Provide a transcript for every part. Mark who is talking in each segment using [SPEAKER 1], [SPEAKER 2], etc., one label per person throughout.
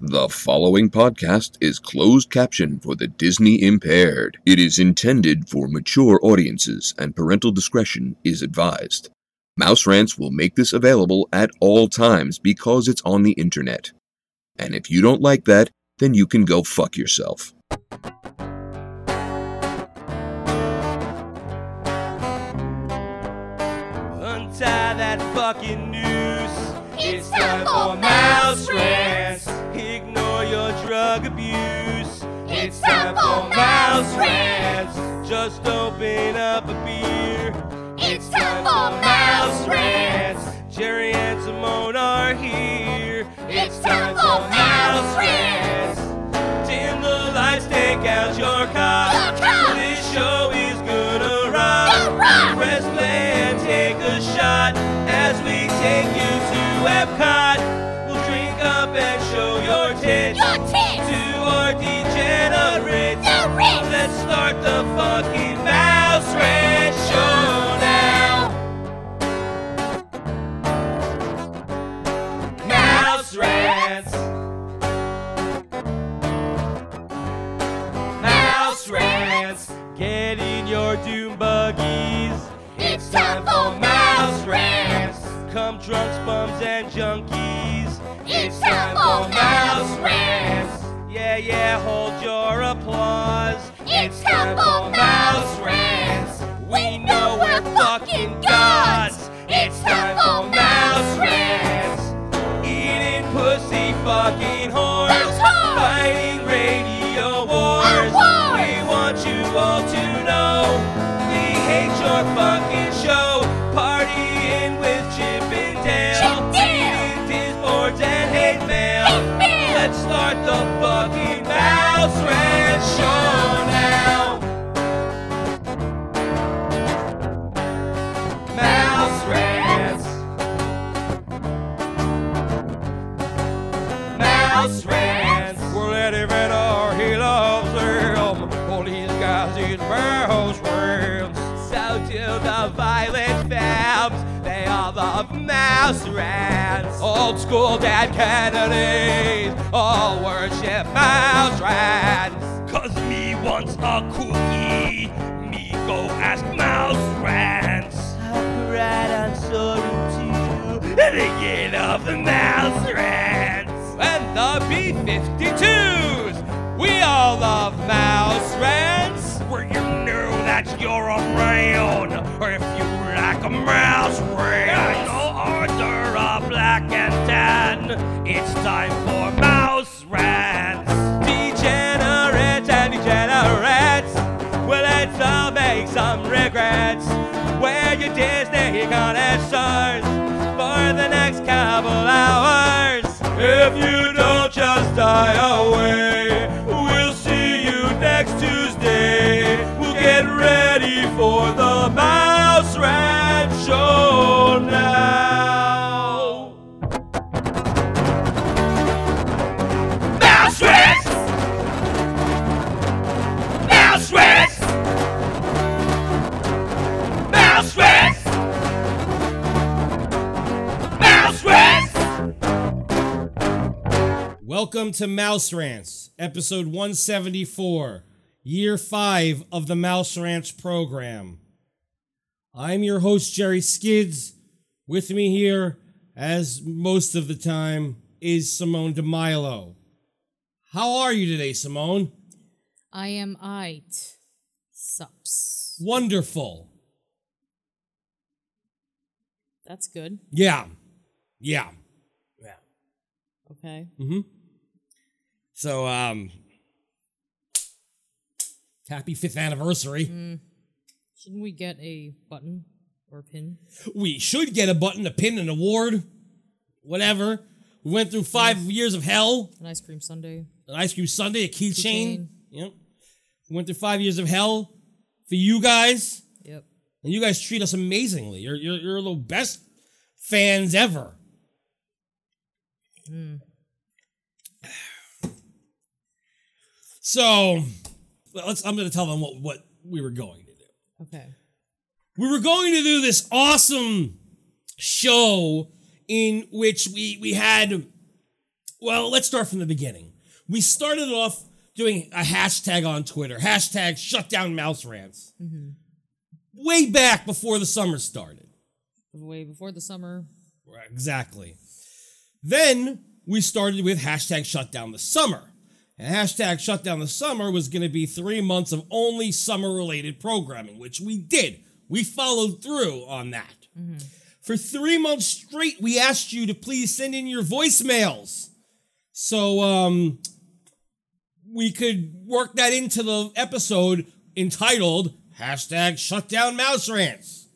[SPEAKER 1] The following podcast is closed caption for the Disney impaired. It is intended for mature audiences and parental discretion is advised. Mouse Rants will make this available at all times because it's on the internet. And if you don't like that, then you can go fuck yourself.
[SPEAKER 2] Untie that fucking noose.
[SPEAKER 3] It's time for Mouse
[SPEAKER 2] rants. Ignore your drug abuse.
[SPEAKER 3] It's time for Mouse
[SPEAKER 2] rants. Just open up a beer.
[SPEAKER 3] It's time for Mouse Rants.
[SPEAKER 2] Jerry and Simone are here.
[SPEAKER 3] It's time for Mouse Rants.
[SPEAKER 2] Dim the lights, take out your
[SPEAKER 3] Your cock.
[SPEAKER 2] This show is gonna rock.
[SPEAKER 3] Go rock.
[SPEAKER 2] Press play and take a shot as we take you to Epcot. We'll drink up and show your tits
[SPEAKER 3] Your tits,
[SPEAKER 2] to our degenerates.
[SPEAKER 3] your wrist,
[SPEAKER 2] Let's start the fucking mouse ranch show now. Mouse rants. Mouse rants. Get in your doom buggies.
[SPEAKER 3] It's time for mouse rants.
[SPEAKER 2] Come drunks, bums, and junkies.
[SPEAKER 3] It's time for mouse rants.
[SPEAKER 2] Yeah, yeah, hold your applause.
[SPEAKER 3] It's time for mouse rants. We know we're fucking gods. It's time for mouse rants.
[SPEAKER 2] Eating pussy, fucking whores.
[SPEAKER 3] Mouse whores.
[SPEAKER 2] Fighting radio wars.
[SPEAKER 3] Our wars.
[SPEAKER 2] We want you all to know. We hate your fucking show. Partying with Chip and Dale.
[SPEAKER 3] Chip Dale.
[SPEAKER 2] Eating Disboards and hate mail.
[SPEAKER 3] Hate mail.
[SPEAKER 2] Let's start the fucking mouse rant show now. Mouse rants. Mouse rants. Well, Eddie Vedder, he loves them. All these guys, these mouse rants. So to the violent films, they all love mouse rants. Old school dad Kennedys all worship mouse rants. Cause me wants a cookie, me go ask mouse rants. I'm right, I'm sorry too. Thinking of the mouse rats. And the B-52s. We all love mouse rants. Where you know that you're around. Or if you like a mouse rant. order a black and tan. It's time for mouse rants. Degenerates and degenerates. Well, let's all make some regrets. Wear your Disney connoisseurs for the next couple hours. If you don't just die away, we'll see you next Tuesday. We'll get ready for the Mouse Rat Show now. Mouse Rats! Mouse Rats! Mouse Rats! Mouse Rats!
[SPEAKER 4] Welcome to Mouse Rants, episode 174, year five of the Mouse Rants program. I'm your host, Jerry Skids. With me here, as most of the time, is Simone DeMilo. How are you today, Simone?
[SPEAKER 5] I am it. Sups.
[SPEAKER 4] Wonderful.
[SPEAKER 5] That's good.
[SPEAKER 4] Yeah. Yeah.
[SPEAKER 5] Okay.
[SPEAKER 4] So, um, happy fifth anniversary.
[SPEAKER 5] Shouldn't we get a button or pin?
[SPEAKER 4] we should get a button, a pin, an award, whatever. We went through five years of hell,
[SPEAKER 5] An ice cream sundae.
[SPEAKER 4] an ice cream Sunday, a keychain.
[SPEAKER 5] Keychain.
[SPEAKER 4] Yep. We went through five years of hell for you guys,
[SPEAKER 5] Yep.
[SPEAKER 4] and you guys treat us amazingly. You're you're, you're the best fans ever. So, well, let's. I'm going to tell them what what we were going to do
[SPEAKER 5] Okay.
[SPEAKER 4] we were going to do this awesome show in which we we had Well, let's start from the beginning. We started off doing a hashtag on Twitter, hashtag shut down mouse rants. Way back before the summer started.
[SPEAKER 5] Way before the summer.
[SPEAKER 4] Right, Exactly. Then we started with hashtag shut down the summer. And hashtag shut down the summer was going to be three months of only summer related programming, which we did. We followed through on that. For three months straight, we asked you to please send in your voicemails. So um, we could work that into the episode entitled hashtag shut down mouse rants,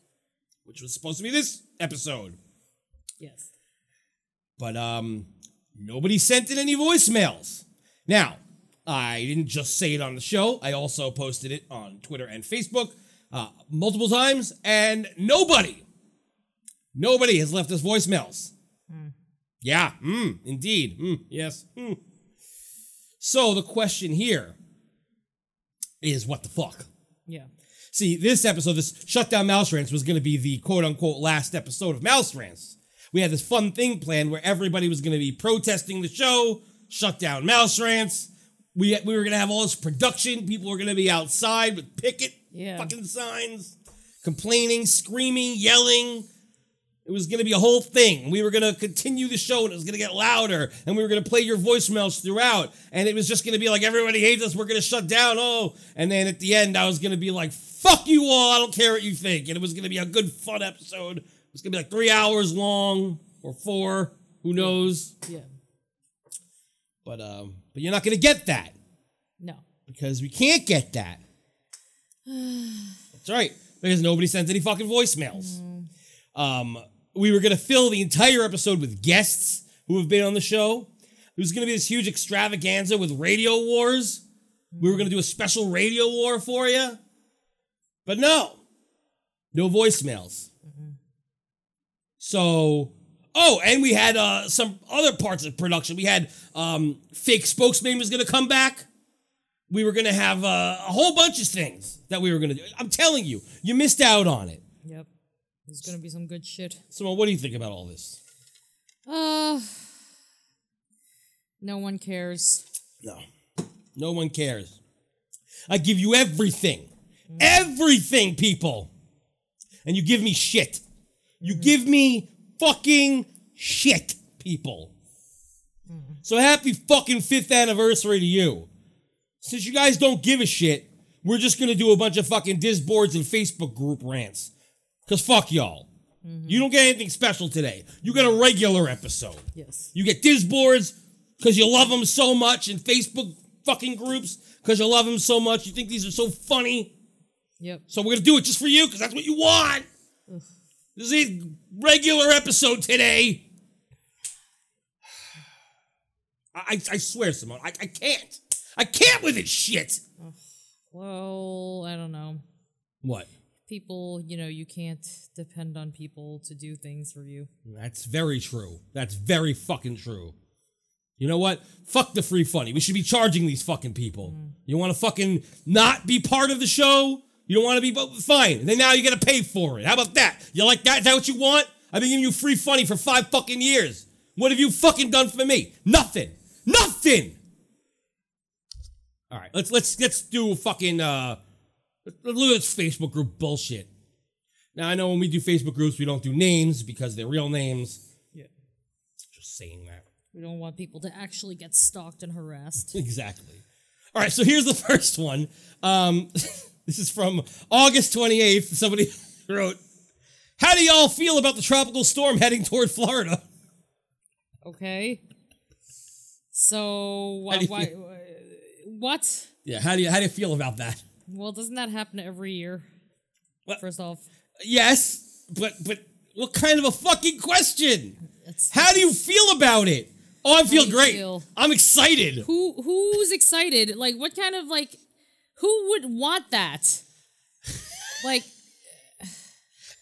[SPEAKER 4] which was supposed to be this episode.
[SPEAKER 5] Yes.
[SPEAKER 4] But um, nobody sent in any voicemails. Now, I didn't just say it on the show. I also posted it on Twitter and Facebook uh, multiple times, and nobody, nobody has left us voicemails. Yeah, mm, indeed, mm, yes. mm. So the question here is, what the fuck?
[SPEAKER 5] Yeah.
[SPEAKER 4] See, this episode, this shutdown Mouse Rants, was going to be the quote unquote last episode of Mouse Rants. We had this fun thing planned where everybody was going to be protesting the show, shut down Mouse Rants. We, we were going to have all this production. People were going to be outside with picket
[SPEAKER 5] Yeah.
[SPEAKER 4] fucking signs, complaining, screaming, yelling. It was going to be a whole thing. We were going to continue the show and it was going to get louder and we were going to play your voicemails throughout. And it was just going to be like, everybody hates us. We're going to shut down. Oh. And then at the end, I was going to be like, fuck you all. I don't care what you think. And it was going to be a good, fun episode. It was going to be like three hours long or four. Who knows?
[SPEAKER 5] Yeah.
[SPEAKER 4] But, um, but you're not going to get that
[SPEAKER 5] No.
[SPEAKER 4] because we can't get that. That's right, because nobody sends any fucking voicemails. Um, we were gonna fill the entire episode with guests who have been on the show. It was gonna be this huge extravaganza with radio wars. We were gonna do a special radio war for you, but no, no voicemails. So, oh, and we had uh, some other parts of production. We had um, fake spokesman was gonna come back we were going to have uh, a whole bunch of things that we were going to do. I'm telling you, you missed out on it.
[SPEAKER 5] Yep. There's gonna be some good shit.
[SPEAKER 4] So, what do you think about all this?
[SPEAKER 5] Uh. No one cares.
[SPEAKER 4] No. No one cares. I give you everything. Everything, people. And you give me shit. You give me fucking shit, people. So happy fucking fifth anniversary to you. Since you guys don't give a shit, we're just gonna do a bunch of fucking disboards and Facebook group rants. Cause fuck y'all. You don't get anything special today. You get a regular episode.
[SPEAKER 5] Yes.
[SPEAKER 4] You get disboards because you love them so much, and Facebook fucking groups because you love them so much. You think these are so funny,
[SPEAKER 5] Yep.
[SPEAKER 4] so we're gonna do it just for you because that's what you want. This is a regular episode today. I, I, I swear, Simone, I, I can't. I can't with this shit.
[SPEAKER 5] Well, I don't know.
[SPEAKER 4] What?
[SPEAKER 5] People, you know, you can't depend on people to do things for you.
[SPEAKER 4] That's very true. That's very fucking true. You know what? Fuck the free funny. We should be charging these fucking people. You want to fucking not be part of the show? You don't want to be, but fine. Then now you got to pay for it. How about that? You like that? Is that what you want? I've been giving you free funny for five fucking years. What have you fucking done for me? Nothing. Nothing. All right, let's let's let's do a fucking uh, let's look at this Facebook group bullshit. Now I know when we do Facebook groups, we don't do names because they're real names.
[SPEAKER 5] Yeah.
[SPEAKER 4] Just saying that.
[SPEAKER 5] We don't want people to actually get stalked and harassed.
[SPEAKER 4] Exactly. All right, so here's the first one. Um, this is from August 28th. Somebody wrote, "How do y'all feel about the tropical storm heading toward Florida?"
[SPEAKER 5] Okay. So
[SPEAKER 4] How
[SPEAKER 5] why,
[SPEAKER 4] do you
[SPEAKER 5] why,
[SPEAKER 4] feel?
[SPEAKER 5] why what?
[SPEAKER 4] Yeah, how do you how do you feel about that?
[SPEAKER 5] Well, doesn't that happen every year?
[SPEAKER 4] What?
[SPEAKER 5] First off,
[SPEAKER 4] Yes, but but what kind of a fucking question?
[SPEAKER 5] it's,
[SPEAKER 4] How do you feel about it? Oh, I feel
[SPEAKER 5] do you
[SPEAKER 4] great.
[SPEAKER 5] feel?
[SPEAKER 4] I'm excited.
[SPEAKER 5] who who's excited? Like, what kind of like, who would want that? Like,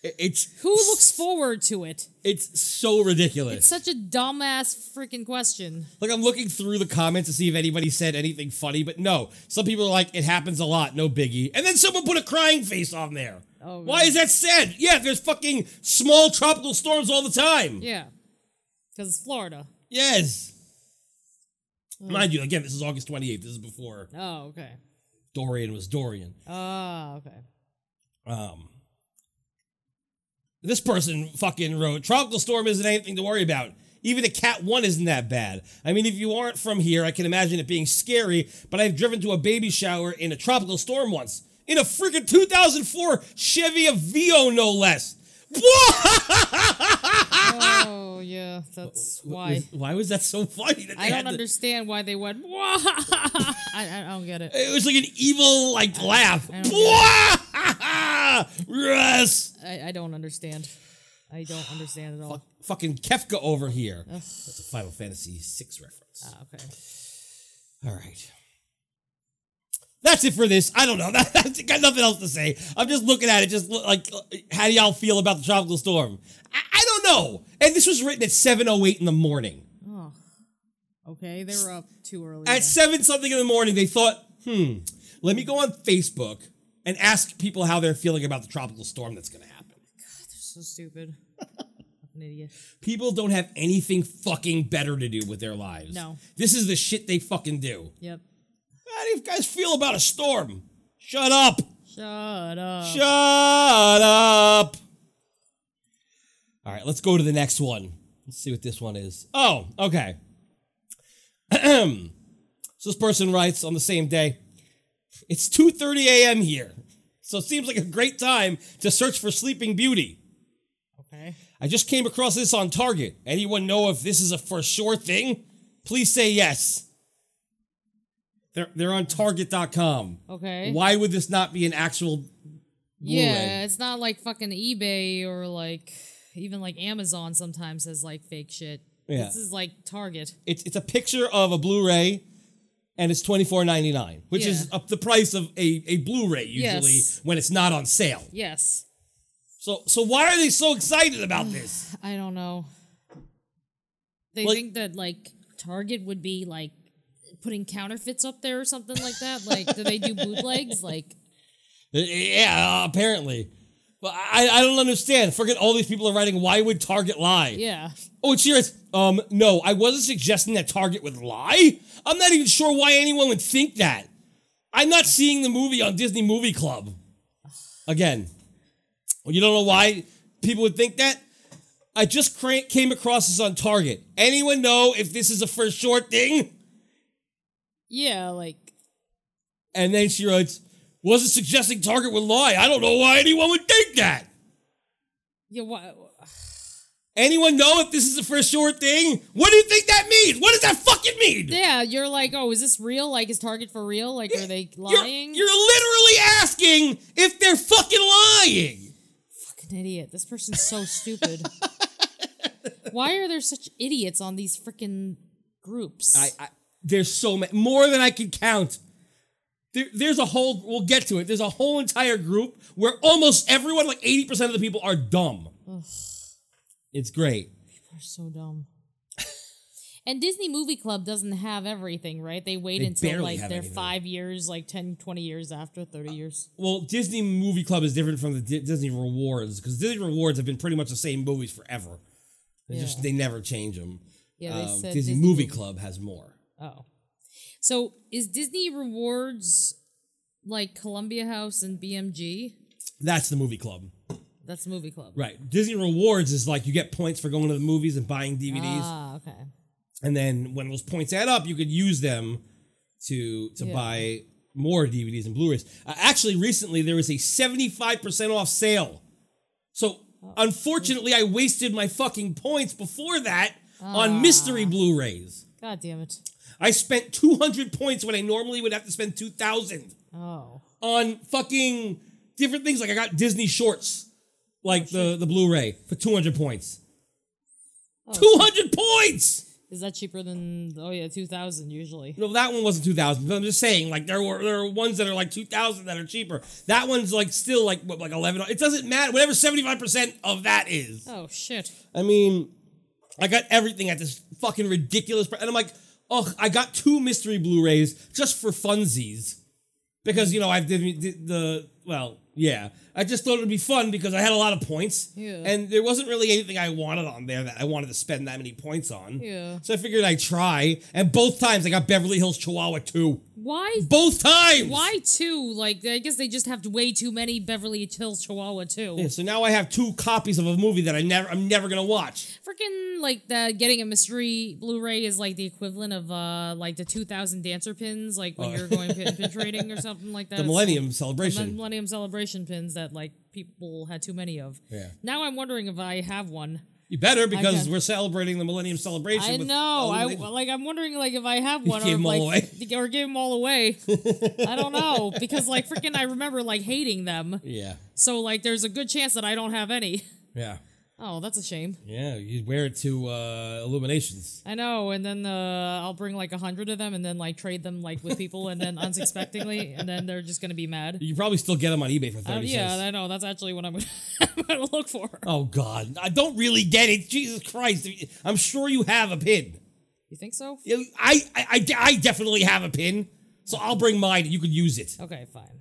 [SPEAKER 4] It's
[SPEAKER 5] who looks forward to it?
[SPEAKER 4] it's so ridiculous.
[SPEAKER 5] It's such a dumbass freaking question.
[SPEAKER 4] Like I'm looking through the comments to see if anybody said anything funny, but no. Some people are like, "It happens a lot, no biggie." And then someone put a crying face on there.
[SPEAKER 5] Oh,
[SPEAKER 4] Why
[SPEAKER 5] really?
[SPEAKER 4] is that sad? Yeah, there's fucking small tropical storms all the time.
[SPEAKER 5] Yeah, because it's Florida.
[SPEAKER 4] Yes. Mind you, again, this is August 28th. This is before
[SPEAKER 5] Oh, okay.
[SPEAKER 4] Dorian was Dorian.
[SPEAKER 5] Oh, okay.
[SPEAKER 4] Um, this person fucking wrote Tropical Storm isn't anything to worry about. Even a Cat 1 isn't that bad. I mean, if you aren't from here, I can imagine it being scary, but I've driven to a baby shower in a tropical storm once. In a freaking 2004 Chevy Aveo, no less. Ah!
[SPEAKER 5] Oh, yeah. That's why.
[SPEAKER 4] Why was that so funny? that
[SPEAKER 5] I
[SPEAKER 4] they
[SPEAKER 5] don't
[SPEAKER 4] had to-
[SPEAKER 5] understand why they went. I, I don't get it.
[SPEAKER 4] It was like an evil, like, laugh.
[SPEAKER 5] I don't
[SPEAKER 4] Yes!
[SPEAKER 5] I, I don't understand. I don't understand at all.
[SPEAKER 4] fucking Kefka over here. That's a Final Fantasy VI reference.
[SPEAKER 5] Ah, okay.
[SPEAKER 4] All right. That's it for this. I don't know. That's got nothing else to say. I'm just looking at it. Just look, like, uh, how do y'all feel about the tropical storm? I, I don't know. And this was written at 7:08 in the morning.
[SPEAKER 5] Oh. Okay, they were up too early.
[SPEAKER 4] At seven something in the morning, they thought, hmm, let me go on Facebook and ask people how they're feeling about the tropical storm that's going to happen.
[SPEAKER 5] so stupid. An idiot.
[SPEAKER 4] People don't have anything fucking better to do with their lives.
[SPEAKER 5] No.
[SPEAKER 4] This is the shit they fucking do.
[SPEAKER 5] Yep.
[SPEAKER 4] How do you guys feel about a storm? Shut up.
[SPEAKER 5] Shut up.
[SPEAKER 4] Shut up. All right, let's go to the next one. Let's see what this one is. Oh, okay. so this person writes on the same day. It's 2:30 a.m. here. So it seems like a great time to search for Sleeping Beauty.
[SPEAKER 5] okay.
[SPEAKER 4] I just came across this on Target. Anyone know if this is a for sure thing? Please say yes. They're, they're on target.com.
[SPEAKER 5] Okay.
[SPEAKER 4] Why would this not be an actual
[SPEAKER 5] Yeah,
[SPEAKER 4] ruling?
[SPEAKER 5] it's not like fucking eBay or like even like Amazon sometimes has like fake shit.
[SPEAKER 4] Yeah.
[SPEAKER 5] This is like Target.
[SPEAKER 4] It's it's a picture of a Blu-ray and it's $24.99, which is
[SPEAKER 5] Yeah.
[SPEAKER 4] up the price of a, a Blu-ray usually
[SPEAKER 5] Yes.
[SPEAKER 4] when it's not on sale.
[SPEAKER 5] Yes.
[SPEAKER 4] So so why are they so excited about this?
[SPEAKER 5] I don't know. They
[SPEAKER 4] Like-
[SPEAKER 5] think that like Target would be like putting counterfeits up there or something like that. Like, do they do bootlegs? Like,
[SPEAKER 4] Uh, yeah, apparently. But I, I don't understand. Forget all these people are writing, why would Target lie?
[SPEAKER 5] yeah,
[SPEAKER 4] Oh, it's yours. Um, no, I wasn't suggesting that Target would lie. I'm not even sure why anyone would think that. I'm not seeing the movie on Disney Movie Club. Again, Well, you don't know why people would think that? I just cra- came across this on Target. Anyone know if this is a for sure thing?
[SPEAKER 5] yeah, like
[SPEAKER 4] And then she writes, wasn't suggesting Target would lie. I don't know why anyone would think that.
[SPEAKER 5] yeah. Why?
[SPEAKER 4] Anyone know if this is a for sure thing? What do you think that means? What does that fucking mean?
[SPEAKER 5] Yeah, you're like, oh, is this real? Like, is Target for real? Like, are they
[SPEAKER 4] You're,
[SPEAKER 5] lying?
[SPEAKER 4] you're literally asking if they're fucking lying.
[SPEAKER 5] fucking idiot. This person's so stupid. Why are there such idiots on these freaking groups?
[SPEAKER 4] I, I there's so many more than I can count. There, there's a whole. We'll get to it. There's a whole entire group where almost everyone, like eighty percent of the people, are dumb. It's great.
[SPEAKER 5] They're so dumb. and Disney Movie Club doesn't have everything, right? They wait
[SPEAKER 4] They
[SPEAKER 5] until
[SPEAKER 4] barely
[SPEAKER 5] like
[SPEAKER 4] have
[SPEAKER 5] they're
[SPEAKER 4] anything.
[SPEAKER 5] five years, like 10, 20 years after, 30 years.
[SPEAKER 4] Well, Disney Movie Club is different from the Di- Disney Rewards because Disney Rewards have been pretty much the same movies forever. They just
[SPEAKER 5] Yeah.
[SPEAKER 4] they never change them.
[SPEAKER 5] Yeah, they said
[SPEAKER 4] Um, Disney,
[SPEAKER 5] Disney
[SPEAKER 4] Movie
[SPEAKER 5] Movie-
[SPEAKER 4] Club has more.
[SPEAKER 5] Oh. So is Disney Rewards like Columbia House and BMG?
[SPEAKER 4] That's the Movie Club.
[SPEAKER 5] That's Movie Club.
[SPEAKER 4] Right. Disney Rewards is like you get points for going to the movies and buying DVDs,
[SPEAKER 5] Ah, okay.
[SPEAKER 4] and then when those points add up, you could use them to to
[SPEAKER 5] Yeah.
[SPEAKER 4] buy more DVDs and Blu-rays. Uh, actually, recently there was a seventy five percent off sale. So
[SPEAKER 5] Oh.
[SPEAKER 4] unfortunately, I wasted my fucking points before that
[SPEAKER 5] Ah.
[SPEAKER 4] on mystery Blu-rays.
[SPEAKER 5] God damn it.
[SPEAKER 4] I spent two hundred points when I normally would have to spend two thousand
[SPEAKER 5] Oh.
[SPEAKER 4] on fucking different things. Like I got Disney shorts, like the the Blu-ray for 200 points. 200 points.
[SPEAKER 5] Is that cheaper than oh yeah, two thousand usually?
[SPEAKER 4] No, that one wasn't 2,000. But I'm just saying, like there were there are ones that are like 2,000 that are cheaper. That one's like still like what, like 11. It doesn't matter. Whatever 75 percent of that is.
[SPEAKER 5] Oh shit.
[SPEAKER 4] I mean, I got everything at this fucking ridiculous price, and I'm like, oh, I got two mystery Blu-rays just for funsies. because you know I've did did the well, yeah. I just thought it'd be fun because I had a lot of points,
[SPEAKER 5] Yeah.
[SPEAKER 4] and there wasn't really anything I wanted on there that I wanted to spend that many points on.
[SPEAKER 5] Yeah.
[SPEAKER 4] So I figured I'd try, and both times I got Beverly Hills Chihuahua two.
[SPEAKER 5] Why?
[SPEAKER 4] Both times.
[SPEAKER 5] Why two? Like, I guess they just have way too many Beverly Hills Chihuahua too.
[SPEAKER 4] Yeah, so now I have two copies of a movie that I never, I'm never gonna watch.
[SPEAKER 5] Freaking like the getting a mystery Blu-ray is like the equivalent of uh like the 2000 dancer pins, like when you're going pin, pin trading or something like that.
[SPEAKER 4] Oh. The
[SPEAKER 5] It's-
[SPEAKER 4] Millennium
[SPEAKER 5] the
[SPEAKER 4] Celebration.
[SPEAKER 5] Millennium Celebration pins that like people had too many of.
[SPEAKER 4] Yeah.
[SPEAKER 5] Now I'm wondering if I have one.
[SPEAKER 4] You better because
[SPEAKER 5] Okay.
[SPEAKER 4] we're celebrating the Millennium Celebration.
[SPEAKER 5] I
[SPEAKER 4] with
[SPEAKER 5] know.
[SPEAKER 4] all
[SPEAKER 5] I
[SPEAKER 4] the-
[SPEAKER 5] like. I'm wondering like if I have one or
[SPEAKER 4] gave 'em all
[SPEAKER 5] like
[SPEAKER 4] away.
[SPEAKER 5] or gave them all away. I don't know because like freaking I remember like hating them.
[SPEAKER 4] yeah,
[SPEAKER 5] So like there's a good chance that I don't have any.
[SPEAKER 4] yeah,
[SPEAKER 5] Oh, that's a shame.
[SPEAKER 4] yeah. You wear it to uh, Illuminations.
[SPEAKER 5] I know. And then uh, I'll bring like a hundred of them and then like trade them like with people and then unexpectedly and then they're just gonna be mad.
[SPEAKER 4] You probably still get them on eBay for
[SPEAKER 5] Um,
[SPEAKER 4] thirty
[SPEAKER 5] yeah,
[SPEAKER 4] cents.
[SPEAKER 5] I know. That's actually what I'm gonna, I'm gonna look for.
[SPEAKER 4] oh God, I don't really get it. Jesus Christ, I'm sure you have a pin.
[SPEAKER 5] You think so?
[SPEAKER 4] You- I, I, I, de- I definitely have a pin. So I'll bring mine. You can use it
[SPEAKER 5] Okay, fine.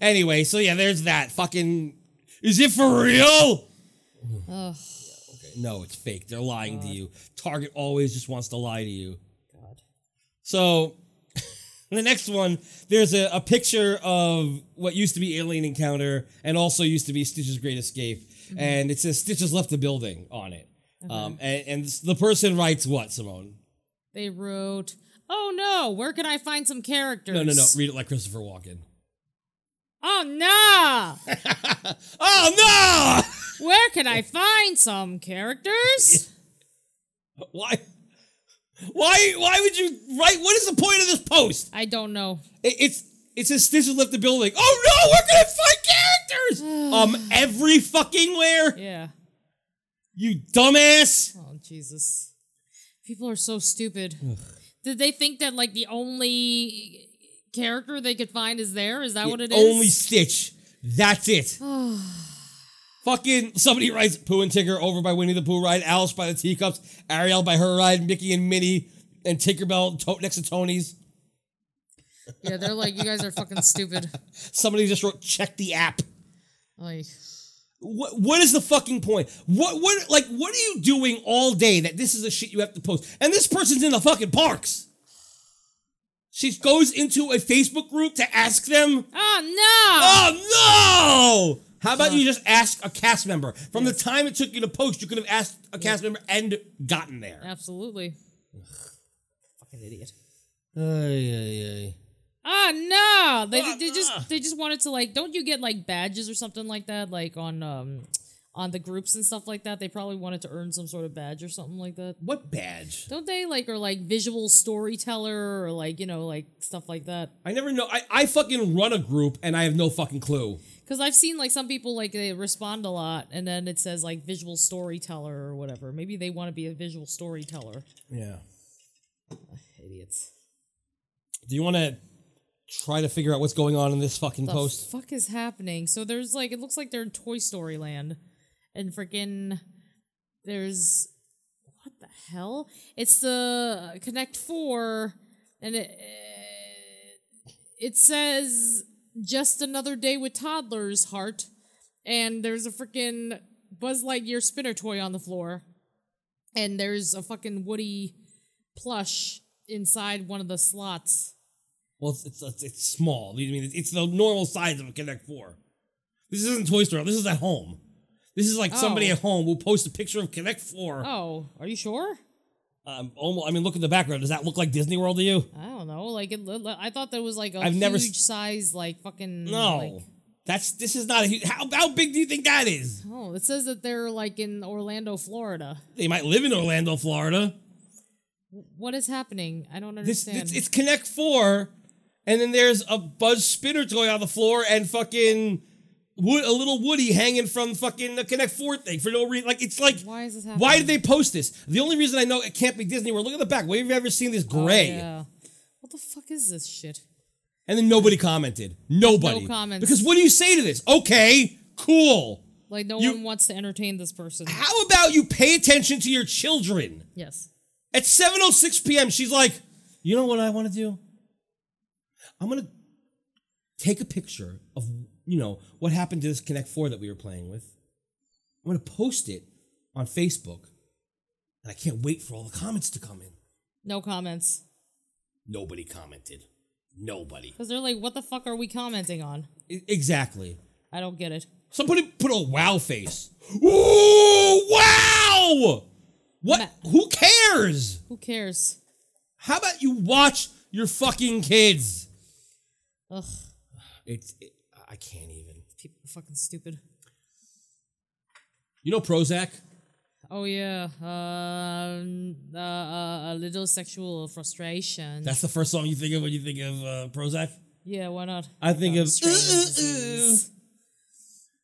[SPEAKER 4] anyway. So yeah, there's that fucking. Is it for real?
[SPEAKER 5] Ugh.
[SPEAKER 4] No, it's fake. They're lying to you. Target always just wants to lie to you.
[SPEAKER 5] God.
[SPEAKER 4] So the next one, there's a, a picture of what used to be Alien Encounter and also used to be Stitch's Great Escape.
[SPEAKER 5] Mm-hmm.
[SPEAKER 4] And it says Stitch has left the building on it. Um, and, and the person writes what, Simone?
[SPEAKER 5] They wrote, "Oh no, where can I find some characters?"
[SPEAKER 4] No, no, no. Read it like Christopher Walken.
[SPEAKER 5] Oh no,
[SPEAKER 4] Oh,
[SPEAKER 5] where can I find some characters?
[SPEAKER 4] no! Why? Why, why would you write? What is the point of this post?
[SPEAKER 5] I don't know.
[SPEAKER 4] It, it's it says Stitches left the building. Oh no, we're gonna find characters. um, every fucking where.
[SPEAKER 5] Yeah.
[SPEAKER 4] You dumbass.
[SPEAKER 5] Oh Jesus, people are so stupid. Did they think that like the only character they could find is there? Is that what it is?
[SPEAKER 4] Only Stitch. That's it. fucking somebody writes Pooh and Tinker over by Winnie the Pooh ride, Alice by the teacups, Ariel by her ride, Mickey and Minnie, and Tinkerbell to- next to Tony's.
[SPEAKER 5] yeah, they're like, you guys are fucking stupid.
[SPEAKER 4] Somebody just wrote check the app.
[SPEAKER 5] Like,
[SPEAKER 4] What, what is the fucking point? What what like what are you doing all day that this is the shit you have to post? And this person's in the fucking parks. She goes into a Facebook group to ask them. Ah!
[SPEAKER 5] oh
[SPEAKER 4] Oh no! How about you just ask a cast member? From the time it took you to post, you could have asked a cast member and gotten
[SPEAKER 5] no,
[SPEAKER 4] there.
[SPEAKER 5] absolutely.
[SPEAKER 4] Fucking idiot. Ay, ay,
[SPEAKER 5] Oh no! They, they, they
[SPEAKER 4] Ah.
[SPEAKER 5] just they just wanted to like. Don't you get like badges or something like that? Like on um on the groups and stuff like that. They probably wanted to earn some sort of badge or something like that.
[SPEAKER 4] What badge?
[SPEAKER 5] Don't they like or like visual storyteller or like you know like stuff like that?
[SPEAKER 4] I never know. I, I fucking run a group and I have no fucking clue.
[SPEAKER 5] Because I've seen like some people like they respond a lot and then it says like visual storyteller or whatever. Maybe they want to be a visual storyteller.
[SPEAKER 4] Yeah.
[SPEAKER 5] Idiots.
[SPEAKER 4] Do you want to try to figure out what's going on in this fucking
[SPEAKER 5] The
[SPEAKER 4] post?
[SPEAKER 5] fuck is happening? So there's like it looks like they're in Toy Story Land, and freaking there's what the hell? It's the Connect Four, and it eh, it says just another day with toddlers heart, and there's a freaking Buzz Lightyear spinner toy on the floor, and there's a fucking Woody plush inside one of the slots.
[SPEAKER 4] Well, it's, it's, it's, it's small. I mean, it's the normal size of a Connect Four. This isn't Toy Story. This is at home. This is like somebody
[SPEAKER 5] Oh.
[SPEAKER 4] at home will post a picture of Connect Four.
[SPEAKER 5] Oh, are you sure?
[SPEAKER 4] Um, almost. I mean, look at the background. Does that look like Disney World to you?
[SPEAKER 5] I don't know. Like it, lo- I thought there was like a
[SPEAKER 4] I've
[SPEAKER 5] huge
[SPEAKER 4] never s-
[SPEAKER 5] size, like fucking.
[SPEAKER 4] No.
[SPEAKER 5] Mm, like-
[SPEAKER 4] That's this is not a huge. How, how big do you think that is?
[SPEAKER 5] oh, it says that they're like in Orlando, Florida.
[SPEAKER 4] They might live in Orlando, Florida.
[SPEAKER 5] What is happening? I don't
[SPEAKER 4] This,
[SPEAKER 5] understand.
[SPEAKER 4] this it's Connect Four, and then there's a Buzz Spinner toy on the floor and fucking wood, a little Woody hanging from fucking the Connect Four thing for no reason. Like it's like
[SPEAKER 5] Why is this happening?
[SPEAKER 4] why did they post this? The only reason I know it can't be Disney World. Look at the back. Where have you ever seen this gray?
[SPEAKER 5] Oh, yeah. What the fuck is this shit?
[SPEAKER 4] And then nobody commented. Nobody.
[SPEAKER 5] No comments.
[SPEAKER 4] Because what do you say to this? Okay, cool.
[SPEAKER 5] Like no
[SPEAKER 4] You- Ah!
[SPEAKER 5] one wants to entertain this person.
[SPEAKER 4] How about you pay attention to your children?
[SPEAKER 5] Yes.
[SPEAKER 4] oh At 7:06 p.m., she's like, "You know what I want to do? I'm gonna take a picture of you know what happened to this Connect Four that we were playing with. I'm gonna post it on Facebook, and I can't wait for all the comments to come in.
[SPEAKER 5] No comments.
[SPEAKER 4] Nobody commented. Nobody.
[SPEAKER 5] Because they're like, what the fuck are we commenting on?
[SPEAKER 4] I- exactly.
[SPEAKER 5] I don't get it.
[SPEAKER 4] Somebody put a wow face. Ooh, wow! What?
[SPEAKER 5] Ma-
[SPEAKER 4] Who cares?
[SPEAKER 5] Who cares?
[SPEAKER 4] How about you watch your fucking kids?
[SPEAKER 5] Ugh,
[SPEAKER 4] It's. It, I can't even.
[SPEAKER 5] people are fucking stupid.
[SPEAKER 4] You know Prozac?
[SPEAKER 5] Oh yeah, um, uh, uh, a little sexual frustration.
[SPEAKER 4] That's the first song you think of when you think of uh, Prozac.
[SPEAKER 5] yeah, why not?
[SPEAKER 4] I think
[SPEAKER 5] Um,
[SPEAKER 4] of,
[SPEAKER 5] strange
[SPEAKER 4] "Ooh, ooh,
[SPEAKER 5] disease."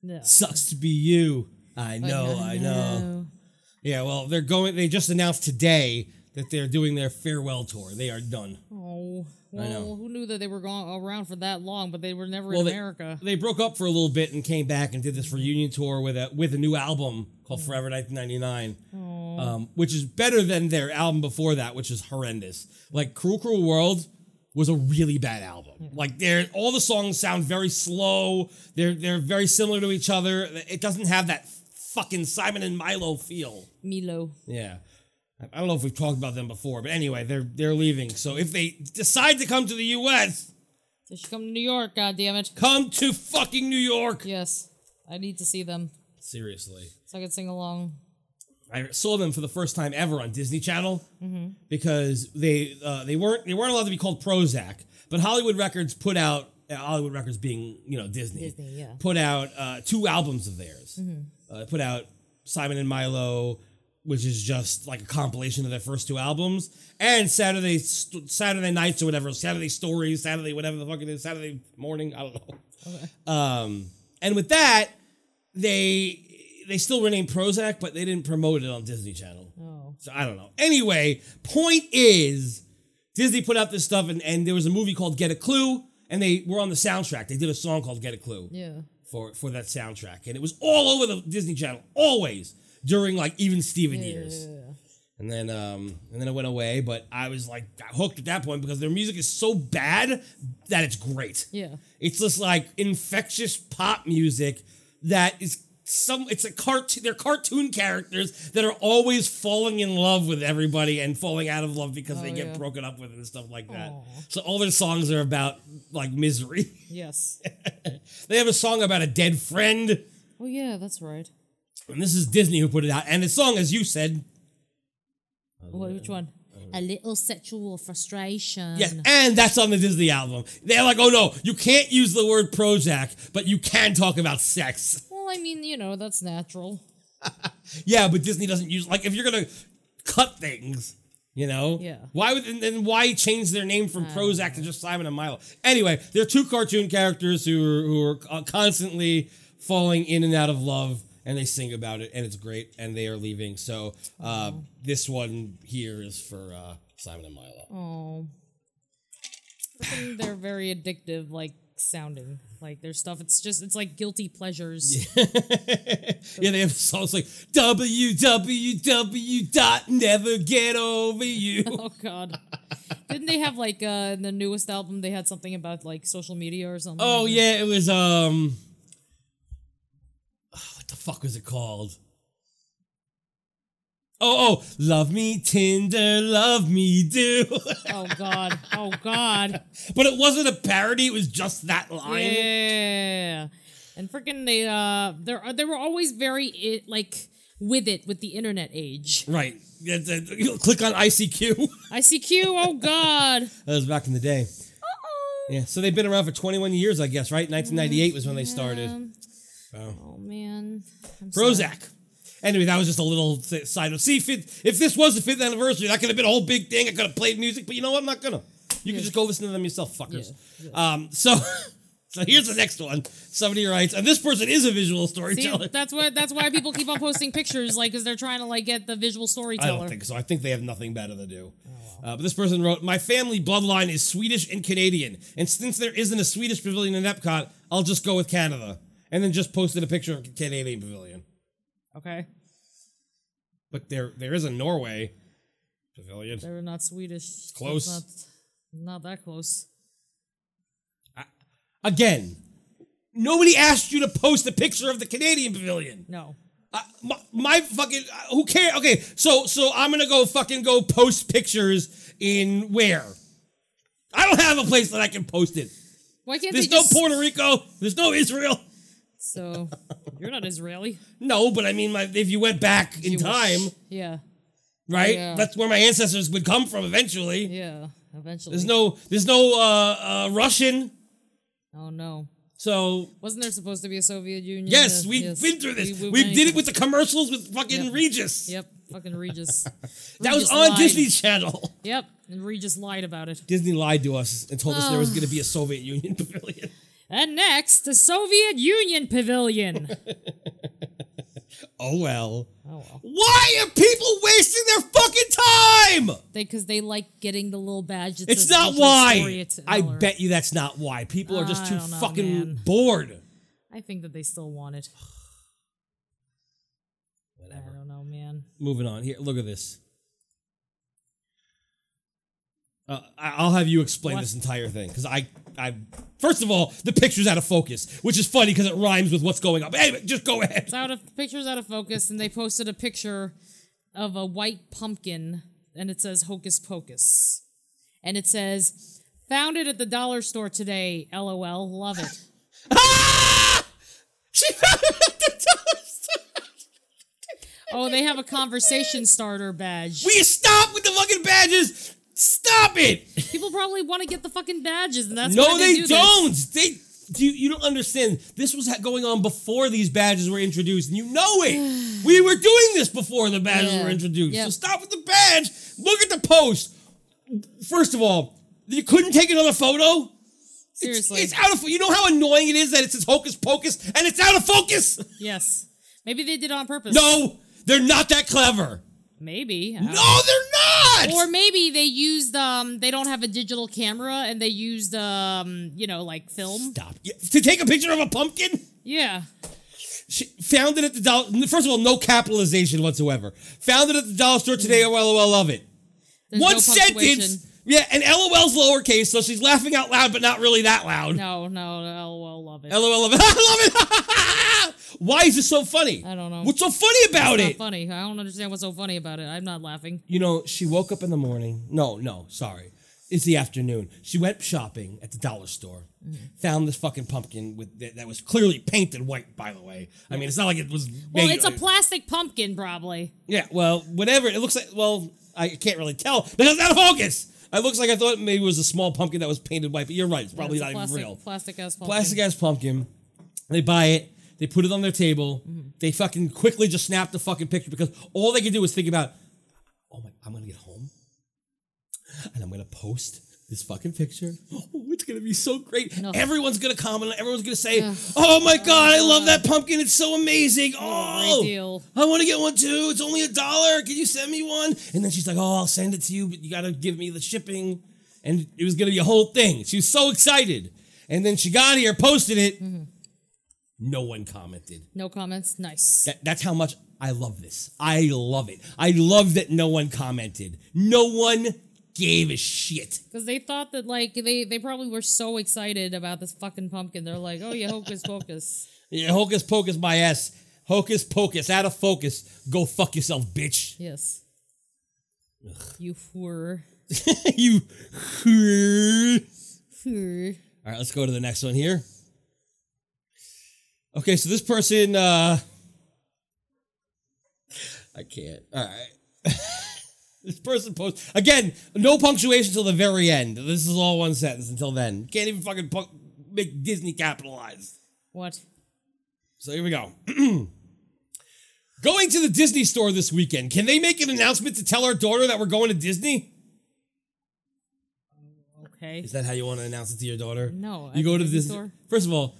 [SPEAKER 5] No.
[SPEAKER 4] Sucks to be you. I know, Oh, I know. Yeah, well, they're going. They just announced today that they're doing their farewell tour. They are done.
[SPEAKER 5] Oh,
[SPEAKER 4] I know.
[SPEAKER 5] well, who knew that they were gone around for that long? But they were never
[SPEAKER 4] Well,
[SPEAKER 5] in
[SPEAKER 4] they-
[SPEAKER 5] America.
[SPEAKER 4] They broke up for a little bit and came back and did this reunion tour with a with a new album called Forever 1999, um, which is better than their album before that, which is horrendous. Like Cruel Cruel World was a really bad album. Like they're all the songs sound very slow. They're they're very similar to each other. It doesn't have that fucking Simon and Milo feel.
[SPEAKER 5] Milo.
[SPEAKER 4] Yeah. I- I don't know if we've talked about them before, but anyway, they're they're leaving. So if they decide to come to the US,
[SPEAKER 5] They should come to New York. God damn it.
[SPEAKER 4] come to fucking New York.
[SPEAKER 5] Yes, I need to see them
[SPEAKER 4] Seriously.
[SPEAKER 5] so I can sing along.
[SPEAKER 4] I saw them for the first time ever on Disney Channel because they uh, they weren't they weren't allowed to be called Prozac, but Hollywood Records put out uh, Hollywood Records being you know Disney,
[SPEAKER 5] Disney, yeah. Mm-hmm.
[SPEAKER 4] put out uh, two albums of theirs. Uh, they put out Simon and Milo, which is just like a compilation of their first two albums, and Saturday St- Saturday nights or whatever Saturday stories, Saturday whatever the fuck it is, Saturday morning, I don't know. Um, and with that, they they still renamed Prozac, but they didn't promote it on Disney Channel.
[SPEAKER 5] Oh,
[SPEAKER 4] So I don't know. Anyway, point is Disney put out this stuff, and, and there was a movie called Get a Clue, and they were on the soundtrack. They did a song called Get a Clue
[SPEAKER 5] yeah.
[SPEAKER 4] for for that soundtrack, and it was all over the Disney Channel always during like even Steven years. And then um and then it went away, but I was like got hooked at that point because their music is so bad that it's great.
[SPEAKER 5] Yeah.
[SPEAKER 4] It's just like infectious pop music that is some it's a cartoon they're cartoon characters that are always falling in love with everybody and falling out of love because they
[SPEAKER 5] Oh,
[SPEAKER 4] get
[SPEAKER 5] yeah.
[SPEAKER 4] broken up with and stuff like that.
[SPEAKER 5] Aw.
[SPEAKER 4] So all their songs are about like misery.
[SPEAKER 5] Yes.
[SPEAKER 4] they have a song about a dead friend.
[SPEAKER 5] Oh yeah, that's right.
[SPEAKER 4] And this is Disney who put it out. And the song, as you said,
[SPEAKER 5] What, which one? A little sexual frustration.
[SPEAKER 4] yes, and that's on the Disney album. They're like, oh no, you can't use the word Prozac, but you can talk about sex.
[SPEAKER 5] Well, I mean, you know, that's natural.
[SPEAKER 4] Yeah, but Disney doesn't use like if you're gonna cut things, you know.
[SPEAKER 5] Yeah.
[SPEAKER 4] Why would and then why change their name from Prozac to just Simon and Milo? Anyway, they're two cartoon characters who are who are uh, constantly falling in and out of love, and they sing about it, and it's great. And they are leaving, so uh,
[SPEAKER 5] Mm-hmm.
[SPEAKER 4] this one here is for uh, Simon and Milo.
[SPEAKER 5] Oh. Freaking, They're very addictive, like sounding like their stuff. It's just it's like guilty pleasures.
[SPEAKER 4] yeah, they have songs like www dot never get over you.
[SPEAKER 5] Oh God. Didn't they have like uh in the newest album they had something about like social media or something?
[SPEAKER 4] Oh
[SPEAKER 5] like that?
[SPEAKER 4] yeah, it was um oh, what the fuck was it called? Oh oh, love me Tinder, love me do.
[SPEAKER 5] Oh God. Oh God.
[SPEAKER 4] but it wasn't a parody, it was just that line.
[SPEAKER 5] Yeah. And freaking they uh they they were always very it, like with it with the internet age.
[SPEAKER 4] Right. Yeah, the- you click on ICQ. that
[SPEAKER 5] ICQ. Oh God.
[SPEAKER 4] was back in the day. Yeah, so they've been around for 21 years, I guess, right? 1998 was when they started.
[SPEAKER 5] Um, oh man. I'm sorry.
[SPEAKER 4] Prozac. Anyway, that was just a little si- side note. See, if, it, if this was the fifth anniversary, that could have been a whole big thing. I could have played music, but you know what? I'm not gonna. You can just go listen to them yourself, fuckers. Um, so, so here's the next one. Somebody writes, and this person is a visual
[SPEAKER 5] See,
[SPEAKER 4] storyteller.
[SPEAKER 5] that's what that's why people keep on posting pictures, like, because they're trying to like get the visual
[SPEAKER 4] I
[SPEAKER 5] storyteller.
[SPEAKER 4] don't think so. I think they have nothing better to do.
[SPEAKER 5] Oh,
[SPEAKER 4] Uh, but this person wrote, "My family bloodline is Swedish and Canadian, and since there isn't a Swedish pavilion in Epcot, I'll just go with Canada." And then just posted a picture of a Canadian pavilion.
[SPEAKER 5] Okay,
[SPEAKER 4] But there, there is a Norway pavilion.
[SPEAKER 5] they're not Swedish. so it's
[SPEAKER 4] Close.
[SPEAKER 5] Not, not that close.
[SPEAKER 4] Again, nobody asked you to post a picture of the Canadian pavilion.
[SPEAKER 5] No.
[SPEAKER 4] I, my, my fucking uh, who cares? Okay, so so I'm gonna go fucking go post pictures in where? I don't have a place that I can post it.
[SPEAKER 5] Why can't
[SPEAKER 4] There's
[SPEAKER 5] they
[SPEAKER 4] no
[SPEAKER 5] just
[SPEAKER 4] Puerto Rico. There's no Israel.
[SPEAKER 5] so you're not Israeli
[SPEAKER 4] No, but I mean, like, if you went back in
[SPEAKER 5] You wish.
[SPEAKER 4] time,
[SPEAKER 5] Yeah.
[SPEAKER 4] right?
[SPEAKER 5] Yeah.
[SPEAKER 4] That's where my ancestors would come from eventually.
[SPEAKER 5] Yeah. Eventually.
[SPEAKER 4] There's no, there's no uh, uh, Russian.
[SPEAKER 5] Oh no.
[SPEAKER 4] So
[SPEAKER 5] Wasn't there supposed to be a Soviet Union?
[SPEAKER 4] yes,
[SPEAKER 5] Uh,
[SPEAKER 4] we've been through this.
[SPEAKER 5] We- we
[SPEAKER 4] We, did
[SPEAKER 5] made-
[SPEAKER 4] it with the commercials with fucking
[SPEAKER 5] Yep.
[SPEAKER 4] Regis.
[SPEAKER 5] Yep. Fucking Regis.
[SPEAKER 4] That
[SPEAKER 5] Regis
[SPEAKER 4] was on
[SPEAKER 5] lied.
[SPEAKER 4] Disney Channel.
[SPEAKER 5] Yep. And Regis lied about it.
[SPEAKER 4] Disney lied to us and told us there was going to be a Soviet Union pavilion.
[SPEAKER 5] And next, the Soviet Union Pavilion.
[SPEAKER 4] Oh well.
[SPEAKER 5] oh well.
[SPEAKER 4] Why are people wasting their fucking time?
[SPEAKER 5] Because they, like getting the little badge. that
[SPEAKER 4] It's
[SPEAKER 5] says
[SPEAKER 4] not
[SPEAKER 5] Regis
[SPEAKER 4] why.
[SPEAKER 5] Laureate and
[SPEAKER 4] I
[SPEAKER 5] all that.
[SPEAKER 4] bet you that's not why. People are just
[SPEAKER 5] I
[SPEAKER 4] too
[SPEAKER 5] don't know,
[SPEAKER 4] fucking
[SPEAKER 5] man.
[SPEAKER 4] bored.
[SPEAKER 5] I think that they still want it. I don't know, man.
[SPEAKER 4] moving on here. Look at this. Uh, I- I'll have you explain
[SPEAKER 5] What?
[SPEAKER 4] this entire thing because I, I, first of all, the picture's out of focus, which is funny because it rhymes with what's going on. But anyway, just go ahead.
[SPEAKER 5] It's out of pictures out of focus, and they posted a picture of a white pumpkin, and it says Hocus Pocus, and it says found it at the dollar store today. LOL, love it.
[SPEAKER 4] Ah! She found it at the dollar store.
[SPEAKER 5] Oh, they have a conversation starter badge.
[SPEAKER 4] Will you stop with the fucking badges? Stop it!
[SPEAKER 5] People probably want to get the fucking badges, and that's
[SPEAKER 4] no,
[SPEAKER 5] why they,
[SPEAKER 4] they,
[SPEAKER 5] do
[SPEAKER 4] don't.
[SPEAKER 5] This.
[SPEAKER 4] They. Do you, you don't understand? This was ha- going on before these badges were introduced, and you know it. we were doing this before the badges
[SPEAKER 5] Yeah.
[SPEAKER 4] were introduced. So
[SPEAKER 5] Yep.
[SPEAKER 4] stop with the badge. Look at the post. First of all, you couldn't take another photo. It's,
[SPEAKER 5] Seriously,
[SPEAKER 4] it's out of. You know how annoying it is that it says hocus pocus and it's out of focus.
[SPEAKER 5] yes. Maybe they did it on purpose.
[SPEAKER 4] No, they're not that clever.
[SPEAKER 5] maybe. I don't
[SPEAKER 4] No, they're not.
[SPEAKER 5] Or maybe they used um they don't have a digital camera and they used um you know like film.
[SPEAKER 4] stop Yeah, to take a picture of a pumpkin.
[SPEAKER 5] Yeah.
[SPEAKER 4] She found it at the dollar. First of all, no capitalization whatsoever. Found it at the dollar store today. LOL, love it.
[SPEAKER 5] Mm. There's
[SPEAKER 4] One
[SPEAKER 5] no punctuation.
[SPEAKER 4] sentence. Yeah, and LOL's lowercase, so she's laughing out loud, but not really that loud.
[SPEAKER 5] No, no, LOL, love it.
[SPEAKER 4] LOL, love it. I love it. Why is this so funny?
[SPEAKER 5] I don't know.
[SPEAKER 4] What's so funny about
[SPEAKER 5] Not
[SPEAKER 4] it?
[SPEAKER 5] funny. I don't understand what's so funny about it. I'm not laughing.
[SPEAKER 4] You know, she woke up in the morning. No, no, sorry. It's the afternoon. She went shopping at the dollar store,
[SPEAKER 5] Mm-hmm.
[SPEAKER 4] found this fucking pumpkin with that, that was clearly painted white. By the way, I mean, it's not like it was.
[SPEAKER 5] Well,
[SPEAKER 4] made-
[SPEAKER 5] it's a plastic pumpkin, probably.
[SPEAKER 4] Yeah, well, whatever. It looks like, well, I can't really tell because it's out of focus. It looks like I thought maybe it was a small pumpkin that was painted white, but you're right. It's probably
[SPEAKER 5] It's a
[SPEAKER 4] not
[SPEAKER 5] plastic,
[SPEAKER 4] even real.
[SPEAKER 5] Plastic ass pumpkin.
[SPEAKER 4] Plastic ass pumpkin. They buy it. They put it on their table.
[SPEAKER 5] Mm-hmm.
[SPEAKER 4] They fucking quickly just snap the fucking picture because all they can do is think about, oh my, I'm gonna get home and I'm gonna post this fucking picture. Oh, it's gonna be so great.
[SPEAKER 5] No.
[SPEAKER 4] Everyone's gonna comment. on it. Everyone's gonna say, oh my god, I love that pumpkin. It's so amazing.
[SPEAKER 5] Great
[SPEAKER 4] Oh,
[SPEAKER 5] deal.
[SPEAKER 4] I want to get one too. It's only a dollar. Can you send me one? And then she's like, Oh, I'll send it to you, but you got to give me the shipping. And it was going to be a whole thing. She was so excited. And then she got here, posted it. No one commented.
[SPEAKER 5] No comments. Nice.
[SPEAKER 4] That, that's how much I love this. I love it. I love that no one commented. No one gave a shit.
[SPEAKER 5] Because they thought that like they they probably were so excited about this fucking pumpkin. They're like, oh yeah, hocus pocus.
[SPEAKER 4] Yeah, hocus pocus, my ass. Hocus pocus, out of focus. Go fuck yourself, bitch.
[SPEAKER 5] Yes. You whore.
[SPEAKER 4] you.
[SPEAKER 5] Whore.
[SPEAKER 4] All right, let's go to the next one here. Okay, so this person, uh, I can't. All right. this person posts, again, no punctuation till the very end. This is all one sentence until then. Can't even fucking pu- make Disney capitalized.
[SPEAKER 5] What?
[SPEAKER 4] So here we go. going to the Disney store this weekend. Can they make an announcement to tell our daughter that we're going to Disney?
[SPEAKER 5] Okay.
[SPEAKER 4] Is that how you want to announce it to your daughter?
[SPEAKER 5] No,
[SPEAKER 4] You
[SPEAKER 5] at
[SPEAKER 4] go
[SPEAKER 5] the
[SPEAKER 4] to
[SPEAKER 5] Disney
[SPEAKER 4] this.
[SPEAKER 5] store?
[SPEAKER 4] First of all,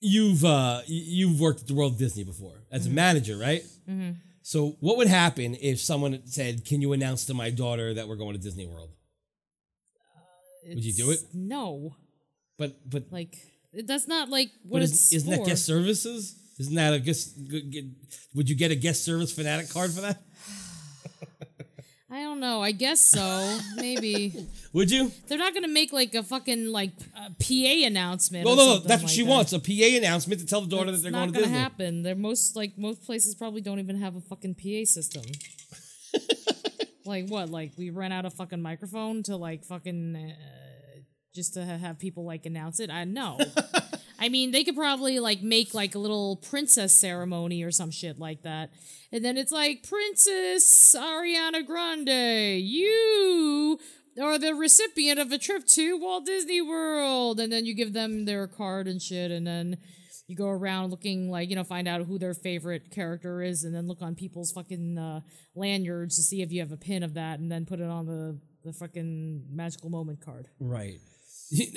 [SPEAKER 4] you've uh, y- you've worked at the World Disney before as a manager, right? Mm-hmm. So what would happen if someone said, "Can you announce to my daughter that we're going to Disney World?" Would you do
[SPEAKER 5] It's-
[SPEAKER 4] it?
[SPEAKER 5] No.
[SPEAKER 4] But but
[SPEAKER 5] Like it- that's not like what
[SPEAKER 4] but
[SPEAKER 5] it's
[SPEAKER 4] is, isn't
[SPEAKER 5] for.
[SPEAKER 4] that guest services? Isn't that a guest? g- g- Would you get a guest service fanatic card for that?
[SPEAKER 5] I don't don't know. I guess so. Maybe
[SPEAKER 4] Would you?
[SPEAKER 5] they're not gonna make like a fucking like uh, PA announcement.
[SPEAKER 4] Well,
[SPEAKER 5] or
[SPEAKER 4] no, no,
[SPEAKER 5] something
[SPEAKER 4] that's what
[SPEAKER 5] like
[SPEAKER 4] she
[SPEAKER 5] that.
[SPEAKER 4] wants—a PA announcement to tell the daughter
[SPEAKER 5] That's
[SPEAKER 4] that they're
[SPEAKER 5] not
[SPEAKER 4] going to
[SPEAKER 5] gonna
[SPEAKER 4] Disney.
[SPEAKER 5] happen. They're most like most places probably don't even have a fucking PA system. like what? Like we rent out a fucking microphone to like fucking uh, just to ha- have people like announce it. I know. I mean, they could probably like make like a little princess ceremony or some shit like that, and then it's like Princess Ariana Grande, you. are the recipient of a trip to Walt Disney World, and then you give them their card and shit, and then you go around looking like you know find out who their favorite character is and then look on people's fucking uh, lanyards to see if you have a pin of that and then put it on the the fucking magical moment card
[SPEAKER 4] Right.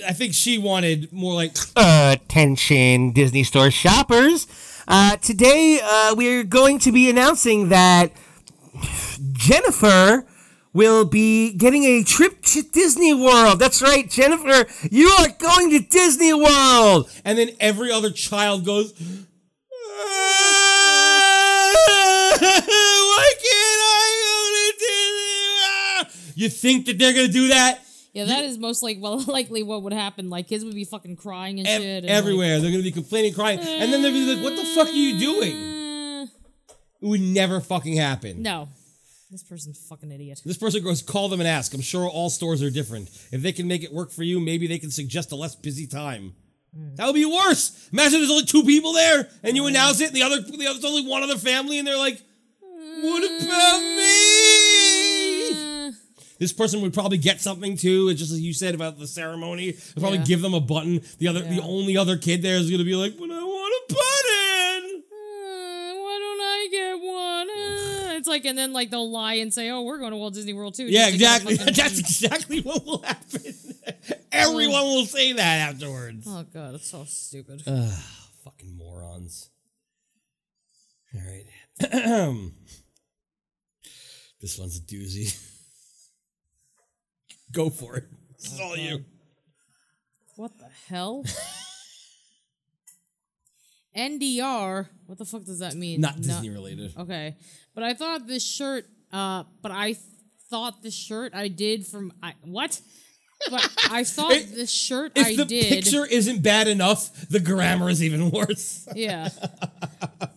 [SPEAKER 4] I think she wanted more like
[SPEAKER 6] Attention, Disney Store shoppers. Uh, today, uh, we're going to be announcing that Jennifer will be getting a trip to Disney World. That's right, Jennifer, you are going to Disney World.
[SPEAKER 4] and then every other child goes, Why can't I go to Disney World? You think that they're gonna do that?
[SPEAKER 5] yeah that is most like well likely what would happen like kids would be fucking crying and
[SPEAKER 4] Ev-
[SPEAKER 5] shit and,
[SPEAKER 4] everywhere. they're gonna be complaining, crying, and then they'll be like, What the fuck are you doing?
[SPEAKER 5] like, uh,
[SPEAKER 4] It would never fucking happen.
[SPEAKER 5] no this person's a fucking idiot
[SPEAKER 4] This person goes, call them and ask. I'm sure all stores are different. If they can make it work for you, maybe they can suggest a less busy time.
[SPEAKER 5] Mm.
[SPEAKER 4] That would be worse. Imagine there's only two people there, and you announce it, and the other, the other, there's only one other family, and they're like, "What about
[SPEAKER 5] Mm.
[SPEAKER 4] me?"
[SPEAKER 5] Uh,
[SPEAKER 4] This person would probably get something too, and just as you said about the ceremony, they'd probably
[SPEAKER 5] Yeah.
[SPEAKER 4] give them a button. The other, the
[SPEAKER 5] Yeah.
[SPEAKER 4] only other kid there is gonna be like, "But I want a button."
[SPEAKER 5] uh, why don't I get one? Uh, it's like, and then like they'll lie and say, "Oh, we're going to Walt Disney World too."
[SPEAKER 4] Yeah,
[SPEAKER 5] just to get a
[SPEAKER 4] exactly.
[SPEAKER 5] fucking-
[SPEAKER 4] That's exactly what will happen. Everyone will say that afterwards.
[SPEAKER 5] oh god, it's so stupid.
[SPEAKER 4] Fucking morons. All right. this one's a doozy. Go for it. This is all you.
[SPEAKER 5] What the hell? NDR. What the fuck does that mean?
[SPEAKER 4] Not Disney related.
[SPEAKER 5] Okay, but I thought this shirt. Uh, but I thought the shirt I did from I what? But I thought
[SPEAKER 4] It-
[SPEAKER 5] the shirt
[SPEAKER 4] If
[SPEAKER 5] I
[SPEAKER 4] the
[SPEAKER 5] did.
[SPEAKER 4] picture isn't bad enough, the grammar is even worse.
[SPEAKER 5] Yeah.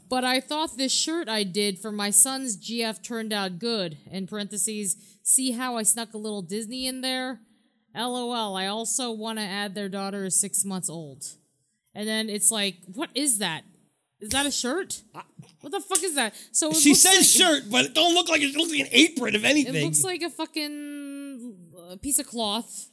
[SPEAKER 5] but I thought this shirt I did for my son's GF turned out good. In parentheses, see how I snuck a little Disney in there? LOL. I also want to add their daughter is six months old. And then it's like, what is that? Is that a shirt? What the fuck is that? So it
[SPEAKER 4] She
[SPEAKER 5] looks
[SPEAKER 4] says
[SPEAKER 5] like-
[SPEAKER 4] shirt, but it don't look like it looks like an apron of
[SPEAKER 5] It
[SPEAKER 4] anything.
[SPEAKER 5] looks like a fucking uh, piece of cloth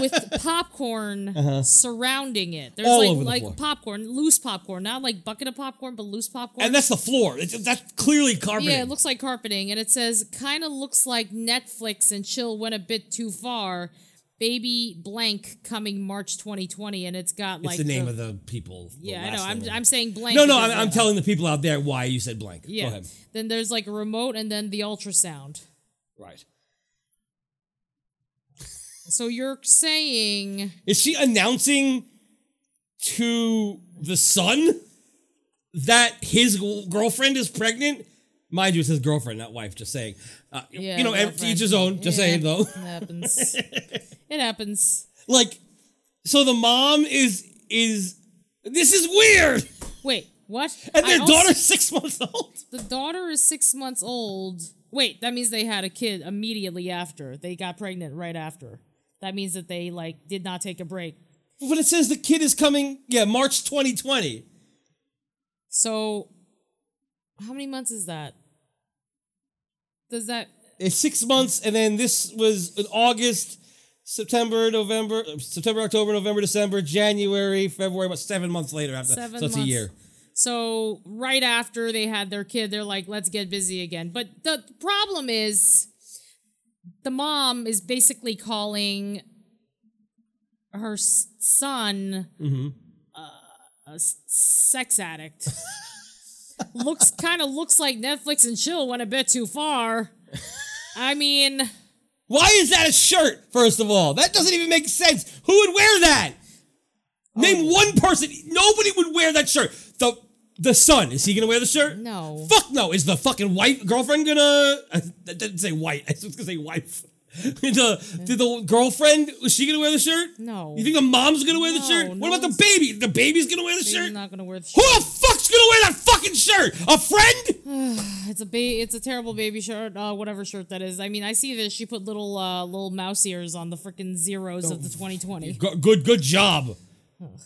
[SPEAKER 5] with popcorn surrounding it. There's
[SPEAKER 4] Uh-huh. All
[SPEAKER 5] like
[SPEAKER 4] over the
[SPEAKER 5] like
[SPEAKER 4] floor.
[SPEAKER 5] popcorn, loose popcorn, not like bucket of popcorn, but loose popcorn.
[SPEAKER 4] and that's the floor. It's, that's clearly carpeted.
[SPEAKER 5] Yeah, it looks like carpeting, and it says kind of looks like Netflix and chill went a bit too far. Baby blank coming March 2020, and it's got
[SPEAKER 4] it's
[SPEAKER 5] like
[SPEAKER 4] the name of the people. the
[SPEAKER 5] yeah. I
[SPEAKER 4] last
[SPEAKER 5] know. I'm,
[SPEAKER 4] name.
[SPEAKER 5] I'm saying blank.
[SPEAKER 4] no, no.
[SPEAKER 5] because
[SPEAKER 4] I'm, I'm
[SPEAKER 5] of-
[SPEAKER 4] telling the people out there why you said blank. Go
[SPEAKER 5] Yeah.
[SPEAKER 4] ahead.
[SPEAKER 5] Then there's like a remote, and then the ultrasound.
[SPEAKER 4] Right.
[SPEAKER 5] So you're saying
[SPEAKER 4] Is she announcing to the son that his g- girlfriend is pregnant? Mind you, it's his girlfriend, not wife. Just saying. Uh,
[SPEAKER 5] yeah,
[SPEAKER 4] you know, ev- to
[SPEAKER 5] girlfriend.
[SPEAKER 4] each his own. Just
[SPEAKER 5] Yeah,
[SPEAKER 4] saying, though.
[SPEAKER 5] It happens. it happens.
[SPEAKER 4] Like, so the mom is is. This is weird.
[SPEAKER 5] Wait, what?
[SPEAKER 4] And
[SPEAKER 5] I
[SPEAKER 4] their
[SPEAKER 5] also-
[SPEAKER 4] daughter's six months old.
[SPEAKER 5] the daughter is six months old. Wait, that means they had a kid immediately after. They got pregnant right after. That means that they like did not take a break.
[SPEAKER 4] But it says the kid is coming. Yeah, March 2020.
[SPEAKER 5] So how many months is that? Does that
[SPEAKER 4] It's six months, and then this was in August, September, November, uh, September, October, November, December, January, February. About seven months later after.
[SPEAKER 5] Seven
[SPEAKER 4] so it's a
[SPEAKER 5] months.
[SPEAKER 4] year.
[SPEAKER 5] so right after they had their kid, they're like, let's get busy again. But the problem is the mom is basically calling her s- son
[SPEAKER 4] Mm-hmm.
[SPEAKER 5] uh, a s- sex addict. looks kind of looks like Netflix and chill went a bit too far. I mean,
[SPEAKER 4] Why is that a shirt? First of all, that doesn't even make sense.
[SPEAKER 5] Oh.
[SPEAKER 4] Who would wear that? Name one person. Nobody would wear that shirt. The the son, is he gonna wear the shirt?
[SPEAKER 5] No.
[SPEAKER 4] Fuck no. Is the fucking wife girlfriend gonna? I I didn't say white. I was gonna say wife. Did the did the girlfriend was she gonna wear the shirt?
[SPEAKER 5] No.
[SPEAKER 4] You think the mom's gonna wear the
[SPEAKER 5] No,
[SPEAKER 4] shirt?
[SPEAKER 5] no
[SPEAKER 4] What about the
[SPEAKER 5] one's-
[SPEAKER 4] baby? The baby's gonna wear the
[SPEAKER 5] Baby's
[SPEAKER 4] shirt.
[SPEAKER 5] not gonna wear the shirt.
[SPEAKER 4] Who the fuck's gonna wear that fucking shirt? A friend?
[SPEAKER 5] It's a ba- it's a terrible baby shirt, uh, whatever shirt that is. I mean, I see this. She put little uh, little mouse ears on the freaking zeros of the
[SPEAKER 4] Oh,
[SPEAKER 5] 2020.
[SPEAKER 4] Go- good good job.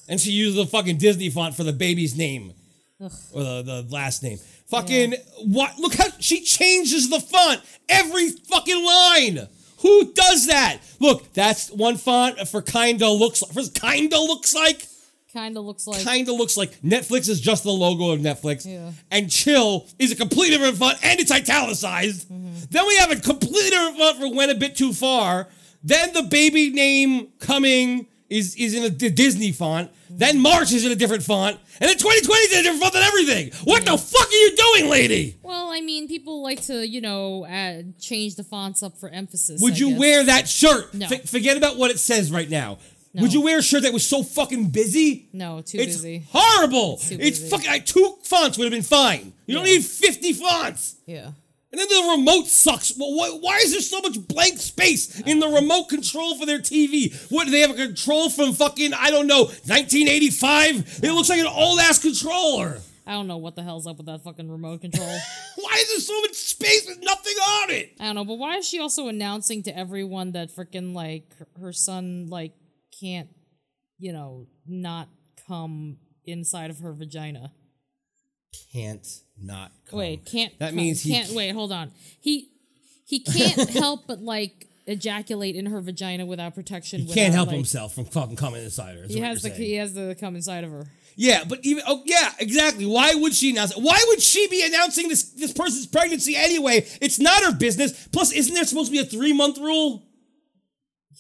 [SPEAKER 4] And she used the fucking Disney font for the baby's name or the, the last name. Fucking what? Look how she changes the font every fucking line. Who does that? Look, that's one font for kinda looks like. For kinda looks like.
[SPEAKER 5] Kind of looks like
[SPEAKER 4] Kinda looks like Netflix is just the logo of Netflix,
[SPEAKER 5] Yeah.
[SPEAKER 4] and chill is a complete different font, and it's italicized.
[SPEAKER 5] Mm-hmm.
[SPEAKER 4] Then we have a complete different font for went a bit too far. Then the baby name coming is is in a D- Disney font.
[SPEAKER 5] Mm-hmm.
[SPEAKER 4] Then March is in a different font, and then 2020 is in a different font than everything. What the fuck are you doing, lady?
[SPEAKER 5] Well, I mean, people like to, you know, add, change the fonts up for emphasis.
[SPEAKER 4] Would
[SPEAKER 5] I
[SPEAKER 4] you
[SPEAKER 5] guess.
[SPEAKER 4] wear that shirt?
[SPEAKER 5] No.
[SPEAKER 4] F- forget about what it says right now. Would
[SPEAKER 5] No.
[SPEAKER 4] you wear a shirt that was so fucking busy?
[SPEAKER 5] No, too
[SPEAKER 4] It's
[SPEAKER 5] busy.
[SPEAKER 4] horrible. It's,
[SPEAKER 5] too busy.
[SPEAKER 4] fucking like, two fonts would have been fine. You don't
[SPEAKER 5] Yeah.
[SPEAKER 4] need 50 fonts.
[SPEAKER 5] Yeah.
[SPEAKER 4] And then the remote sucks. Well, why, why is there so much blank space in the remote control for their TV? What do they have a control from fucking I don't know 1985? It looks like an old ass controller.
[SPEAKER 5] I don't know what the hell's up with that fucking remote control.
[SPEAKER 4] Why is there so much space with nothing on it?
[SPEAKER 5] I don't know, but why is she also announcing to everyone that freaking like her- her son like can't, you know, not come inside of her vagina?
[SPEAKER 4] Can't not come.
[SPEAKER 5] Wait, can't.
[SPEAKER 4] Oh, That
[SPEAKER 5] come-
[SPEAKER 4] means he
[SPEAKER 5] can't. Wait, hold on. He he can't help but like ejaculate in her vagina without protection.
[SPEAKER 4] He can't
[SPEAKER 5] without,
[SPEAKER 4] help
[SPEAKER 5] like-
[SPEAKER 4] himself from fucking coming inside her. is
[SPEAKER 5] He
[SPEAKER 4] what
[SPEAKER 5] has the
[SPEAKER 4] you're
[SPEAKER 5] he
[SPEAKER 4] saying.
[SPEAKER 5] has the come inside of her.
[SPEAKER 4] Yeah, but even oh yeah, exactly. Why would she announce it? Why would she be announcing this this person's pregnancy anyway? It's not her business. Plus, isn't there supposed to be a three month rule?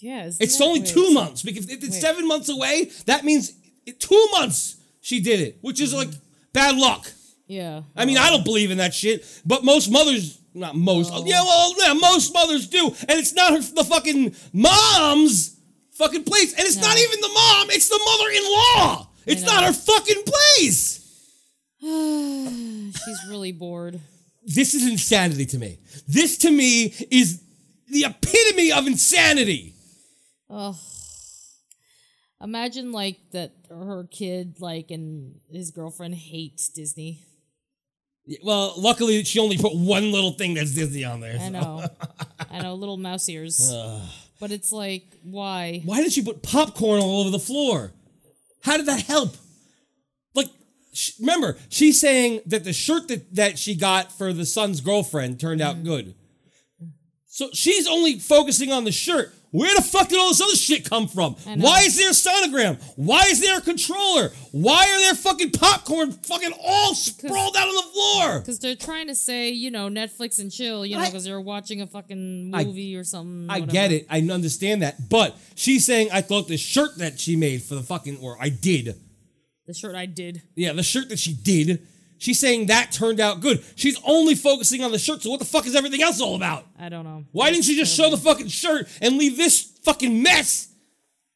[SPEAKER 5] Yeah, isn't
[SPEAKER 4] It's
[SPEAKER 5] that
[SPEAKER 4] only
[SPEAKER 5] weird?
[SPEAKER 4] two months because if it's seven months away, that means it- two months she did it, which is like bad luck.
[SPEAKER 5] Yeah.
[SPEAKER 4] I mean,
[SPEAKER 5] Oh.
[SPEAKER 4] I don't believe in that shit, but most mothers, not most, yeah, well, yeah, most mothers do, and it's not her, the fucking mom's fucking place, and it's not
[SPEAKER 5] No.
[SPEAKER 4] even the mom, it's the mother-in-law. It's
[SPEAKER 5] know.
[SPEAKER 4] not her fucking place.
[SPEAKER 5] She's really bored.
[SPEAKER 4] this is insanity to me. This to me is the epitome of insanity.
[SPEAKER 5] Imagine like that her kid like and his girlfriend hate Disney.
[SPEAKER 4] Well, luckily she only put one little thing that's Disney on there.
[SPEAKER 5] I
[SPEAKER 4] so-
[SPEAKER 5] know. I know little mouse ears. but it's like why?
[SPEAKER 4] Why did she put popcorn all over the floor? How did that help? Like, sh- remember, she's saying that the shirt that, that she got for the son's girlfriend turned out
[SPEAKER 5] Mm-hmm.
[SPEAKER 4] good. So she's only focusing on the shirt. Where the fuck did all this other shit come from?
[SPEAKER 5] know.
[SPEAKER 4] Why is there a sonogram? Why is there a controller? Why are there fucking popcorn fucking all sprawled out on the floor?
[SPEAKER 5] Cuz they're trying to say, you know, Netflix and chill, you know,
[SPEAKER 4] I-
[SPEAKER 5] cuz they're watching a fucking
[SPEAKER 4] I-
[SPEAKER 5] movie or something.
[SPEAKER 4] I
[SPEAKER 5] whatever.
[SPEAKER 4] get it. I understand that. But she's saying, I thought the shirt that she made for the fucking, or I did.
[SPEAKER 5] The shirt I did.
[SPEAKER 4] Yeah, the shirt that she did. She's saying that turned out good. She's only focusing on the shirt. So what the fuck is everything else all about?
[SPEAKER 5] I don't know.
[SPEAKER 4] Why didn't she just show the fucking shirt and leave this fucking mess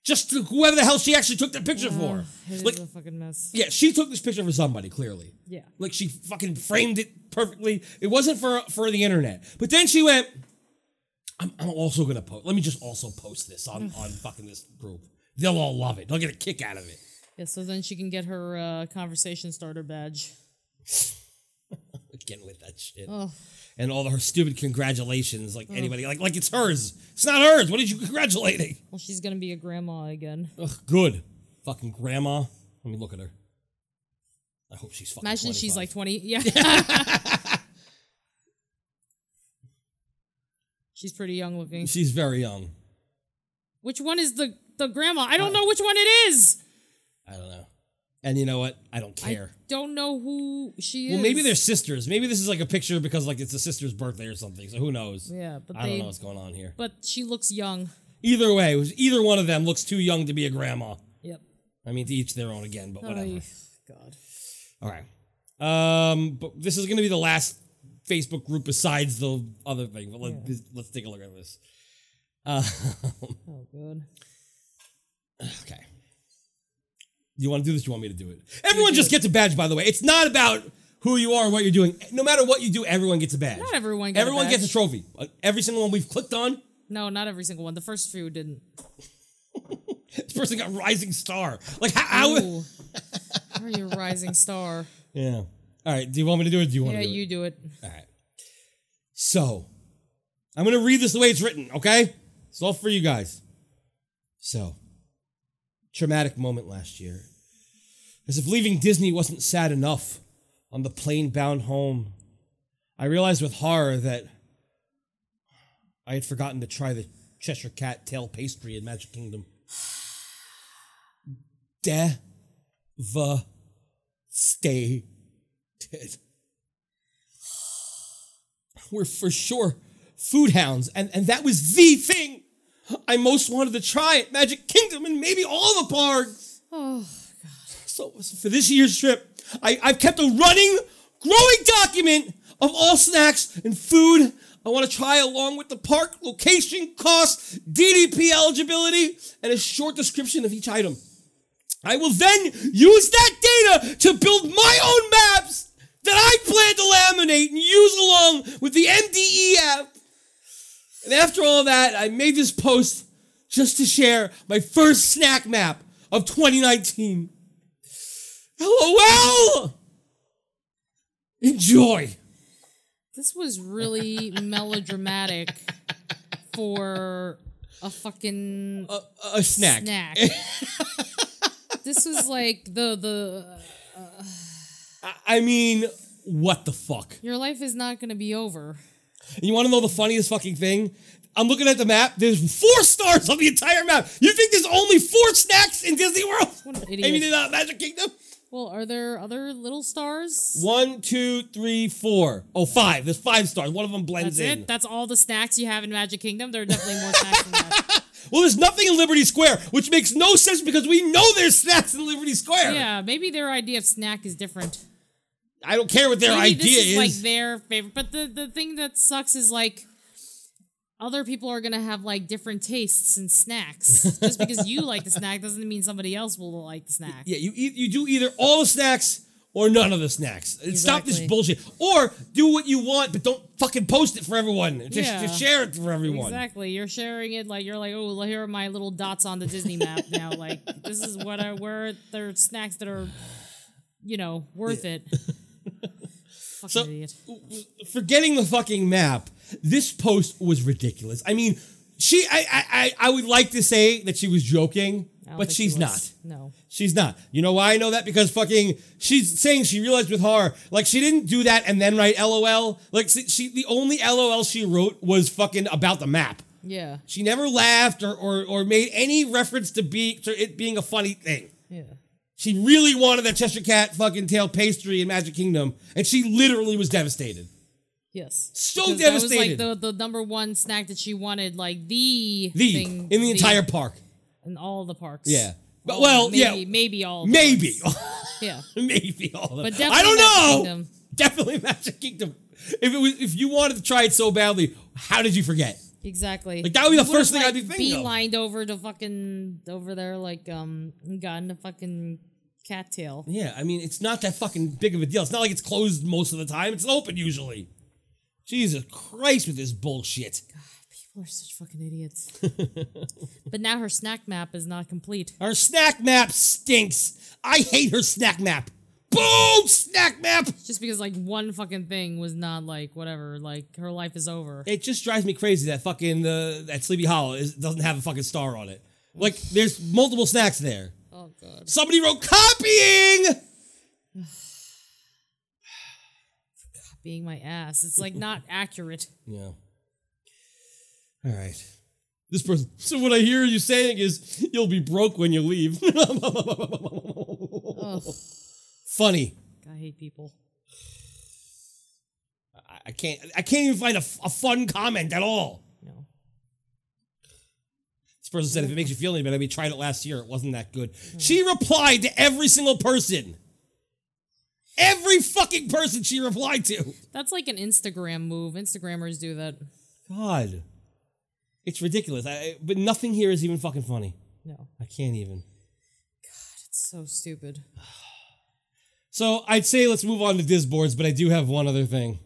[SPEAKER 4] just to whoever the hell she actually took that picture for?
[SPEAKER 5] It is
[SPEAKER 4] Like,
[SPEAKER 5] a fucking mess.
[SPEAKER 4] yeah, she took this picture for somebody clearly.
[SPEAKER 5] Yeah.
[SPEAKER 4] Like she fucking framed it perfectly. It wasn't for for the internet. But then she went, I'm, I'm also gonna post. Let me just also post this on on fucking this group. They'll all love it. They'll get a kick out of it.
[SPEAKER 5] Yeah, so then she can get her uh, conversation starter badge.
[SPEAKER 4] Again with that shit. And all her stupid congratulations,
[SPEAKER 5] Mm.
[SPEAKER 4] like anybody, like like it's hers. It's not hers. What are you congratulating?
[SPEAKER 5] Well, she's going to be a grandma again.
[SPEAKER 4] Ugh, good. Fucking grandma. Let me look at her. I hope she's fucking.
[SPEAKER 5] Imagine
[SPEAKER 4] 25.
[SPEAKER 5] she's like 20. Yeah. she's pretty young looking.
[SPEAKER 4] She's very young.
[SPEAKER 5] Which one is the the grandma? I don't know which one it is.
[SPEAKER 4] I don't know. And you know what? I don't
[SPEAKER 5] I
[SPEAKER 4] care.
[SPEAKER 5] don't know who she is.
[SPEAKER 4] well, maybe they're sisters. Maybe this is like a picture because like it's a sister's birthday or something. So who knows?
[SPEAKER 5] Yeah, but
[SPEAKER 4] I don't
[SPEAKER 5] they-
[SPEAKER 4] know what's going on here.
[SPEAKER 5] But she looks young.
[SPEAKER 4] Either way, it was- either one of them looks too young to be a grandma.
[SPEAKER 5] Yep.
[SPEAKER 4] I mean, to each their own again.
[SPEAKER 5] Oh,
[SPEAKER 4] But whatever.
[SPEAKER 5] Ay, God.
[SPEAKER 4] All right. Um, but this is going to be the last Facebook group besides the other thing. But let, us let's take a look at this. Uh,
[SPEAKER 5] Oh, good.
[SPEAKER 4] okay. you want to do this? You want me to do it? Everyone just gets a badge, by the way. It's not about who you are, or what you're doing. No matter what you do, everyone gets a badge.
[SPEAKER 5] Not everyone got a
[SPEAKER 4] Everyone gets a
[SPEAKER 5] badge.
[SPEAKER 4] trophy. Uh, Every single one we've clicked on,
[SPEAKER 5] No, not every single one. The first few didn't.
[SPEAKER 4] this person got rising star. Like how? how
[SPEAKER 5] Ooh. Are you a rising star?
[SPEAKER 4] yeah. All right. Do you want me to do it? Or do you want
[SPEAKER 5] Yeah,
[SPEAKER 4] to do
[SPEAKER 5] you
[SPEAKER 4] it?
[SPEAKER 5] do it.
[SPEAKER 4] All right. So, I'm going to read this the way it's written, okay? It's all for you guys. So, traumatic moment last year. As if leaving Disney wasn't sad enough on the plane bound home, I realized with horror that I had forgotten to try the Cheshire Cat tail pastry in Magic Kingdom. Devastated. were for sure food hounds, and, and that was the thing I most wanted to try at Magic Kingdom and maybe all the parks.
[SPEAKER 5] Oh,
[SPEAKER 4] So, so for this year's trip, I, I've kept a running, growing document of all snacks and food I want to try along with the park, location, cost, DDP eligibility, and a short description of each item. I will then use that data to build my own maps that I plan to laminate and use along with the MDE app. And after all that, I made this post just to share my first snack map of 2019. LOL! Enjoy!
[SPEAKER 5] this was really melodramatic for a fucking
[SPEAKER 4] A, a Uh, snack.
[SPEAKER 5] snack. this was like the the
[SPEAKER 4] I, I mean, what the fuck?
[SPEAKER 5] your life is not gonna be over.
[SPEAKER 4] And you want to know the funniest fucking thing? I'm looking at the map. There's four stars on the entire map. You think there's only four snacks in Disney World?
[SPEAKER 5] What an
[SPEAKER 4] I mean,
[SPEAKER 5] idiot.
[SPEAKER 4] in uh, Magic Kingdom?
[SPEAKER 5] Well, are there other little stars?
[SPEAKER 4] One, two, three, four. Oh, five. There's five stars. One of them blends
[SPEAKER 5] That's
[SPEAKER 4] in.
[SPEAKER 5] it. That's all the snacks you have in Magic Kingdom. There are definitely more snacks than that.
[SPEAKER 4] well, there's nothing in Liberty Square, which makes no sense because we know there's snacks in Liberty Square.
[SPEAKER 5] Yeah, maybe their idea of snack is different.
[SPEAKER 4] I don't care what their
[SPEAKER 5] Maybe
[SPEAKER 4] idea
[SPEAKER 5] this is,
[SPEAKER 4] is.
[SPEAKER 5] like their favorite. But the the thing that sucks is like other people are gonna have like different tastes and snacks. Just because you like the snack doesn't mean somebody else will like the snack.
[SPEAKER 4] Yeah, you eat, you do either all the snacks or none of the snacks. And Stop this
[SPEAKER 5] Exactly.
[SPEAKER 4] bullshit. Or do what you want, but don't fucking post it for everyone. Just,
[SPEAKER 5] Yeah.
[SPEAKER 4] just share it for everyone.
[SPEAKER 5] Exactly. You're sharing it like you're like, oh, well, here are my little dots on the Disney map now. Like this is what I where there are snacks that are, you know, worth it. Fucking
[SPEAKER 4] So-
[SPEAKER 5] idiot.
[SPEAKER 4] Forgetting the fucking map, this post was ridiculous. I mean, she, I, I, I- I would like to say that she was joking,
[SPEAKER 5] I don't
[SPEAKER 4] but
[SPEAKER 5] think she
[SPEAKER 4] she's
[SPEAKER 5] was.
[SPEAKER 4] not.
[SPEAKER 5] No.
[SPEAKER 4] She's not. You know why I know that? Because fucking, she's saying she realized with horror, like she didn't do that and then write LOL. Like she, she the only LOL she wrote was fucking about the map.
[SPEAKER 5] Yeah.
[SPEAKER 4] She never laughed or, or, or made any reference to, be, to it being a funny thing.
[SPEAKER 5] Yeah.
[SPEAKER 4] She really wanted that Cheshire Cat fucking tail pastry in Magic Kingdom, and she literally was devastated.
[SPEAKER 5] Yes.
[SPEAKER 4] So
[SPEAKER 5] Because
[SPEAKER 4] devastated.
[SPEAKER 5] That was like the, the number one snack that she wanted, like the,
[SPEAKER 4] The
[SPEAKER 5] thing
[SPEAKER 4] in the entire park.
[SPEAKER 5] in all the parks.
[SPEAKER 4] Yeah. But
[SPEAKER 5] All-
[SPEAKER 4] well,
[SPEAKER 5] maybe,
[SPEAKER 4] yeah,
[SPEAKER 5] maybe all the
[SPEAKER 4] maybe,
[SPEAKER 5] parks. yeah.
[SPEAKER 4] maybe all of
[SPEAKER 5] But
[SPEAKER 4] them.
[SPEAKER 5] definitely
[SPEAKER 4] I don't know.
[SPEAKER 5] Magic Kingdom.
[SPEAKER 4] Definitely Magic Kingdom. If it was, if you wanted to try it so badly, how did you forget?
[SPEAKER 5] Exactly.
[SPEAKER 4] Like, that would be the
[SPEAKER 5] would've,
[SPEAKER 4] first thing
[SPEAKER 5] like,
[SPEAKER 4] I'd be thinking of.
[SPEAKER 5] Beelined over to fucking over there, like um, and gotten a fucking cattail.
[SPEAKER 4] Yeah, I mean, it's not that fucking big of a deal. It's not like it's closed most of the time. It's open usually. Jesus Christ with this bullshit.
[SPEAKER 5] People are such fucking idiots. but now her snack map is not complete.
[SPEAKER 4] Her snack map stinks. I hate her snack map. Boom! Snack map!
[SPEAKER 5] Just because like one fucking thing was not like whatever, like her life is over.
[SPEAKER 4] It just drives me crazy that fucking uh, that Sleepy Hollow is, doesn't have a fucking star on it. Like, there's multiple snacks there.
[SPEAKER 5] oh god.
[SPEAKER 4] Somebody wrote copying.
[SPEAKER 5] Being my ass. It's like not accurate.
[SPEAKER 4] Yeah. All right. This person. So what I hear you saying is you'll be broke when you leave.
[SPEAKER 5] Ugh.
[SPEAKER 4] Funny.
[SPEAKER 5] I hate people.
[SPEAKER 4] I- I can't. I can't even find a, f- a fun comment at all.
[SPEAKER 5] No.
[SPEAKER 4] This person said, if it makes you feel any better, we tried it last year. It wasn't that good. She replied to every single person. Every fucking person she replied to.
[SPEAKER 5] That's like an Instagram move. Instagrammers do that.
[SPEAKER 4] God. It's ridiculous. I, but nothing here is even fucking funny.
[SPEAKER 5] No.
[SPEAKER 4] I can't even.
[SPEAKER 5] It's So stupid.
[SPEAKER 4] So I'd say let's move on to Disboards, but I do have one other thing.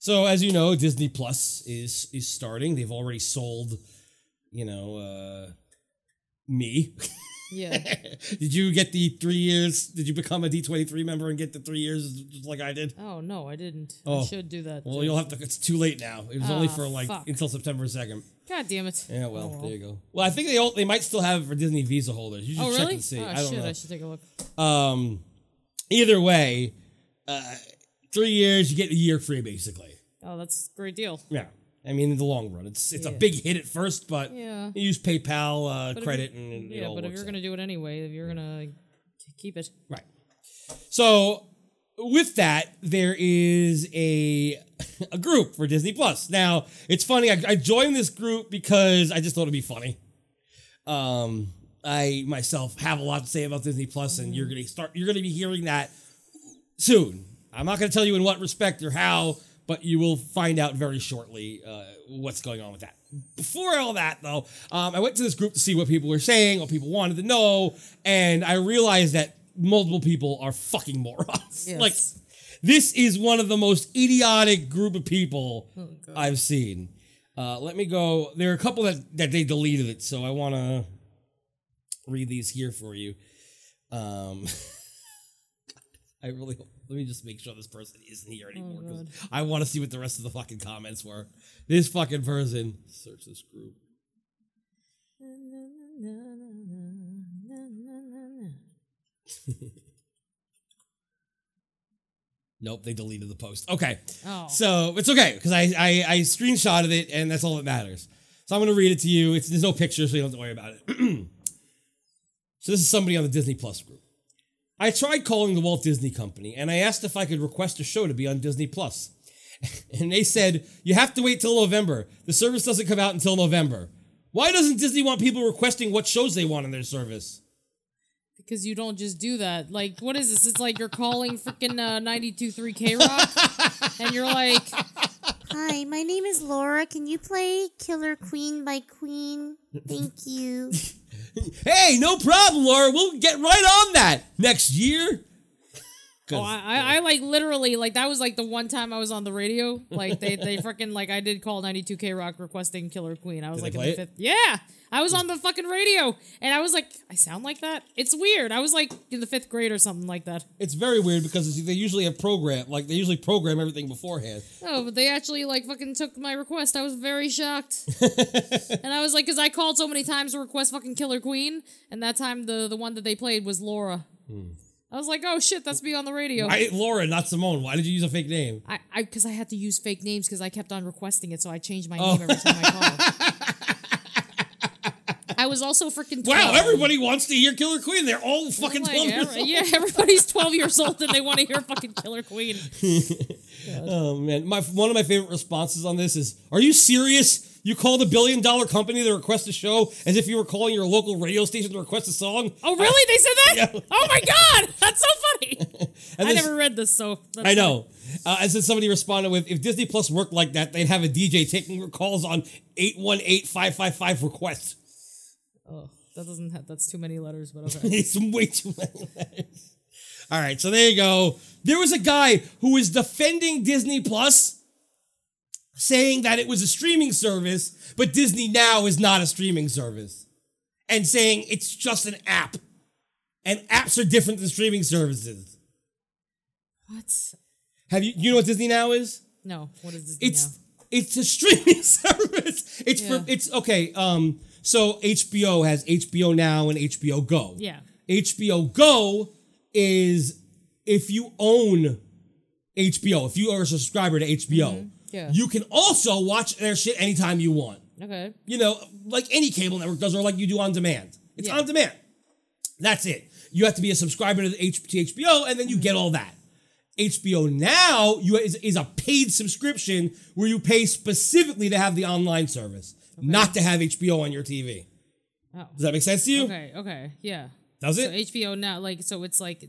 [SPEAKER 4] So as you know, Disney Plus is is starting. They've already sold, you know, uh, me.
[SPEAKER 5] Yeah.
[SPEAKER 4] did you get the three years? Did you become a D twenty three member and get the three years just like I did?
[SPEAKER 5] oh no, I didn't.
[SPEAKER 4] Oh.
[SPEAKER 5] I should do that.
[SPEAKER 4] Well,
[SPEAKER 5] too.
[SPEAKER 4] you'll have to. It's too late now. It was only
[SPEAKER 5] Ah,
[SPEAKER 4] for like
[SPEAKER 5] fuck.
[SPEAKER 4] until September second.
[SPEAKER 5] God damn it.
[SPEAKER 4] Yeah, well,
[SPEAKER 5] Oh, well.
[SPEAKER 4] there you go. Well, I think they all, they might still have it for Disney Visa holders. You should
[SPEAKER 5] Oh
[SPEAKER 4] check
[SPEAKER 5] really?
[SPEAKER 4] and see.
[SPEAKER 5] Oh
[SPEAKER 4] I don't
[SPEAKER 5] shit!
[SPEAKER 4] know.
[SPEAKER 5] I should take a look.
[SPEAKER 4] Um, either way, uh, three years you get a year free basically.
[SPEAKER 5] Oh, that's a great deal.
[SPEAKER 4] Yeah, I mean in the long run, it's it's a
[SPEAKER 5] Yeah.
[SPEAKER 4] big hit at first, but
[SPEAKER 5] Yeah.
[SPEAKER 4] you use PayPal uh,
[SPEAKER 5] But if
[SPEAKER 4] credit
[SPEAKER 5] you-
[SPEAKER 4] and it
[SPEAKER 5] yeah,
[SPEAKER 4] all
[SPEAKER 5] but if
[SPEAKER 4] works
[SPEAKER 5] you're
[SPEAKER 4] out.
[SPEAKER 5] gonna do it anyway, if you're gonna k- keep it,
[SPEAKER 4] Right. So with that, there is a a group for Disney Plus. Now it's funny. I, I joined this group because I just thought it'd be funny. Um, I myself have a lot to say about Disney Plus, and you're gonna start. You're gonna be hearing that soon. I'm not gonna tell you in what respect or how, but you will find out very shortly uh, what's going on with that. Before all that, though, um, I went to this group to see what people were saying, what people wanted to know, and I realized that multiple people are fucking morons.
[SPEAKER 5] Yes.
[SPEAKER 4] like, this is one of the most idiotic group of people
[SPEAKER 5] Oh, God.
[SPEAKER 4] I've seen. Uh, let me go. There are a couple that, that they deleted it, so I want to read these here for you. Um, I really hope, let me just make sure this person isn't here anymore. 'cause I want to see what the rest of the fucking comments were. This fucking person. Search this group. Nope, they deleted the post. Okay.
[SPEAKER 5] oh,
[SPEAKER 4] So it's okay because I, I I screenshotted it and that's all that matters. So I'm gonna read it to you. It's there's no picture, so you don't have to worry about it. so this is somebody on the Disney Plus group. I tried calling the Walt Disney Company and I asked if I could request a show to be on Disney Plus. and they said, you have to wait till November. The service doesn't come out until November. Why doesn't Disney want people requesting what shows they want on their service?
[SPEAKER 5] because you don't just do that. Like, what is this? It's like you're calling freaking uh, 92.3 K Rock, and you're like,
[SPEAKER 7] Hi, my name is Laura. Can you play Killer Queen by Queen? Thank you.
[SPEAKER 4] Hey, no problem, Laura. We'll get right on that next year. 'Cause-
[SPEAKER 5] oh, I, I, I like literally like that was like the one time I was on the radio. Like they they freaking like I did call 92 K Rock requesting Killer Queen. I was
[SPEAKER 4] Did
[SPEAKER 5] like
[SPEAKER 4] they
[SPEAKER 5] in the
[SPEAKER 4] play it?
[SPEAKER 5] fifth. Yeah, I was on the fucking radio, and I was like, I sound like that. It's weird. I was like in the fifth grade or something like that.
[SPEAKER 4] It's very weird because it's, they usually have program like they usually program everything beforehand.
[SPEAKER 5] Oh, but they actually like fucking took my request. I was very shocked. and I was like, because I called so many times to request fucking Killer Queen, and that time the the one that they played was Laura. I was like, oh shit, that's me on the radio. I
[SPEAKER 4] Hmm. I, Laura, not Simone. Why did you use a fake name?
[SPEAKER 5] I because I, had to use fake names because I kept on requesting it, so I changed my
[SPEAKER 4] Oh.
[SPEAKER 5] name every time I called. I was also freaking. 12.
[SPEAKER 4] Wow, everybody wants to hear Killer Queen. They're all fucking
[SPEAKER 5] Like,
[SPEAKER 4] twelve years
[SPEAKER 5] every-
[SPEAKER 4] old.
[SPEAKER 5] yeah, everybody's twelve years old and they want to hear fucking Killer Queen.
[SPEAKER 4] Oh man, my one of my favorite responses on this is: Are you serious? You called a billion dollar company to request a show as if you were calling your local radio station to request a song.
[SPEAKER 5] Oh really? They said that?
[SPEAKER 4] Yeah.
[SPEAKER 5] Oh my god, that's so funny.
[SPEAKER 4] And
[SPEAKER 5] I
[SPEAKER 4] this-
[SPEAKER 5] never read this, so that's
[SPEAKER 4] I know. Uh, and then somebody responded with, "If Disney Plus worked like that, they'd have a DJ taking calls on 818-555 requests."
[SPEAKER 5] Oh, that doesn't. Have, that's too many letters, but okay.
[SPEAKER 4] it's way too many letters. All right, so there you go. There was a guy who was defending Disney Plus, saying that it was a streaming service, but Disney Now is not a streaming service, and saying it's just an app, and apps are different than streaming services.
[SPEAKER 5] what?
[SPEAKER 4] Have you you know what Disney Now is?
[SPEAKER 5] No. What is this?
[SPEAKER 4] It's it's a streaming service. It's
[SPEAKER 5] Yeah.
[SPEAKER 4] for it's okay. Um, so HBO has HBO Now and HBO Go.
[SPEAKER 5] Yeah.
[SPEAKER 4] HBO Go is if you own HBO, if you are a subscriber to HBO,
[SPEAKER 5] Mm-hmm. Yeah.
[SPEAKER 4] you can also watch their shit anytime you want.
[SPEAKER 5] now. okay.
[SPEAKER 4] You know, like any cable network does, or like you do on demand. It's
[SPEAKER 5] Yeah.
[SPEAKER 4] on demand. That's it. You have to be a subscriber to, the H- to HBO, and then you get all that. HBO Now you, is, is a paid subscription where you pay specifically to have the online service, not to have HBO on your TV.
[SPEAKER 5] Oh.
[SPEAKER 4] Does that make sense to you?
[SPEAKER 5] Okay. Okay. Yeah.
[SPEAKER 4] Does it?
[SPEAKER 5] So HBO now, like, so it's like,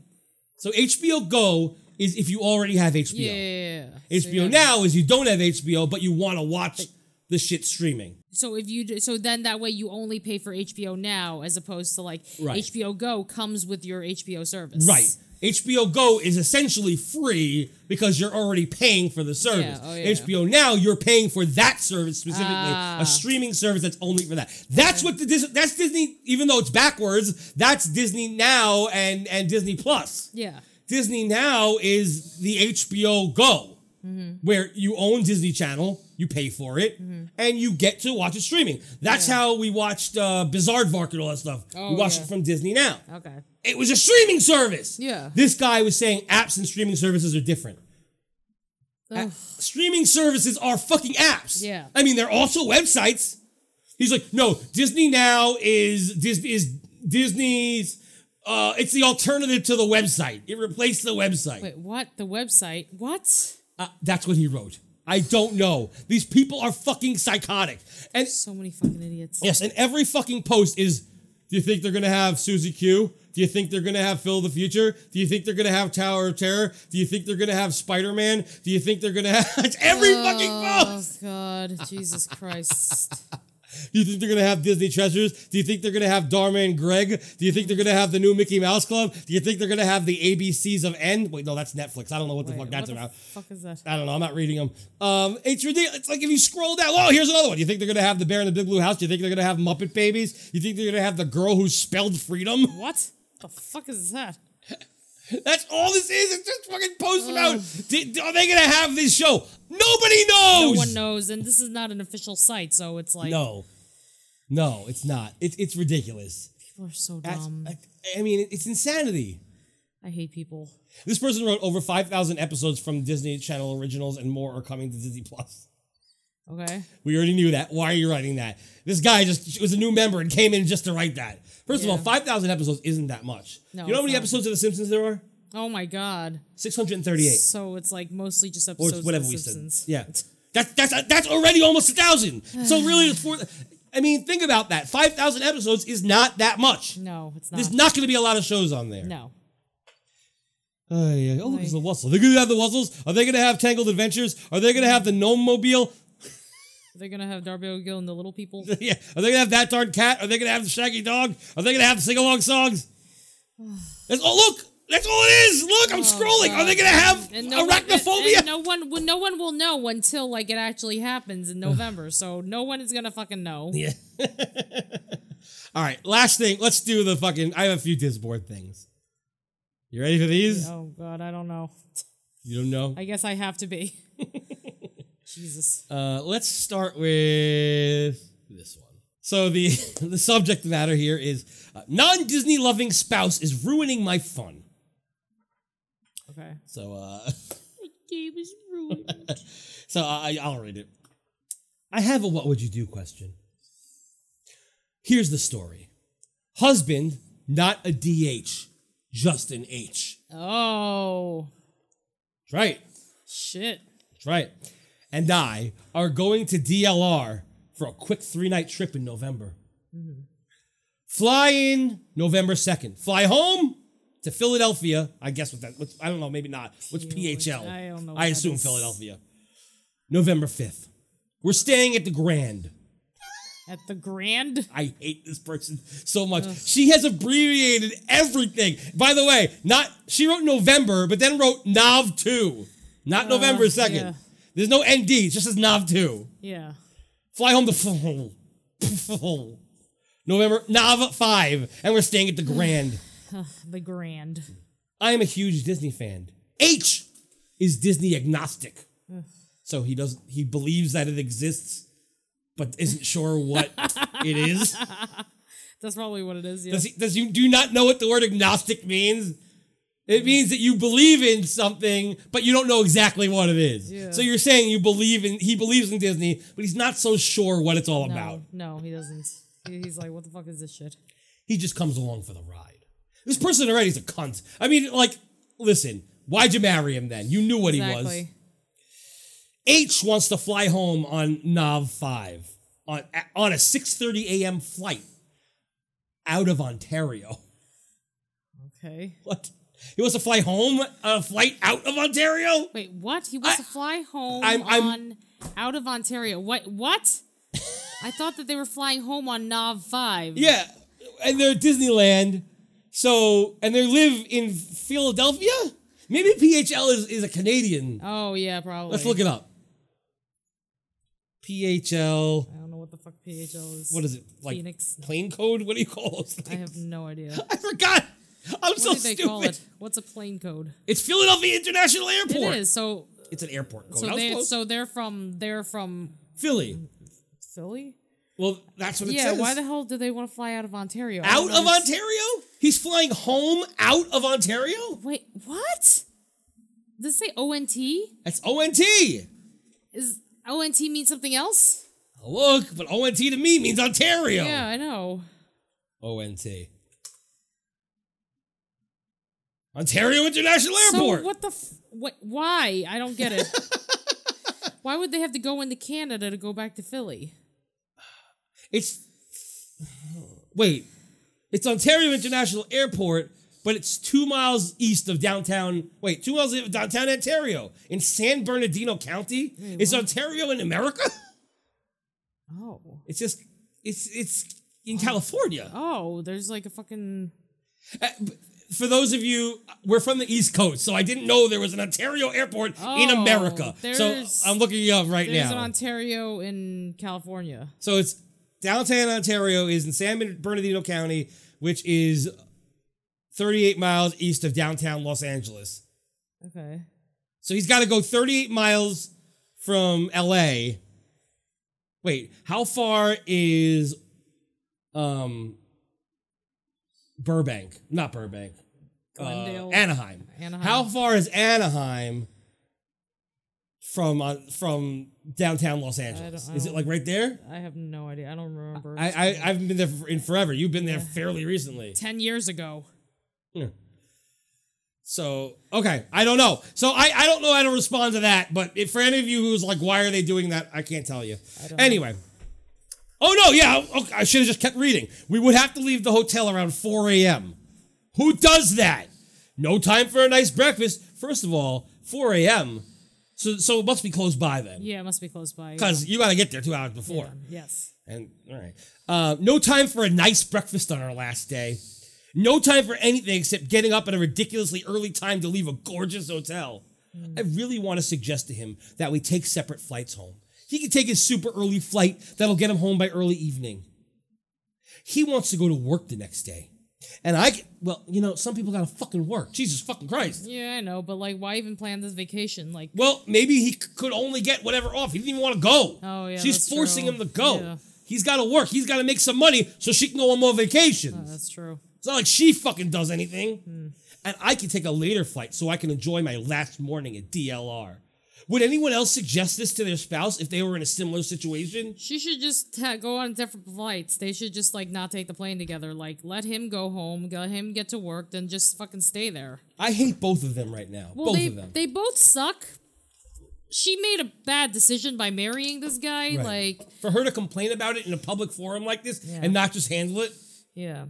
[SPEAKER 4] So HBO Go is if you already have HBO.
[SPEAKER 5] yeah. yeah, yeah, yeah. So
[SPEAKER 4] HBO
[SPEAKER 5] yeah.
[SPEAKER 4] Now is you don't have HBO, but you want to watch the shit streaming.
[SPEAKER 5] So if you d- so then that way you only pay for HBO now as opposed to like
[SPEAKER 4] Right.
[SPEAKER 5] HBO Go comes with your HBO service.
[SPEAKER 4] Right. HBO Go is essentially free because you're already paying for the service.
[SPEAKER 5] oh, yeah.
[SPEAKER 4] HBO Now, you're paying for that service specifically,
[SPEAKER 5] Ah.
[SPEAKER 4] a streaming service that's only for that. That's what the Dis- that's Disney. Even though it's backwards, that's Disney Now and and Disney Plus.
[SPEAKER 5] Yeah.
[SPEAKER 4] Disney Now is the HBO Go,
[SPEAKER 5] Mm-hmm.
[SPEAKER 4] where you own Disney Channel, you pay for it, and you get to watch it streaming. That's how we watched uh, Bizarre and all that stuff.
[SPEAKER 5] Oh,
[SPEAKER 4] we watched
[SPEAKER 5] yeah.
[SPEAKER 4] it from Disney Now.
[SPEAKER 5] Okay.
[SPEAKER 4] It was a streaming service.
[SPEAKER 5] Yeah.
[SPEAKER 4] This guy was saying apps and streaming services are different.
[SPEAKER 5] Ugh.
[SPEAKER 4] Streaming services are fucking apps.
[SPEAKER 5] Yeah.
[SPEAKER 4] I mean, they're also websites. He's like, no, Disney Now is Disney is Disney's. Uh, it's the alternative to the website. It replaced the website.
[SPEAKER 5] Wait, what? The website? What?
[SPEAKER 4] Uh, that's what he wrote. I don't know. These people are fucking psychotic. And
[SPEAKER 5] So many fucking idiots.
[SPEAKER 4] Yes, and every fucking post is do you think they're gonna have Susie Q? Do you think they're gonna have Phil the Future? Do you think they're gonna have Tower of Terror? Do you think they're gonna have Spider Man? Do you think they're gonna have it's every fucking
[SPEAKER 5] Oh
[SPEAKER 4] post?
[SPEAKER 5] God, Jesus Christ!
[SPEAKER 4] Do you think they're gonna have Disney Treasures? Do you think they're gonna have Dharma and Greg? Do you think they're gonna have the new Mickey Mouse Club? Do you think they're gonna have the ABCs of N? Wait, no, that's Netflix. I don't know what the
[SPEAKER 5] Wait,
[SPEAKER 4] fuck that's
[SPEAKER 5] what the
[SPEAKER 4] about.
[SPEAKER 5] fuck is that?
[SPEAKER 4] I don't know. I'm not reading them. Um, it's ridiculous. It's like if you scroll down. Oh, here's another one. You think they're gonna have the Bear in the Big Blue House? Do you think they're gonna have Muppet Babies? You think they're gonna have the girl who spelled freedom?
[SPEAKER 5] What the fuck is that?
[SPEAKER 4] That's all this is. It's just fucking posts about. Did, are they gonna have this show? Nobody
[SPEAKER 5] No
[SPEAKER 4] knows.
[SPEAKER 5] one knows, and this is not an official site, so it's like
[SPEAKER 4] No, no, it's not. It's it's ridiculous.
[SPEAKER 5] people are so
[SPEAKER 4] That's,
[SPEAKER 5] dumb.
[SPEAKER 4] I, I mean, it's insanity.
[SPEAKER 5] I hate people.
[SPEAKER 4] This person wrote over five thousand episodes from Disney Channel originals and more are coming to Disney Plus.
[SPEAKER 5] Okay.
[SPEAKER 4] We already knew that. Why are you writing that? This guy just was a new member and came in just to write that. First of all,
[SPEAKER 5] Yeah.
[SPEAKER 4] 5,000 episodes isn't that much.
[SPEAKER 5] No,
[SPEAKER 4] you know how
[SPEAKER 5] it's
[SPEAKER 4] many
[SPEAKER 5] not.
[SPEAKER 4] episodes of The Simpsons there are?
[SPEAKER 5] Oh my God.
[SPEAKER 4] 638.
[SPEAKER 5] So it's like mostly just
[SPEAKER 4] Or
[SPEAKER 5] episodes.
[SPEAKER 4] whatever
[SPEAKER 5] of
[SPEAKER 4] we
[SPEAKER 5] the
[SPEAKER 4] said.
[SPEAKER 5] Simpsons.
[SPEAKER 4] Yeah. That's, that's, that's already almost a 1,000. So really, it's four. I mean, think about that. 5,000 episodes is not that much.
[SPEAKER 5] No, it's not.
[SPEAKER 4] There's not going to be a lot of shows on there.
[SPEAKER 5] no.
[SPEAKER 4] Oh, yeah. oh look, it's the Wussel. They're going to have the Wussels? Are they going to have Tangled Adventures? Are they going to have the Gnome Mobile?
[SPEAKER 5] They're gonna have Darby O'Gill and the Little People.
[SPEAKER 4] yeah. Are they gonna have that darn cat? Are they gonna have the shaggy dog? Are they gonna have sing along songs? That's oh look, that's all it is. Look, I'm scrolling. Are they gonna have
[SPEAKER 5] One,
[SPEAKER 4] arachnophobia?
[SPEAKER 5] and Oh, no one, well, no one will know until like it actually happens in November. so no one is gonna fucking know.
[SPEAKER 4] yeah. all right, last thing. Let's do the fucking. I have a few Disboard things. You ready for these?
[SPEAKER 5] Oh God, I don't know.
[SPEAKER 4] You don't know.
[SPEAKER 5] I guess I have to be. Jesus.
[SPEAKER 4] Uh, let's start with this one. So the the subject matter here is uh, non Disney loving spouse is ruining my fun.
[SPEAKER 5] Okay.
[SPEAKER 4] So uh.
[SPEAKER 5] Game is ruined.
[SPEAKER 4] So I, I- I'll read it. I have a what would you do question. Here's the story Husband, not a DH, just an H.
[SPEAKER 5] oh
[SPEAKER 4] That's right.
[SPEAKER 5] shit.
[SPEAKER 4] That's right. And I are going to DLR for a quick three night trip in November.
[SPEAKER 5] Mm-hmm.
[SPEAKER 4] Fly in November 2nd. Fly home to Philadelphia. I guess what that, what's, I don't know, maybe not. What's PHL?
[SPEAKER 5] I don't know what
[SPEAKER 4] I
[SPEAKER 5] that
[SPEAKER 4] assume
[SPEAKER 5] is.
[SPEAKER 4] Philadelphia. November 5th. We're staying at the Grand.
[SPEAKER 5] At the Grand.
[SPEAKER 4] I hate this person so much. She has abbreviated everything. By the way, not she wrote November, but then wrote Nov two, not November second.
[SPEAKER 5] yeah.
[SPEAKER 4] There's no ND. It just says Nov two.
[SPEAKER 5] Yeah.
[SPEAKER 4] Fly home to November Nov five, and we're staying at the Grand.
[SPEAKER 5] The Grand.
[SPEAKER 4] I am a huge Disney fan. H is Disney agnostic. So he doesn't he believes that it exists, but isn't sure what it is.
[SPEAKER 5] That's probably what it is. Yeah.
[SPEAKER 4] Does, he, does you do you not know what the word agnostic means? It means that you believe in something, but you don't know exactly what it is.
[SPEAKER 5] Yeah.
[SPEAKER 4] So you're saying you believe in he believes in Disney, but he's not so sure what it's all
[SPEAKER 5] no,
[SPEAKER 4] about.
[SPEAKER 5] no, he doesn't. He- He's like, what the fuck is this shit?
[SPEAKER 4] He just comes along for the ride. This person already's a cunt. I mean, like, listen, why'd you marry him then? You knew what he was.
[SPEAKER 5] Exactly.
[SPEAKER 4] H wants to fly home on Nav 5 on on a 6:30 a.m. flight out of Ontario.
[SPEAKER 5] Okay.
[SPEAKER 4] What? He wants to fly home? A flight out of Ontario?
[SPEAKER 5] Wait, what? He wants
[SPEAKER 4] I-
[SPEAKER 5] to fly home
[SPEAKER 4] I'm- I'm-
[SPEAKER 5] on out of Ontario. What? What? I thought that they were flying home on Nav Five.
[SPEAKER 4] Yeah, and they're at Disneyland. So and they live in Philadelphia. Maybe PHL is, is a Canadian.
[SPEAKER 5] Oh yeah, probably.
[SPEAKER 4] Let's look it up. PHL.
[SPEAKER 5] I don't know what the fuck PHL is.
[SPEAKER 4] What is it like?
[SPEAKER 5] Phoenix.
[SPEAKER 4] Plane code? What do you call those
[SPEAKER 5] I
[SPEAKER 4] things?
[SPEAKER 5] have no idea. What
[SPEAKER 4] I forgot. I'm so
[SPEAKER 5] do they
[SPEAKER 4] stupid.
[SPEAKER 5] call it? What's a plane code?
[SPEAKER 4] It's Philadelphia International Airport.
[SPEAKER 5] It is. So
[SPEAKER 4] It's an airport code.
[SPEAKER 5] so
[SPEAKER 4] I was
[SPEAKER 5] they
[SPEAKER 4] close.
[SPEAKER 5] so they're from they're from
[SPEAKER 4] Philly.
[SPEAKER 5] Philly.
[SPEAKER 4] Well, that's what it
[SPEAKER 5] Yeah.
[SPEAKER 4] says.
[SPEAKER 5] Why the hell do they want to fly out of Ontario? I
[SPEAKER 4] out
[SPEAKER 5] don't
[SPEAKER 4] of
[SPEAKER 5] understand-
[SPEAKER 4] Ontario? He's flying home out of Ontario?
[SPEAKER 5] Wait, what? Does it say ONT?
[SPEAKER 4] That's ONT.
[SPEAKER 5] Is ONT mean something else?
[SPEAKER 4] I'll Look, but ONT to me means Ontario.
[SPEAKER 5] Yeah, I know.
[SPEAKER 4] ONT. Ontario International Airport.
[SPEAKER 5] So what the f- what? Why? I don't get it. why would they have to go into Canada to go back to Philly?
[SPEAKER 4] It's wait, it's Ontario International Airport, but it's two miles east of downtown. Wait, two miles east of downtown Ontario in San Bernardino County. is Ontario in America?
[SPEAKER 5] Oh,
[SPEAKER 4] It's just it's it's in California.
[SPEAKER 5] oh, there's like a fucking
[SPEAKER 4] Uh, b- for those of you, we're from the East Coast, so I didn't know there was an Ontario airport in
[SPEAKER 5] Oh,
[SPEAKER 4] America. So
[SPEAKER 5] there's-
[SPEAKER 4] I'm looking you up right
[SPEAKER 5] there's
[SPEAKER 4] now.
[SPEAKER 5] an Ontario in California.
[SPEAKER 4] So it's downtown Ontario is in San Bernardino County, which is 38 miles east of downtown Los Angeles.
[SPEAKER 5] Okay,
[SPEAKER 4] So he's got to go 38 miles from LA. Wait, how far is um Burbank? Not Burbank. Uh,
[SPEAKER 5] Glendale.
[SPEAKER 4] Anaheim.
[SPEAKER 5] Anaheim.
[SPEAKER 4] How far is Anaheim from uh, from downtown Los Angeles?
[SPEAKER 5] I
[SPEAKER 4] Is it
[SPEAKER 5] don't-
[SPEAKER 4] like right there?
[SPEAKER 5] I have no idea. I don't remember.
[SPEAKER 4] I, I I haven't been there for, in forever. You've been there fairly recently.
[SPEAKER 5] Ten years ago.
[SPEAKER 4] So okay, I don't know. So I I don't know how to respond to that. But if for any of you who's like, why are they doing that? I can't tell you.
[SPEAKER 5] don't know.
[SPEAKER 4] Anyway. Oh no, yeah. Okay, I should have just kept reading. We would have to leave the hotel around 4 a.m. Who does that? No time for a nice breakfast. First of all, 4 a.m. So so it must be close by then,
[SPEAKER 5] Yeah, it must be close by.
[SPEAKER 4] because you got to get there two hours before.
[SPEAKER 5] Yes.
[SPEAKER 4] And all right. Uh, no time for a nice breakfast on our last day. No time for anything except getting up at a ridiculously early time to leave a gorgeous hotel. I really want to suggest to him that we take separate flights home. He can take his super early flight that'll get him home by early evening. He wants to go to work the next day. And I, c- well, you know, some people gotta fucking work. Jesus fucking Christ.
[SPEAKER 5] Yeah, I know, but like, why even plan this vacation? Like,
[SPEAKER 4] Well, maybe he c- could only get whatever off. He didn't even want to go.
[SPEAKER 5] Oh, yeah,
[SPEAKER 4] She's
[SPEAKER 5] that's
[SPEAKER 4] forcing
[SPEAKER 5] true.
[SPEAKER 4] him to go.
[SPEAKER 5] Yeah.
[SPEAKER 4] He's got to work. He's got to make some money so she can go on more vacations.
[SPEAKER 5] that's true.
[SPEAKER 4] it's not like she fucking does anything.
[SPEAKER 5] Hmm.
[SPEAKER 4] And I can take a later flight so I can enjoy my last morning at DLR. Would anyone else suggest this to their spouse if they were in a similar situation?
[SPEAKER 5] She should just ta- go on different flights. They should just like not take the plane together. Like, let him go home, let him get to work, then just fucking stay there.
[SPEAKER 4] I hate both of them right now.
[SPEAKER 5] Well,
[SPEAKER 4] both
[SPEAKER 5] they
[SPEAKER 4] of them.
[SPEAKER 5] they both suck. She made a bad decision by marrying this guy.
[SPEAKER 4] Right.
[SPEAKER 5] Like,
[SPEAKER 4] For her to complain about it in a public forum like this and not just handle it,
[SPEAKER 5] yeah,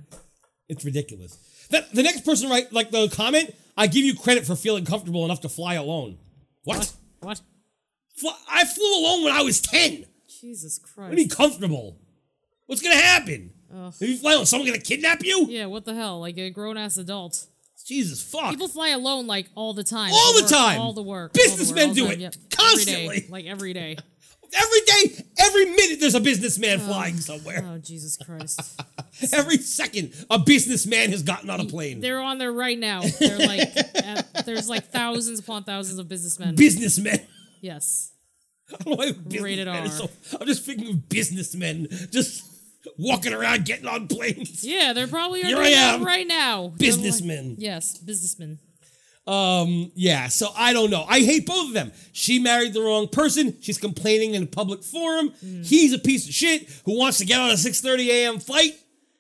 [SPEAKER 4] It's ridiculous. That the next person right like the comment, I give you credit for feeling comfortable enough to fly alone. What?
[SPEAKER 5] what?
[SPEAKER 4] Fly, I flew alone when I was 10.
[SPEAKER 5] Jesus
[SPEAKER 4] What do you mean
[SPEAKER 5] Christ.
[SPEAKER 4] comfortable? What's gonna happen? If you fly alone, someone gonna kidnap you?
[SPEAKER 5] Yeah, what the hell? Like a grown ass adult.
[SPEAKER 4] Jesus fuck.
[SPEAKER 5] People fly alone like all the time.
[SPEAKER 4] All
[SPEAKER 5] They
[SPEAKER 4] the
[SPEAKER 5] work,
[SPEAKER 4] time.
[SPEAKER 5] All the work. all the work,
[SPEAKER 4] Businessmen
[SPEAKER 5] all the
[SPEAKER 4] do
[SPEAKER 5] time,
[SPEAKER 4] it
[SPEAKER 5] yep. Every day,
[SPEAKER 4] constantly.
[SPEAKER 5] like every day.
[SPEAKER 4] every day, every minute there's a businessman flying somewhere.
[SPEAKER 5] Oh Jesus Christ.
[SPEAKER 4] every second a businessman has gotten on a plane.
[SPEAKER 5] They're on there right now. They're like at, there's like thousands upon thousands of businessmen.
[SPEAKER 4] businessmen.
[SPEAKER 5] yes.
[SPEAKER 4] I don't know why businessmen
[SPEAKER 5] Rated
[SPEAKER 4] is
[SPEAKER 5] R.
[SPEAKER 4] so- I'm just thinking of businessmen just walking around getting on planes.
[SPEAKER 5] Yeah, they're probably
[SPEAKER 4] Here
[SPEAKER 5] doing
[SPEAKER 4] I
[SPEAKER 5] that
[SPEAKER 4] am.
[SPEAKER 5] right now. They're like-
[SPEAKER 4] Businessmen.
[SPEAKER 5] yes, businessmen.
[SPEAKER 4] Um, yeah, so I don't know. I hate both of them. She married the wrong person. She's complaining in a public forum.
[SPEAKER 5] Mm.
[SPEAKER 4] He's a piece of shit who wants to get on a 6:30 a.m. flight.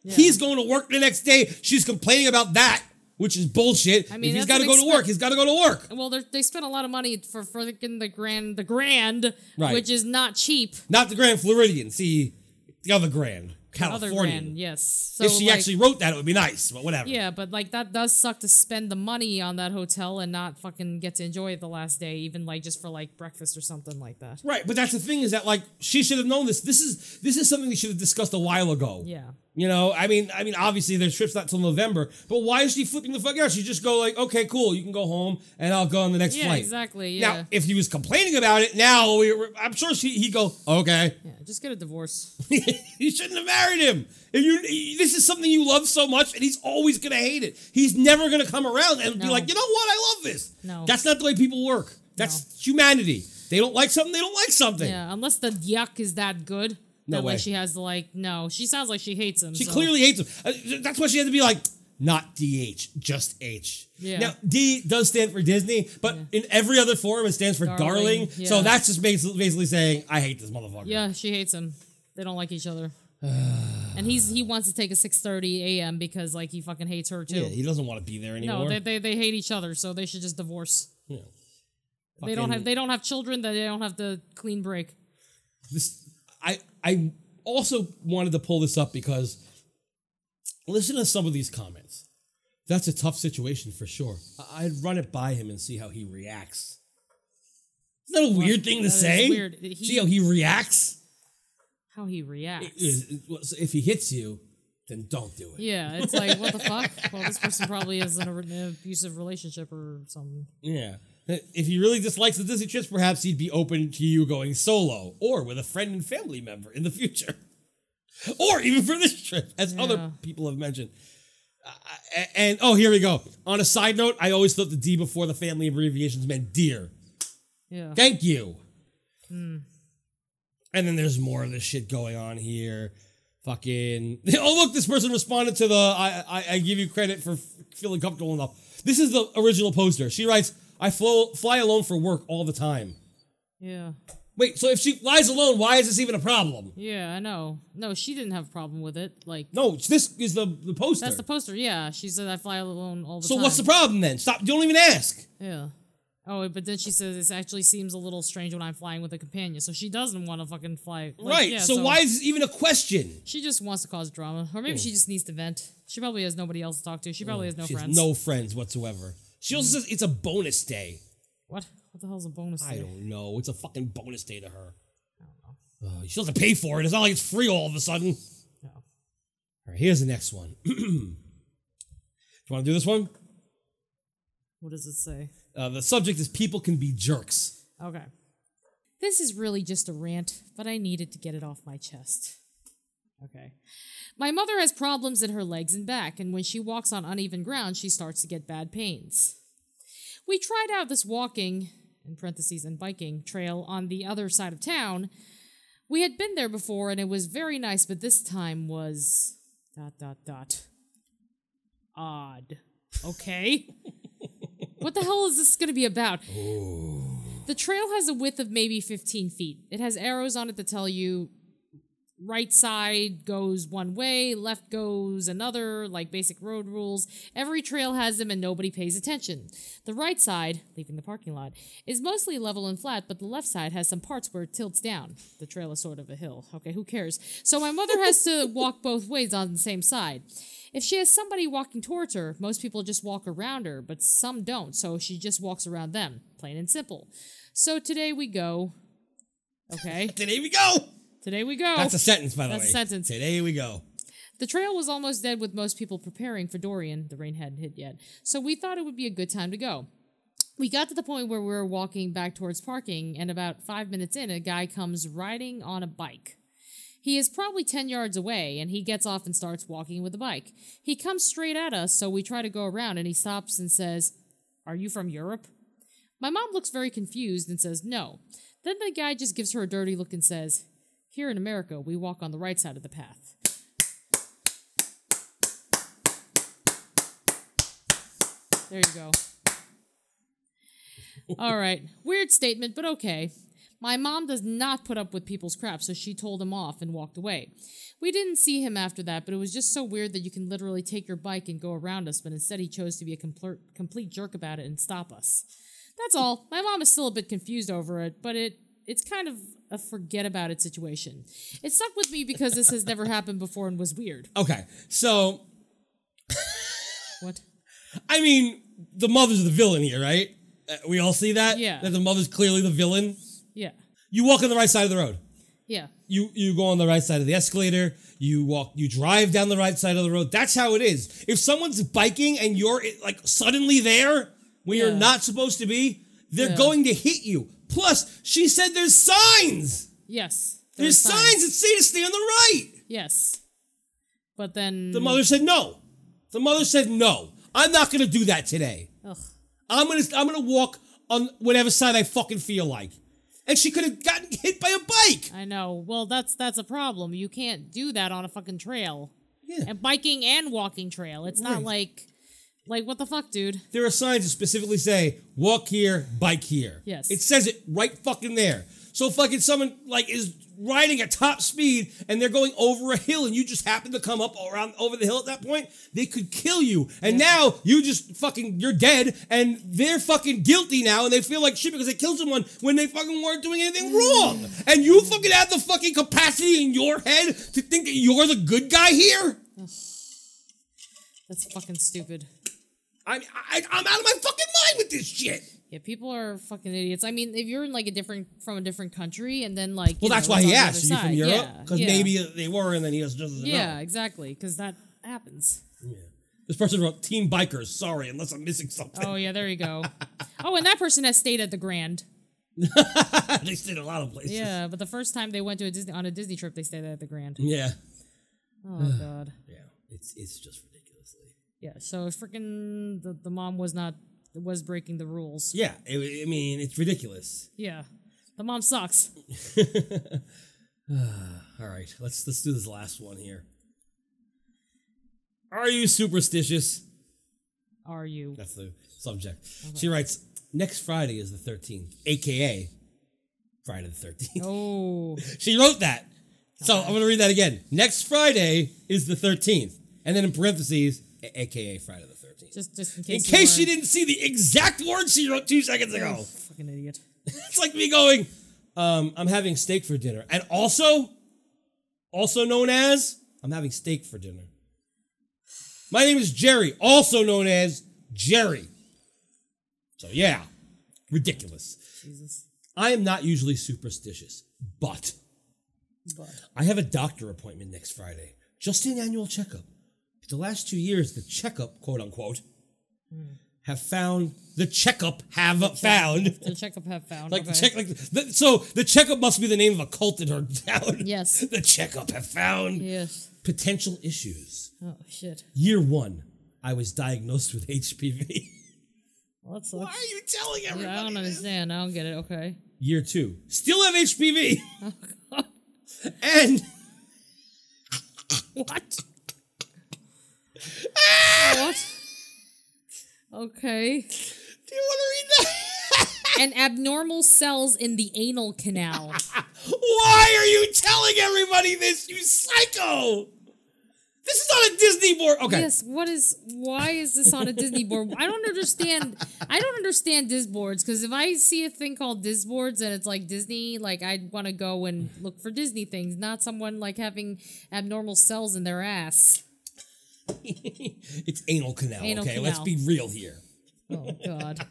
[SPEAKER 4] He's going to work the next day. She's complaining about that, which is bullshit. I
[SPEAKER 5] mean,
[SPEAKER 4] mean, he's got
[SPEAKER 5] that's
[SPEAKER 4] to
[SPEAKER 5] an
[SPEAKER 4] go to work.
[SPEAKER 5] expe-
[SPEAKER 4] He's got to go to work.
[SPEAKER 5] Well, they're- they spent a lot of money for freaking the grand, the grand,
[SPEAKER 4] Right.
[SPEAKER 5] which is not cheap.
[SPEAKER 4] Not the Grand Floridian. See, the other Grand.
[SPEAKER 5] Other
[SPEAKER 4] California.
[SPEAKER 5] grand, yes. So
[SPEAKER 4] if she
[SPEAKER 5] like-
[SPEAKER 4] actually wrote that, it would be nice, but whatever.
[SPEAKER 5] Yeah, but like that does suck to spend the money on that hotel and not fucking get to enjoy it the last day, even like just for like breakfast or something like that.
[SPEAKER 4] Right, but that's the thing is that like she should have known this. This is this is something they should have discussed a while ago.
[SPEAKER 5] Yeah.
[SPEAKER 4] You know, I mean, I mean, obviously their trip's not till November, but why is she flipping the fuck out? She just go like, okay, cool, you can go home, and I'll go on the next
[SPEAKER 5] Yeah,
[SPEAKER 4] flight.
[SPEAKER 5] exactly. Yeah.
[SPEAKER 4] Now, if he was complaining about it, now we were, I'm sure she he go, okay,
[SPEAKER 5] yeah. Just get a divorce.
[SPEAKER 4] you shouldn't have married him. If you this is something you love so much, and he's always gonna hate it. He's never gonna come around and be
[SPEAKER 5] No.
[SPEAKER 4] like, you know what, I love this.
[SPEAKER 5] No.
[SPEAKER 4] that's not the way people work. That's humanity. They don't like something. They don't like something.
[SPEAKER 5] yeah. Unless the yuck is that good.
[SPEAKER 4] No
[SPEAKER 5] that,
[SPEAKER 4] way.
[SPEAKER 5] Like she has the like. No, she sounds like she hates him.
[SPEAKER 4] She
[SPEAKER 5] so-
[SPEAKER 4] clearly hates him. Uh, That's why she had to be like, not DH, just H.
[SPEAKER 5] Yeah.
[SPEAKER 4] Now D does stand for Disney, but in every other form it stands for darling.
[SPEAKER 5] Darling,
[SPEAKER 4] So
[SPEAKER 5] yeah.
[SPEAKER 4] that's just basically, basically saying I hate this motherfucker.
[SPEAKER 5] Yeah, she hates him. They don't like each other. and he's he wants to take a six thirty a.m. because like he fucking hates her too.
[SPEAKER 4] Yeah, he doesn't want to be there anymore.
[SPEAKER 5] no, they, they they hate each other, so they should just divorce.
[SPEAKER 4] Yeah.
[SPEAKER 5] They don't
[SPEAKER 4] Fucking-
[SPEAKER 5] have they don't have children. That they don't have the clean break.
[SPEAKER 4] this I I also wanted to pull this up because listen to some of these comments. That's a tough situation for sure. I, I'd run it by him and see how he reacts. Isn't that a weird thing to
[SPEAKER 5] that is
[SPEAKER 4] say?
[SPEAKER 5] weird. He-
[SPEAKER 4] see how he reacts.
[SPEAKER 5] How he reacts.
[SPEAKER 4] Is- is- if he hits you, then don't do it.
[SPEAKER 5] Yeah, it's like what the fuck. Well, this person probably is in a- an abusive relationship or something.
[SPEAKER 4] Yeah. If he really dislikes the Disney trips, perhaps he'd be open to you going solo or with a friend and family member in the future. Or even for this trip, as
[SPEAKER 5] Yeah.
[SPEAKER 4] other people have mentioned. Uh, a- and oh, here we go. On a side note, I always thought the D before the family abbreviations meant dear.
[SPEAKER 5] Yeah.
[SPEAKER 4] Thank you.
[SPEAKER 5] Hmm.
[SPEAKER 4] And then there's more of this shit going on here. Fucking. Oh, look, this person responded to the I, I, I give you credit for f- feeling comfortable enough. This is the original poster. She writes, I flo- fly alone for work all the time.
[SPEAKER 5] Yeah.
[SPEAKER 4] Wait, so if she flies alone, why is this even a problem?
[SPEAKER 5] Yeah, I know. No, she didn't have a problem with it. Like
[SPEAKER 4] No, it's- this is the, the poster.
[SPEAKER 5] that's the poster. Yeah, she said I fly alone all the
[SPEAKER 4] so
[SPEAKER 5] time.
[SPEAKER 4] what's the problem then? Stop. Don't even ask.
[SPEAKER 5] Yeah. Oh, but then she says this actually seems a little strange when I'm flying with a companion. So she doesn't want to fucking fly. Like,
[SPEAKER 4] right.
[SPEAKER 5] yeah,
[SPEAKER 4] so, why is this even a question?
[SPEAKER 5] she just wants to cause drama, or maybe she just needs to vent. She probably has nobody else to talk to. She probably has no
[SPEAKER 4] she
[SPEAKER 5] friends.
[SPEAKER 4] has no friends whatsoever. She also says it's a bonus day.
[SPEAKER 5] What? What the hell's a bonus?
[SPEAKER 4] I
[SPEAKER 5] day?
[SPEAKER 4] don't know. It's a fucking bonus day to her. Uh, she doesn't pay for it. It's not like it's free all of a sudden. All right, here's the next one. do you want to do this one?
[SPEAKER 5] What does it say?
[SPEAKER 4] Uh, the subject is people can be jerks.
[SPEAKER 5] Okay. This is really just a rant, but I needed to get it off my chest. Okay. My mother has problems in her legs and back, and when she walks on uneven ground, she starts to get bad pains. We tried out this walking, in parentheses, and biking trail on the other side of town. We had been there before, and it was very nice, but this time was. dot, dot, dot. Odd. Okay. what the hell is this going to be about? The trail has a width of maybe 15 feet. It has arrows on it that tell you right side goes one way, left goes another, like basic road rules. Every trail has them and nobody pays attention. The right side, leaving the parking lot, is mostly level and flat, but the left side has some parts where it tilts down. The trail is sort of a hill. Okay, who cares? So my mother has to walk both ways on the same side. If she has somebody walking towards her, most people just walk around her, but some don't, so she just walks around them. Plain and simple. So today we go. Okay.
[SPEAKER 4] Today we go.
[SPEAKER 5] Today we go.
[SPEAKER 4] That's a sentence, by the
[SPEAKER 5] That's
[SPEAKER 4] way.
[SPEAKER 5] a sentence.
[SPEAKER 4] Today we go.
[SPEAKER 5] The trail was almost dead with most people preparing for Dorian. The rain hadn't hit yet. So we thought it would be a good time to go. We got to the point where we were walking back towards parking, and about five minutes in, a guy comes riding on a bike. He is probably 10 yards away, and he gets off and starts walking with the bike. He comes straight at us, so we try to go around, and he stops and says, Are you from Europe? My mom looks very confused and says, No. Then the guy just gives her a dirty look and says, Here in America, we walk on the right side of the path. There you go. All right. Weird statement, but okay. My mom does not put up with people's crap, so she told him off and walked away. We didn't see him after that, but it was just so weird that you can literally take your bike and go around us, but instead he chose to be a compl- complete jerk about it and stop us. That's all. My mom is still a bit confused over it, but it it's kind of a forget about it situation. It stuck with me because this has never happened before and was weird.
[SPEAKER 4] Okay, so
[SPEAKER 5] What?
[SPEAKER 4] I mean, the mother's the villain here, right? Uh, We all see that.
[SPEAKER 5] Yeah.
[SPEAKER 4] That the mother's clearly the villain.
[SPEAKER 5] Yeah.
[SPEAKER 4] You walk on the right side of the road.
[SPEAKER 5] Yeah.
[SPEAKER 4] You you go on the right side of the escalator. You walk. You drive down the right side of the road. That's how it is. If someone's biking and you're eh, like suddenly there when you're
[SPEAKER 5] Yeah.
[SPEAKER 4] not supposed to be, they're
[SPEAKER 5] Yeah.
[SPEAKER 4] going to hit you. Plus, she said there's signs.
[SPEAKER 5] Yes. There
[SPEAKER 4] There's
[SPEAKER 5] are
[SPEAKER 4] signs. that say to stay on the right.
[SPEAKER 5] Yes. But then
[SPEAKER 4] The mother said no. The mother said no. I'm not gonna do that today.
[SPEAKER 5] Ugh.
[SPEAKER 4] I'm gonna I'm gonna walk on whatever side I fucking feel like. And she could have gotten hit by a bike.
[SPEAKER 5] I know. Well, that's that's a problem. You can't do that on a fucking trail.
[SPEAKER 4] Yeah.
[SPEAKER 5] And biking and walking trail. It's not
[SPEAKER 4] Right.
[SPEAKER 5] like like what the fuck, dude?
[SPEAKER 4] There are signs that specifically say walk here, bike here.
[SPEAKER 5] Yes.
[SPEAKER 4] It says it right fucking there. So fucking someone like is riding at top speed and they're going over a hill and you just happen to come up around over the hill at that point, they could kill you. And now you just fucking you're dead and they're fucking guilty now and they feel like shit because they killed someone when they fucking weren't doing anything wrong. And you fucking have the fucking capacity in your head to think that you're the good guy here?
[SPEAKER 5] That's fucking stupid.
[SPEAKER 4] I'm I, I'm out of my fucking mind with this shit.
[SPEAKER 5] Yeah, people are fucking idiots. I mean, if you're in like a different from a different country and then like you
[SPEAKER 4] Well, that's
[SPEAKER 5] know,
[SPEAKER 4] why
[SPEAKER 5] it's
[SPEAKER 4] he
[SPEAKER 5] on the
[SPEAKER 4] asked, "Are
[SPEAKER 5] other
[SPEAKER 4] you from
[SPEAKER 5] side.
[SPEAKER 4] Europe?"
[SPEAKER 5] Yeah,
[SPEAKER 4] Because
[SPEAKER 5] yeah.
[SPEAKER 4] maybe they were, and then he just doesn't
[SPEAKER 5] Yeah,
[SPEAKER 4] know.
[SPEAKER 5] exactly. Because that happens.
[SPEAKER 4] This person wrote "Team Bikers." Sorry, unless I'm missing something.
[SPEAKER 5] Oh yeah, there you go. oh, and that person has stayed at the Grand.
[SPEAKER 4] they stayed a lot of places.
[SPEAKER 5] Oh. Yeah, but the first time they went to a Disney on a Disney trip, they stayed at the Grand.
[SPEAKER 4] yeah,
[SPEAKER 5] Oh god.
[SPEAKER 4] yeah. It's it's just ridiculously.
[SPEAKER 5] Yeah. So freaking the, the mom was not was breaking the rules.
[SPEAKER 4] Yeah, I- I mean it's ridiculous.
[SPEAKER 5] Yeah. The mom sucks.
[SPEAKER 4] All right, let's let's do this last one here. Are you superstitious?
[SPEAKER 5] Are you?
[SPEAKER 4] That's the subject. She writes, "Next Friday is the 13th, aka Friday the 13th."
[SPEAKER 5] Oh.
[SPEAKER 4] She wrote that. So I'm going to read that again. Next Friday is the 13th. And then in parentheses, a- aka Friday the 13th.
[SPEAKER 5] Just just in
[SPEAKER 4] In
[SPEAKER 5] case. you
[SPEAKER 4] case you
[SPEAKER 5] weren't-
[SPEAKER 4] didn't see the exact words she wrote two seconds ago.
[SPEAKER 5] Fucking idiot.
[SPEAKER 4] It's like me going, um, I'm having steak for dinner. And also, also known as, I'm having steak for dinner. My name is Jerry, also known as Jerry. So yeah, ridiculous.
[SPEAKER 5] Jesus.
[SPEAKER 4] I am not usually superstitious, but
[SPEAKER 5] But
[SPEAKER 4] I have a doctor appointment next Friday, just an annual checkup. The last two years, the checkup, quote unquote, have found the checkup have found
[SPEAKER 5] Hmm. the checkup have found.
[SPEAKER 4] like
[SPEAKER 5] okay.
[SPEAKER 4] the check like the, so the checkup must be the name of a cult in her town.
[SPEAKER 5] Yes.
[SPEAKER 4] the checkup have found
[SPEAKER 5] Yes.
[SPEAKER 4] potential issues.
[SPEAKER 5] Oh shit.
[SPEAKER 4] Year one, I was diagnosed with HPV.
[SPEAKER 5] Well, that sucks.
[SPEAKER 4] Why are you telling everybody?
[SPEAKER 5] Yeah, I don't
[SPEAKER 4] this?
[SPEAKER 5] understand. I don't get it. Okay.
[SPEAKER 4] Year two, still have HPV.
[SPEAKER 5] Oh,
[SPEAKER 4] and
[SPEAKER 5] What? what? Okay.
[SPEAKER 4] do you want to read that?
[SPEAKER 5] And abnormal cells in the anal canal.
[SPEAKER 4] Why are you telling everybody this, you psycho? This is not a Disney board. Okay.
[SPEAKER 5] Yes. What is? Why is this on a Disney board? I don't understand. I don't understand Disboards because if I see a thing called Disboards and it's like Disney, like I'd want to go and look for Disney things, not someone like having abnormal cells in their ass.
[SPEAKER 4] it's anal canal,
[SPEAKER 5] Anal
[SPEAKER 4] okay? Let's
[SPEAKER 5] canal.
[SPEAKER 4] be real here.
[SPEAKER 5] Oh God.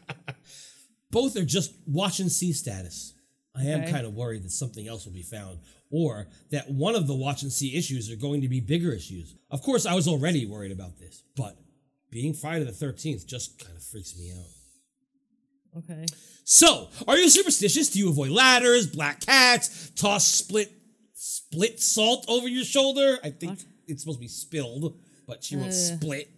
[SPEAKER 4] Both are just watch and see status. I am
[SPEAKER 5] Okay.
[SPEAKER 4] kind of worried that something else will be found, or that one of the watch and see issues are going to be bigger issues. Of course, I was already worried about this, but being Friday the 13th just kind of freaks me out.
[SPEAKER 5] Okay.
[SPEAKER 4] So, are you superstitious? Do you avoid ladders, black cats, toss split split salt over your shoulder? I think
[SPEAKER 5] What?
[SPEAKER 4] it's supposed to be spilled, but she wrote
[SPEAKER 5] Uh.
[SPEAKER 4] split.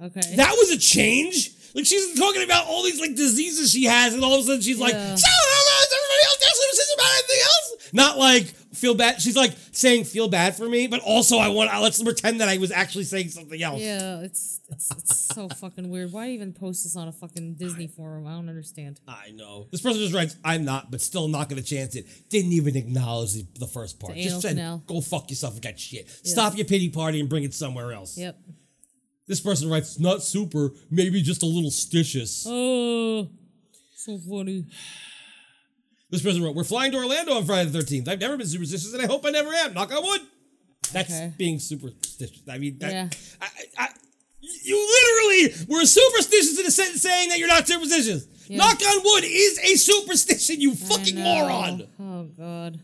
[SPEAKER 5] Okay.
[SPEAKER 4] That was a change. Like she's talking about all these like diseases she has, and all of a sudden she's like, so how
[SPEAKER 5] Yeah.
[SPEAKER 4] about everybody else that's superstitious about anything else? Not like feel bad. She's like saying feel bad for me, but also I want I let's pretend that I was actually saying something else.
[SPEAKER 5] yeah, it's, it's it's so fucking weird. Why even post this on a fucking Disney forum? I don't understand.
[SPEAKER 4] I know. This person just writes, I'm not, but still not going to chance it. Didn't even acknowledge the, the first part.
[SPEAKER 5] The
[SPEAKER 4] just
[SPEAKER 5] anal
[SPEAKER 4] said,
[SPEAKER 5] canal.
[SPEAKER 4] go fuck yourself with that shit. Stop your pity party and bring it somewhere else.
[SPEAKER 5] Yep.
[SPEAKER 4] This person writes, not super, maybe just a little stitious.
[SPEAKER 5] Oh, so funny.
[SPEAKER 4] This person wrote, We're flying to Orlando on Friday the 13th. I've never been superstitious and I hope I never am. Knock on wood. That's
[SPEAKER 5] Okay.
[SPEAKER 4] being superstitious. I mean, that,
[SPEAKER 5] Yeah.
[SPEAKER 4] I, I, I- you literally were superstitious in a sentence saying that you're not superstitious.
[SPEAKER 5] Yeah.
[SPEAKER 4] Knock on wood is a superstition, you fucking
[SPEAKER 5] I know.
[SPEAKER 4] moron.
[SPEAKER 5] Oh god.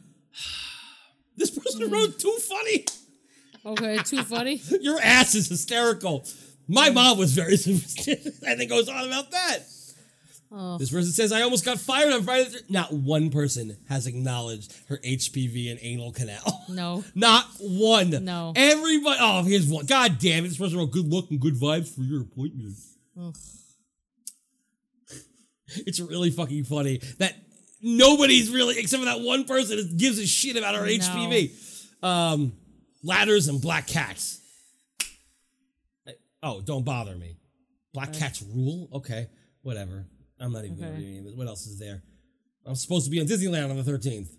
[SPEAKER 4] This person
[SPEAKER 5] Mm-hmm.
[SPEAKER 4] wrote, Too funny.
[SPEAKER 5] Okay, too funny.
[SPEAKER 4] Your ass is hysterical. My mom was very superstitious, and it goes on about that.
[SPEAKER 5] Oh.
[SPEAKER 4] This person says, I almost got fired on Friday. the thir-" Not one person has acknowledged her HPV and anal canal.
[SPEAKER 5] No.
[SPEAKER 4] Not one.
[SPEAKER 5] No.
[SPEAKER 4] Everybody. Oh, here's one. God damn it. This person wrote good luck and good vibes for your appointment.
[SPEAKER 5] Ugh.
[SPEAKER 4] It's really fucking funny that nobody's really, except for that one person, that gives a shit about our
[SPEAKER 5] No.
[SPEAKER 4] HPV. Um, ladders and black cats. I- Oh, don't bother me. Black cats rule? Okay, whatever. I'm not even going to
[SPEAKER 5] Okay.
[SPEAKER 4] read any of it. What else is there? I'm supposed to be in Disneyland on the 13th.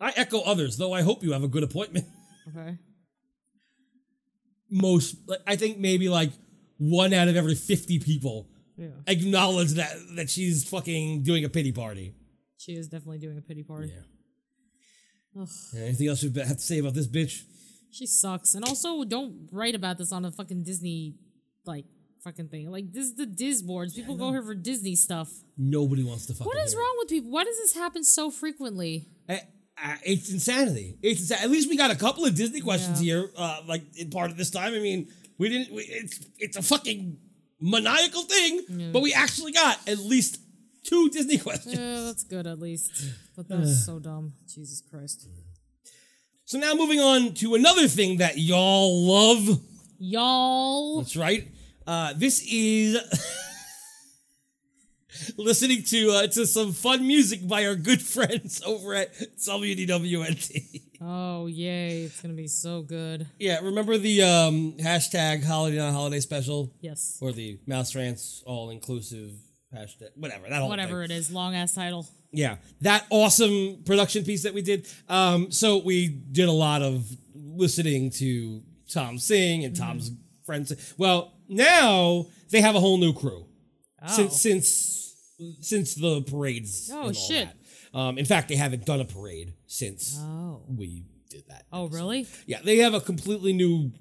[SPEAKER 4] I echo others, though I hope you have a good appointment
[SPEAKER 5] Okay.
[SPEAKER 4] most like, I think maybe like one out of every 50 people
[SPEAKER 5] Yeah.
[SPEAKER 4] acknowledge that that she's fucking doing a pity party.
[SPEAKER 5] She is definitely doing a pity party. Ugh.
[SPEAKER 4] Anything else you have to say about this bitch?
[SPEAKER 5] She sucks. And also, don't write about this on a fucking Disney, like, fucking thing. Like, this is the Diz boards. People go here for Disney stuff.
[SPEAKER 4] Nobody wants to fucking
[SPEAKER 5] What is
[SPEAKER 4] hear it.
[SPEAKER 5] wrong with people? Why does this happen so frequently?
[SPEAKER 4] I, I, ah, it's insanity. It's insa- at least we got a couple of Disney questions here, uh, like in part of this time. I mean, we didn't. We, it's it's a fucking maniacal thing, but we actually got at least two Disney questions.
[SPEAKER 5] Yeah, that's good at least. But that was so dumb. Jesus Christ.
[SPEAKER 4] So now moving on to another thing that y'all love.
[SPEAKER 5] Y'all.
[SPEAKER 4] That's right. Uh, this is listening to uh, to some fun music by our good friends over at WDWNT.
[SPEAKER 5] Oh, yay. It's going to be so good.
[SPEAKER 4] yeah, remember the um, hashtag holiday on holiday special
[SPEAKER 5] Yes.
[SPEAKER 4] or the Mouse Rants all inclusive hashtag, whatever that whole
[SPEAKER 5] Whatever
[SPEAKER 4] thing.
[SPEAKER 5] it is. Long ass title.
[SPEAKER 4] Yeah, that awesome production piece that we did. Um, so we did a lot of listening to Tom sing and Tom's friends. Well, now they have a whole new crew.
[SPEAKER 5] Oh.
[SPEAKER 4] since since since the parades.
[SPEAKER 5] Oh,
[SPEAKER 4] and all
[SPEAKER 5] shit.
[SPEAKER 4] that. Um, in fact, they haven't done a parade since
[SPEAKER 5] oh.
[SPEAKER 4] we did that.
[SPEAKER 5] Oh, really?
[SPEAKER 4] Yeah, they have a completely new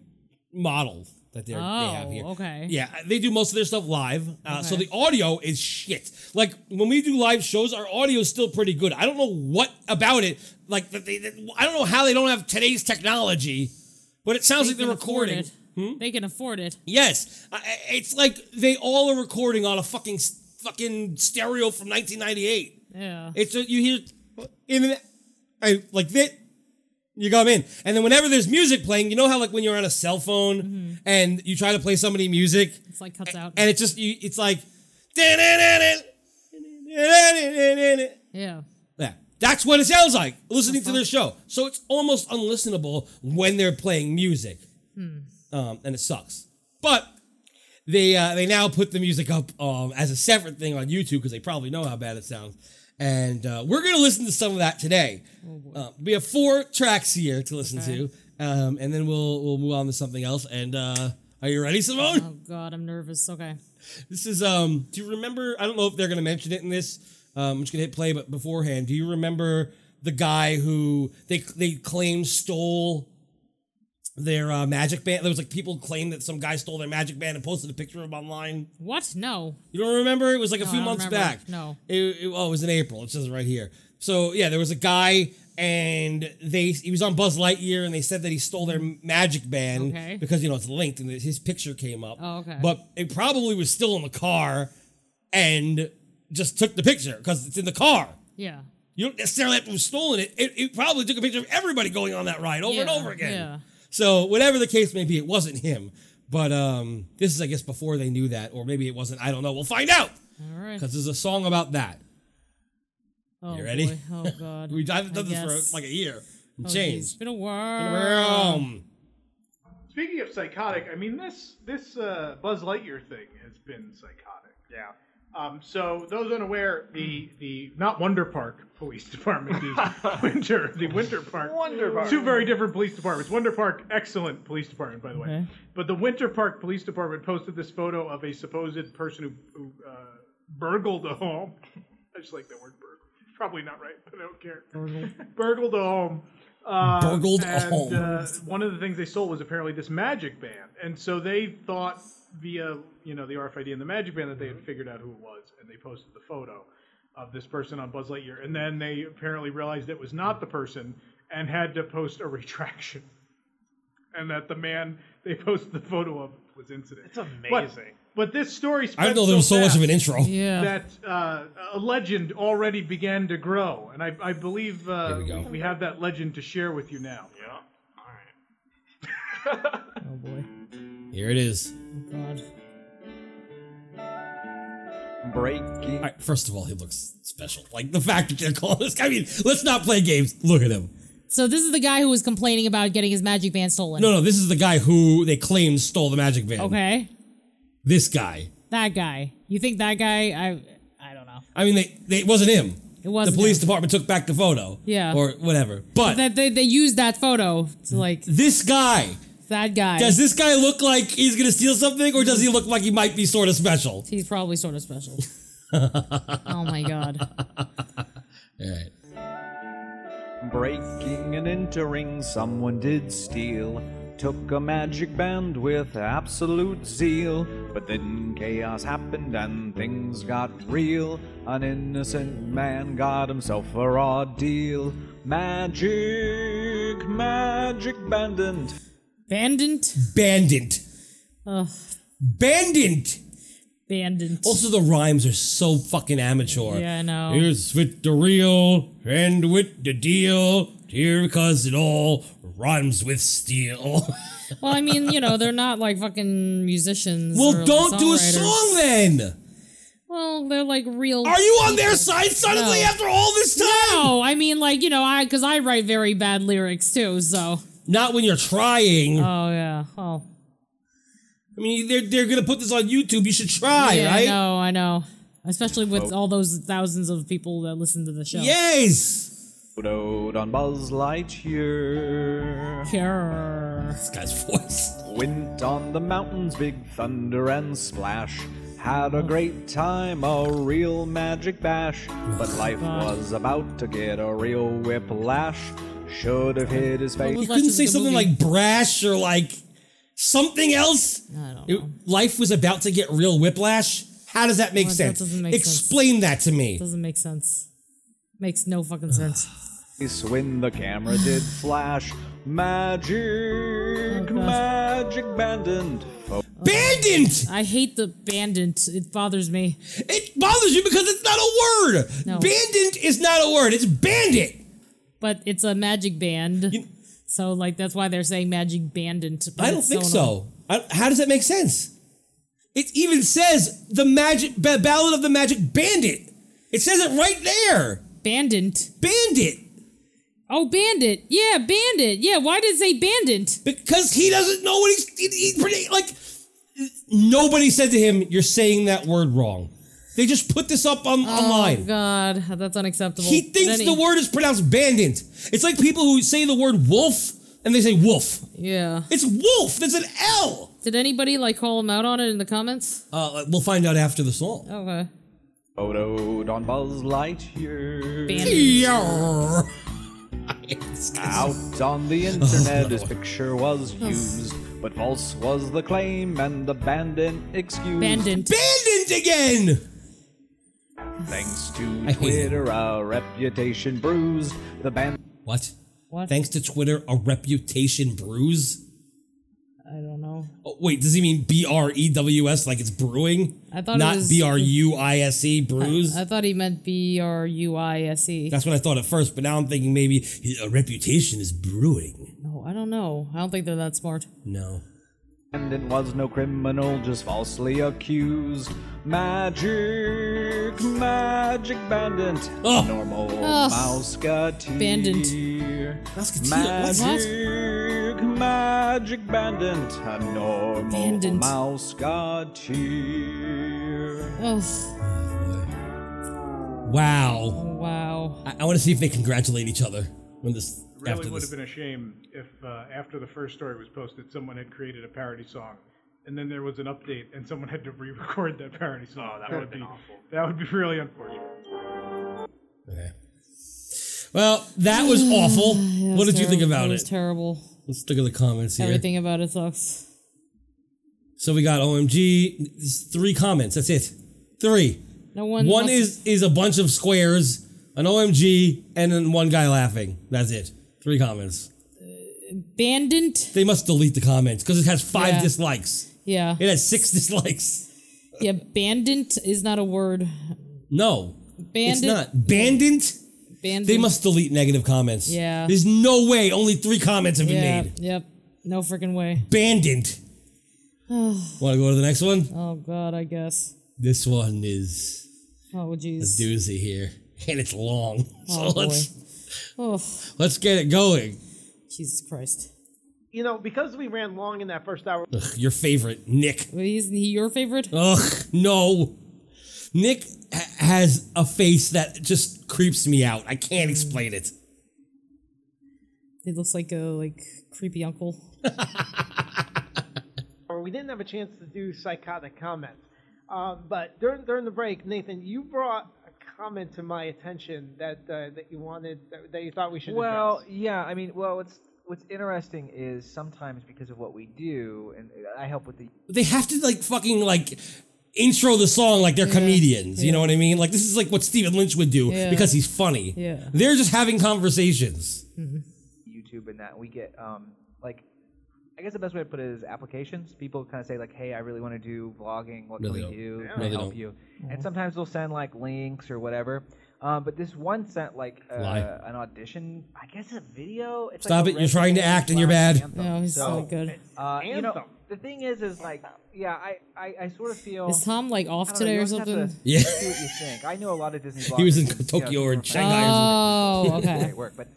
[SPEAKER 4] model that they're, they have here.
[SPEAKER 5] Oh, okay.
[SPEAKER 4] Yeah, they do most of their stuff live, uh, so the audio is shit. Like when we do live shows, our audio is still pretty good. I don't know what about it. Like that they, that- I don't know how they don't have today's technology, but it sounds like
[SPEAKER 5] They
[SPEAKER 4] they're
[SPEAKER 5] can afford
[SPEAKER 4] recording. Hmm?
[SPEAKER 5] it. They can afford it.
[SPEAKER 4] Yes, I- I- it's like they all are recording on a fucking s- fucking stereo from 1998.
[SPEAKER 5] Yeah.
[SPEAKER 4] It's a, you hear in and I like that. You come in, and then whenever there's music playing, you know how like when you're on a cell phone and you try to play somebody music,
[SPEAKER 5] It's like cuts out.
[SPEAKER 4] and it's just you, it's like
[SPEAKER 5] yeah.
[SPEAKER 4] yeah. That's what it sounds like listening to their show. So it's almost unlistenable when they're playing music, um, and it sucks. But they uh, they now put the music up um, as a separate thing on YouTube because they probably know how bad it sounds. And uh, we're gonna listen to some of that today. Uh, we have four tracks here to listen to, um, and then we'll we'll move on to something else. And uh, are you ready, Simone?
[SPEAKER 5] Oh, God. I'm nervous. Okay.
[SPEAKER 4] This is um. Do you remember? I don't know if they're gonna mention it in this. Um, I'm just gonna hit play, but beforehand, do you remember the guy who they they claim stole their uh, magic band? There was like people claimed that some guy stole their magic band and posted a picture of him online.
[SPEAKER 5] What? No.
[SPEAKER 4] You don't remember? It was like a
[SPEAKER 5] No,
[SPEAKER 4] few
[SPEAKER 5] I don't
[SPEAKER 4] months
[SPEAKER 5] remember.
[SPEAKER 4] back.
[SPEAKER 5] No.
[SPEAKER 4] It, it- oh, it was in April. It says it right here. So yeah, there was a guy and they he was on Buzz Lightyear and they said that he stole their magic band
[SPEAKER 5] Okay.
[SPEAKER 4] because you know it's linked and his picture came up.
[SPEAKER 5] Oh, okay.
[SPEAKER 4] But it probably was still in the car and just took the picture because it's in the car.
[SPEAKER 5] Yeah.
[SPEAKER 4] You don't necessarily have to have stolen it. it. It probably took a picture of everybody going on that ride over and
[SPEAKER 5] Yeah,
[SPEAKER 4] over again.
[SPEAKER 5] yeah.
[SPEAKER 4] So whatever the case may be, it wasn't him. But um, this is, I guess, before they knew that, or maybe it wasn't. I don't know. We'll find out
[SPEAKER 5] All right.
[SPEAKER 4] because there's a song about that.
[SPEAKER 5] Oh,
[SPEAKER 4] You ready?
[SPEAKER 5] boy. Oh, God.
[SPEAKER 4] We haven't
[SPEAKER 5] I
[SPEAKER 4] done this
[SPEAKER 5] guess.
[SPEAKER 4] for like a year. And
[SPEAKER 5] Oh,
[SPEAKER 4] change.
[SPEAKER 5] geez. It's been a while.
[SPEAKER 4] Boom.
[SPEAKER 8] Speaking of psychotic, I mean this this uh, Buzz Lightyear thing has been psychotic. Yeah. Um, so those unaware, the the not Wonder Park Police Department, the Winter the Winter Park,
[SPEAKER 3] Wonder Park.
[SPEAKER 8] two very different police departments. Wonder Park, excellent police department by the way. But the Winter Park Police Department posted this photo of a supposed person who, who uh, burgled a home. I just like that word burgled. probably not right, but I don't care. Burgled a home. Uh,
[SPEAKER 4] Burgled a
[SPEAKER 8] and,
[SPEAKER 4] home.
[SPEAKER 8] Uh, one of the things they sold was apparently this magic band, and so they thought via you know the RFID and the magic band that they
[SPEAKER 4] Mm-hmm.
[SPEAKER 8] had figured out who it was, and they posted the photo of this person on Buzz Lightyear, and then they apparently realized it was not the person and had to post a retraction, and that the man they posted the photo of was incident. That's
[SPEAKER 9] amazing.
[SPEAKER 8] But, this story.
[SPEAKER 4] I
[SPEAKER 8] spread
[SPEAKER 4] know there was so much of
[SPEAKER 8] fast
[SPEAKER 4] an intro.
[SPEAKER 5] Yeah.
[SPEAKER 8] that uh, a legend already began to grow, and I, I believe uh,
[SPEAKER 4] There we go.
[SPEAKER 8] we have that legend to share with you now.
[SPEAKER 9] Yeah.
[SPEAKER 5] Oh boy.
[SPEAKER 4] Here it is.
[SPEAKER 5] Oh god.
[SPEAKER 4] All
[SPEAKER 9] Breaking.
[SPEAKER 4] right, first of all, he looks special. Like the fact that they're calling this. I mean, let's not play games. Look at him.
[SPEAKER 5] So this is the guy who was complaining about getting his magic band stolen.
[SPEAKER 4] No, no, this is the guy who they claim stole the magic van.
[SPEAKER 5] Okay.
[SPEAKER 4] This guy.
[SPEAKER 5] That guy. You think that guy? I I don't know.
[SPEAKER 4] I mean, they, they it wasn't him.
[SPEAKER 5] It wasn't
[SPEAKER 4] the police
[SPEAKER 5] him.
[SPEAKER 4] department took back the photo.
[SPEAKER 5] Yeah.
[SPEAKER 4] Or whatever. But
[SPEAKER 5] That they, they used that photo to like
[SPEAKER 4] this guy.
[SPEAKER 5] that guy.
[SPEAKER 4] Does this guy look like he's gonna steal something, or does he look like he might be sort of special?
[SPEAKER 5] He's probably sort of special. oh my god.
[SPEAKER 4] All right.
[SPEAKER 9] Breaking and entering, someone did steal. Took a magic band with absolute zeal. But then chaos happened and things got real. An innocent man got himself a raw deal. Magic, magic bandit.
[SPEAKER 5] Bandit.
[SPEAKER 4] Bandit.
[SPEAKER 5] Ugh.
[SPEAKER 4] Bandit.
[SPEAKER 5] Bandit.
[SPEAKER 4] Also, the rhymes are so fucking amateur.
[SPEAKER 5] Yeah, I know.
[SPEAKER 4] Here's with the real and with the deal. Here, cause it all rhymes with steel.
[SPEAKER 5] well, I mean, you know, they're not like fucking musicians.
[SPEAKER 4] well,
[SPEAKER 5] or, like,
[SPEAKER 4] don't do a
[SPEAKER 5] songwriters.
[SPEAKER 4] song then.
[SPEAKER 5] Well, they're like real.
[SPEAKER 4] Are you on their side suddenly
[SPEAKER 5] No.
[SPEAKER 4] after all this time?
[SPEAKER 5] No, I mean, like you know, I because I write very bad lyrics too. So.
[SPEAKER 4] Not when you're trying.
[SPEAKER 5] Oh yeah. Oh.
[SPEAKER 4] I mean, they're they're gonna put this on YouTube. You should try,
[SPEAKER 5] Yeah,
[SPEAKER 4] right?
[SPEAKER 5] I know. I know. Especially with all those thousands of people that listen to the show.
[SPEAKER 4] Yes.
[SPEAKER 9] Photoed on Buzz Lightyear.
[SPEAKER 5] Care.
[SPEAKER 4] This guy's voice.
[SPEAKER 9] Went on the mountains, big thunder and splash. Had a great time, a real magic bash. But life was about to get a real whiplash. Should have hit his
[SPEAKER 5] What
[SPEAKER 9] face.
[SPEAKER 5] was
[SPEAKER 4] You
[SPEAKER 5] Fletcher's
[SPEAKER 4] couldn't
[SPEAKER 5] a
[SPEAKER 4] say
[SPEAKER 5] good
[SPEAKER 4] something
[SPEAKER 5] movie.
[SPEAKER 4] like brash or like something else.
[SPEAKER 5] I don't
[SPEAKER 4] It-
[SPEAKER 5] know.
[SPEAKER 4] life was about to get real whiplash. How does that make
[SPEAKER 5] Well, that
[SPEAKER 4] sense?
[SPEAKER 5] doesn't make sense.
[SPEAKER 4] Explain that to me.
[SPEAKER 5] Doesn't make sense. Makes no fucking sense.
[SPEAKER 9] when the camera did flash. Magic,
[SPEAKER 5] Oh, God.
[SPEAKER 9] magic bandit.
[SPEAKER 4] Bandit!
[SPEAKER 5] I hate the bandit. It bothers me.
[SPEAKER 4] It bothers you because it's not a word.
[SPEAKER 5] No.
[SPEAKER 4] Bandit is not a word. It's bandit.
[SPEAKER 5] But it's a magic band.
[SPEAKER 4] You-
[SPEAKER 5] so like that's why they're saying magic bandit. but
[SPEAKER 4] I don't
[SPEAKER 5] it's
[SPEAKER 4] think
[SPEAKER 5] annoying.
[SPEAKER 4] so. I, how does that make sense? It even says the magic ba- ballad of the magic bandit. It says it right there.
[SPEAKER 5] Bandit.
[SPEAKER 4] Bandit.
[SPEAKER 5] Oh, bandit. Yeah, bandit. Yeah, why did it say bandit?
[SPEAKER 4] Because he doesn't know what he's he, he, pretty- like. Nobody said to him, "You're saying that word wrong." They just put this up on,
[SPEAKER 5] Oh,
[SPEAKER 4] online.
[SPEAKER 5] God. That's unacceptable.
[SPEAKER 4] He thinks
[SPEAKER 5] Then
[SPEAKER 4] the word is pronounced bandit. It's like people who say the word wolf and they say wolf.
[SPEAKER 5] Yeah.
[SPEAKER 4] It's wolf. That's an L.
[SPEAKER 5] Did anybody like call him out on it in the comments?
[SPEAKER 4] Uh, we'll find out after the song.
[SPEAKER 5] Okay.
[SPEAKER 9] Photoed on Buzz Lightyear.
[SPEAKER 5] Bandit.
[SPEAKER 4] Yeah.
[SPEAKER 9] Out on
[SPEAKER 4] Oh,
[SPEAKER 9] the internet, his picture was used, but false was the claim and the bandit excuse.
[SPEAKER 5] Bandit.
[SPEAKER 4] Bandit again.
[SPEAKER 9] Thanks to
[SPEAKER 4] I hate it.
[SPEAKER 9] Twitter, a reputation bruised. The band
[SPEAKER 4] What?
[SPEAKER 5] What?
[SPEAKER 4] Thanks to Twitter, a reputation bruise.
[SPEAKER 5] I don't know.
[SPEAKER 4] Oh, wait, does he mean B R E W S like it's brewing?
[SPEAKER 5] I thought it
[SPEAKER 4] not
[SPEAKER 5] was-
[SPEAKER 4] B R U I S E bruise.
[SPEAKER 5] I thought he meant B R U I S E.
[SPEAKER 4] That's what I thought at first, but now I'm thinking maybe a reputation is brewing.
[SPEAKER 5] No, I don't know. I don't think they're that smart.
[SPEAKER 4] No.
[SPEAKER 9] bandit was no criminal, just falsely accused. Magic, magic bandit.
[SPEAKER 4] Oh.
[SPEAKER 9] Normal
[SPEAKER 5] Ugh.
[SPEAKER 9] mouseketeer.
[SPEAKER 5] Bandit.
[SPEAKER 4] Musketeer, what's-
[SPEAKER 9] Magic, magic bandit. A normal
[SPEAKER 5] Bandit.
[SPEAKER 9] mouseketeer.
[SPEAKER 5] Oh,
[SPEAKER 4] Wow.
[SPEAKER 5] wow.
[SPEAKER 4] I, I want to see if they congratulate each other when this
[SPEAKER 8] Really
[SPEAKER 4] after
[SPEAKER 8] would have
[SPEAKER 4] this.
[SPEAKER 8] been a shame if uh, after the first story was posted, someone had created a parody song, and then there was an update, and someone had to re-record that parody song. that would be awful. That would be really unfortunate.
[SPEAKER 4] Okay. Well, that was awful.
[SPEAKER 5] Yeah,
[SPEAKER 4] what
[SPEAKER 5] was
[SPEAKER 4] did you think
[SPEAKER 5] terrible.
[SPEAKER 4] about
[SPEAKER 5] It was
[SPEAKER 4] it?
[SPEAKER 5] terrible.
[SPEAKER 4] Let's look at the comments here.
[SPEAKER 5] Everything about it sucks.
[SPEAKER 4] So we got OMG. It's Three comments. That's it. Three.
[SPEAKER 5] No one.
[SPEAKER 4] One
[SPEAKER 5] wants-
[SPEAKER 4] is is a bunch of squares, an OMG, and then one guy laughing. That's it. Three comments.
[SPEAKER 5] abandoned.
[SPEAKER 4] They must delete the comments because it has five
[SPEAKER 5] Yeah.
[SPEAKER 4] dislikes.
[SPEAKER 5] Yeah.
[SPEAKER 4] It has six dislikes.
[SPEAKER 5] yeah. Abandoned is not a word.
[SPEAKER 4] No,
[SPEAKER 5] Bandit.
[SPEAKER 4] it's not. Bandit.
[SPEAKER 5] Bandit.
[SPEAKER 4] They must delete negative comments.
[SPEAKER 5] Yeah.
[SPEAKER 4] There's no way only three comments have been
[SPEAKER 5] Yeah.
[SPEAKER 4] made.
[SPEAKER 5] Yep. No freaking way.
[SPEAKER 4] Bandit. Want to go to the next one?
[SPEAKER 5] Oh God. I guess.
[SPEAKER 4] This one is
[SPEAKER 5] Oh jeez.
[SPEAKER 4] doozy here, and it's long. So
[SPEAKER 5] Oh, boy.
[SPEAKER 4] let's
[SPEAKER 5] Oh
[SPEAKER 4] let's get it going.
[SPEAKER 5] Jesus Christ.
[SPEAKER 10] You know, because we ran long in that first hour,
[SPEAKER 4] Ugh, your favorite, Nick.
[SPEAKER 5] Wait, Isn't he your favorite?
[SPEAKER 4] Ugh, no. Nick ha- has a face that just creeps me out. I can't explain it.
[SPEAKER 5] He looks like a like creepy uncle.
[SPEAKER 10] we didn't have a chance to do psychotic comments. Um, but during during the break, Nathan, you brought a comment to my attention that uh, that you wanted that, that you thought we should
[SPEAKER 3] Well,
[SPEAKER 10] address.
[SPEAKER 3] yeah. I mean, well, what's what's interesting is sometimes because of what we do, and I help with the
[SPEAKER 4] They have to like fucking like intro the song like they're comedians. You know what I mean? Like this is like what Stephen Lynch would do
[SPEAKER 5] Yeah.
[SPEAKER 4] because he's funny.
[SPEAKER 5] Yeah.
[SPEAKER 4] They're just having conversations.
[SPEAKER 3] YouTube and that we get um like I guess the best way to put it is applications. People kind of say like, "Hey, I really want to do vlogging. What
[SPEAKER 4] No,
[SPEAKER 3] can
[SPEAKER 4] they
[SPEAKER 3] we do? Can
[SPEAKER 4] No,
[SPEAKER 3] I
[SPEAKER 4] they
[SPEAKER 3] help
[SPEAKER 4] don't.
[SPEAKER 3] you?" And sometimes they'll send like links or whatever. Um, but this one sent like uh,
[SPEAKER 4] Lie.
[SPEAKER 3] an audition, I guess a video. It's
[SPEAKER 4] Stop
[SPEAKER 3] like a
[SPEAKER 4] it, you're trying to
[SPEAKER 3] resume
[SPEAKER 4] act and you're
[SPEAKER 3] slash
[SPEAKER 4] bad.
[SPEAKER 3] anthem.
[SPEAKER 5] No, he's so,
[SPEAKER 3] so
[SPEAKER 5] good.
[SPEAKER 3] Uh, you know,
[SPEAKER 10] Anthem.
[SPEAKER 3] the thing is, is like, yeah, I, I, I sort of feel.
[SPEAKER 5] Is Tom like
[SPEAKER 3] I
[SPEAKER 5] off
[SPEAKER 3] don't know,
[SPEAKER 5] today
[SPEAKER 3] you
[SPEAKER 5] or
[SPEAKER 3] always have to
[SPEAKER 5] something?
[SPEAKER 4] Yeah.
[SPEAKER 3] See what you think. I know a lot of Disney.
[SPEAKER 4] He was in
[SPEAKER 3] bloggers, you know,
[SPEAKER 4] Tokyo or
[SPEAKER 3] from
[SPEAKER 4] Shanghai or something.
[SPEAKER 5] Oh, okay.
[SPEAKER 3] Great work, but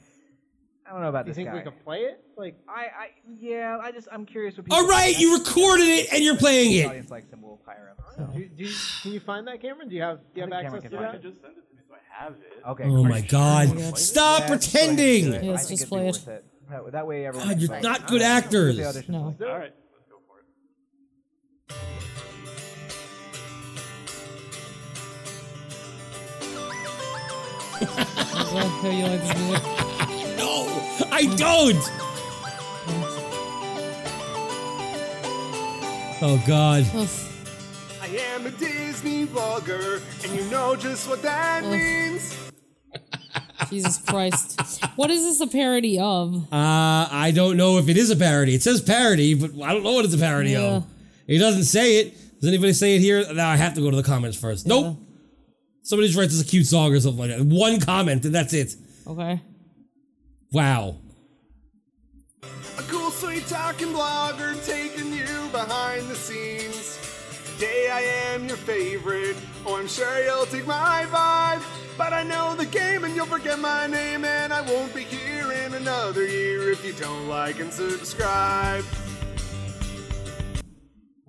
[SPEAKER 3] I don't know about
[SPEAKER 10] you
[SPEAKER 3] this
[SPEAKER 10] think
[SPEAKER 3] guy.
[SPEAKER 10] we could play it? Like,
[SPEAKER 3] I, I, yeah, I just, I'm curious what people.
[SPEAKER 4] All right, you recorded it and you're playing
[SPEAKER 3] The
[SPEAKER 4] it.
[SPEAKER 3] audience likes him. We'll hire him. So.
[SPEAKER 10] do, you- do you, can you find that, Cameron? Do you have do you have
[SPEAKER 3] think Cameron
[SPEAKER 10] access
[SPEAKER 3] can
[SPEAKER 10] to
[SPEAKER 3] find
[SPEAKER 10] that?
[SPEAKER 3] it. Okay.
[SPEAKER 4] Oh my
[SPEAKER 3] great.
[SPEAKER 4] god. Stop
[SPEAKER 3] Yeah, let's play it.
[SPEAKER 4] pretending.
[SPEAKER 5] Yes,
[SPEAKER 3] I think
[SPEAKER 5] just
[SPEAKER 3] it'd
[SPEAKER 5] play
[SPEAKER 3] be
[SPEAKER 5] it.
[SPEAKER 3] worth it. That, that way, everyone.
[SPEAKER 4] God,
[SPEAKER 3] can
[SPEAKER 4] you're
[SPEAKER 3] play it.
[SPEAKER 4] not good
[SPEAKER 3] I don't know. Let's see
[SPEAKER 4] actors.
[SPEAKER 3] what the audition's
[SPEAKER 5] No.
[SPEAKER 3] like.
[SPEAKER 5] All right. Let's go for it. you like this music?
[SPEAKER 4] No, I don't. Oh God.
[SPEAKER 5] Oof.
[SPEAKER 11] I am a Disney vlogger, and you know just what that
[SPEAKER 5] Ugh.
[SPEAKER 11] means.
[SPEAKER 5] Jesus Christ. What is this a parody of?
[SPEAKER 4] Uh, I don't know if it is a parody. It says parody, but I don't know what it's a parody of. It doesn't say it. Does anybody say it here? Now I have to go to the comments first. Nope. Somebody just writes us a cute song or something like that. One comment and that's it.
[SPEAKER 5] Okay.
[SPEAKER 4] Wow.
[SPEAKER 11] A cool, sweet talking blogger taking you behind the scenes. Today I am your favorite. Oh, I'm sure you'll take my vibe. But I know the game and you'll forget my name, and I won't be here in another year if you don't like and subscribe.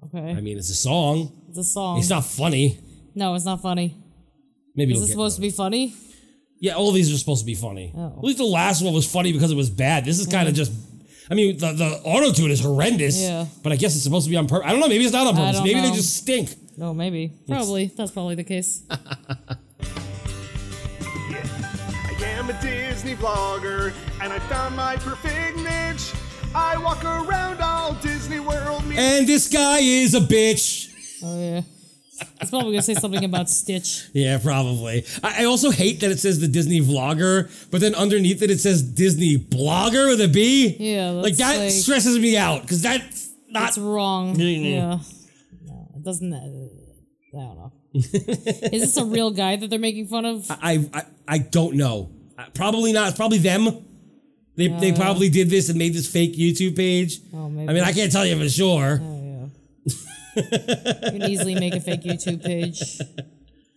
[SPEAKER 5] Okay.
[SPEAKER 4] I mean, it's a song.
[SPEAKER 5] it's a song.
[SPEAKER 4] It's not funny.
[SPEAKER 5] no, it's not funny.
[SPEAKER 4] Maybe
[SPEAKER 5] Is
[SPEAKER 4] you'll
[SPEAKER 5] this
[SPEAKER 4] get
[SPEAKER 5] supposed to be funny?
[SPEAKER 4] Yeah, all these are supposed to be funny.
[SPEAKER 5] Oh.
[SPEAKER 4] At least the last one was funny because it was bad. This is kind of just. I mean, the, the auto tune is horrendous.
[SPEAKER 5] Yeah.
[SPEAKER 4] But I guess it's supposed to be on purpose. I don't know. Maybe it's not on
[SPEAKER 5] I
[SPEAKER 4] purpose.
[SPEAKER 5] don't
[SPEAKER 4] Maybe they
[SPEAKER 5] know.
[SPEAKER 4] just stink.
[SPEAKER 5] No, maybe. Probably. That's probably the case.
[SPEAKER 4] Oh,
[SPEAKER 11] I am a Disney vlogger, and I found my perfect niche. I walk around all Disney World. meet-
[SPEAKER 4] And this guy is a bitch.
[SPEAKER 5] Oh, yeah. It's probably going to say something about Stitch.
[SPEAKER 4] Yeah, probably. I, I also hate that it says the Disney vlogger, but then underneath it it says Disney blogger with a B.
[SPEAKER 5] Yeah,
[SPEAKER 4] like
[SPEAKER 5] that's
[SPEAKER 4] that
[SPEAKER 5] like-
[SPEAKER 4] stresses me out because that's not.
[SPEAKER 5] That's wrong.
[SPEAKER 4] Mm.
[SPEAKER 5] Yeah. No, it doesn't. Uh, I don't know. Is this a real guy that they're making fun of?
[SPEAKER 4] I, I I don't know. Uh, Probably not. It's probably them. They they probably did this and made this fake YouTube page.
[SPEAKER 5] Oh, maybe.
[SPEAKER 4] I mean, I can't tell you for sure.
[SPEAKER 5] Oh, yeah. you can easily make a fake YouTube page.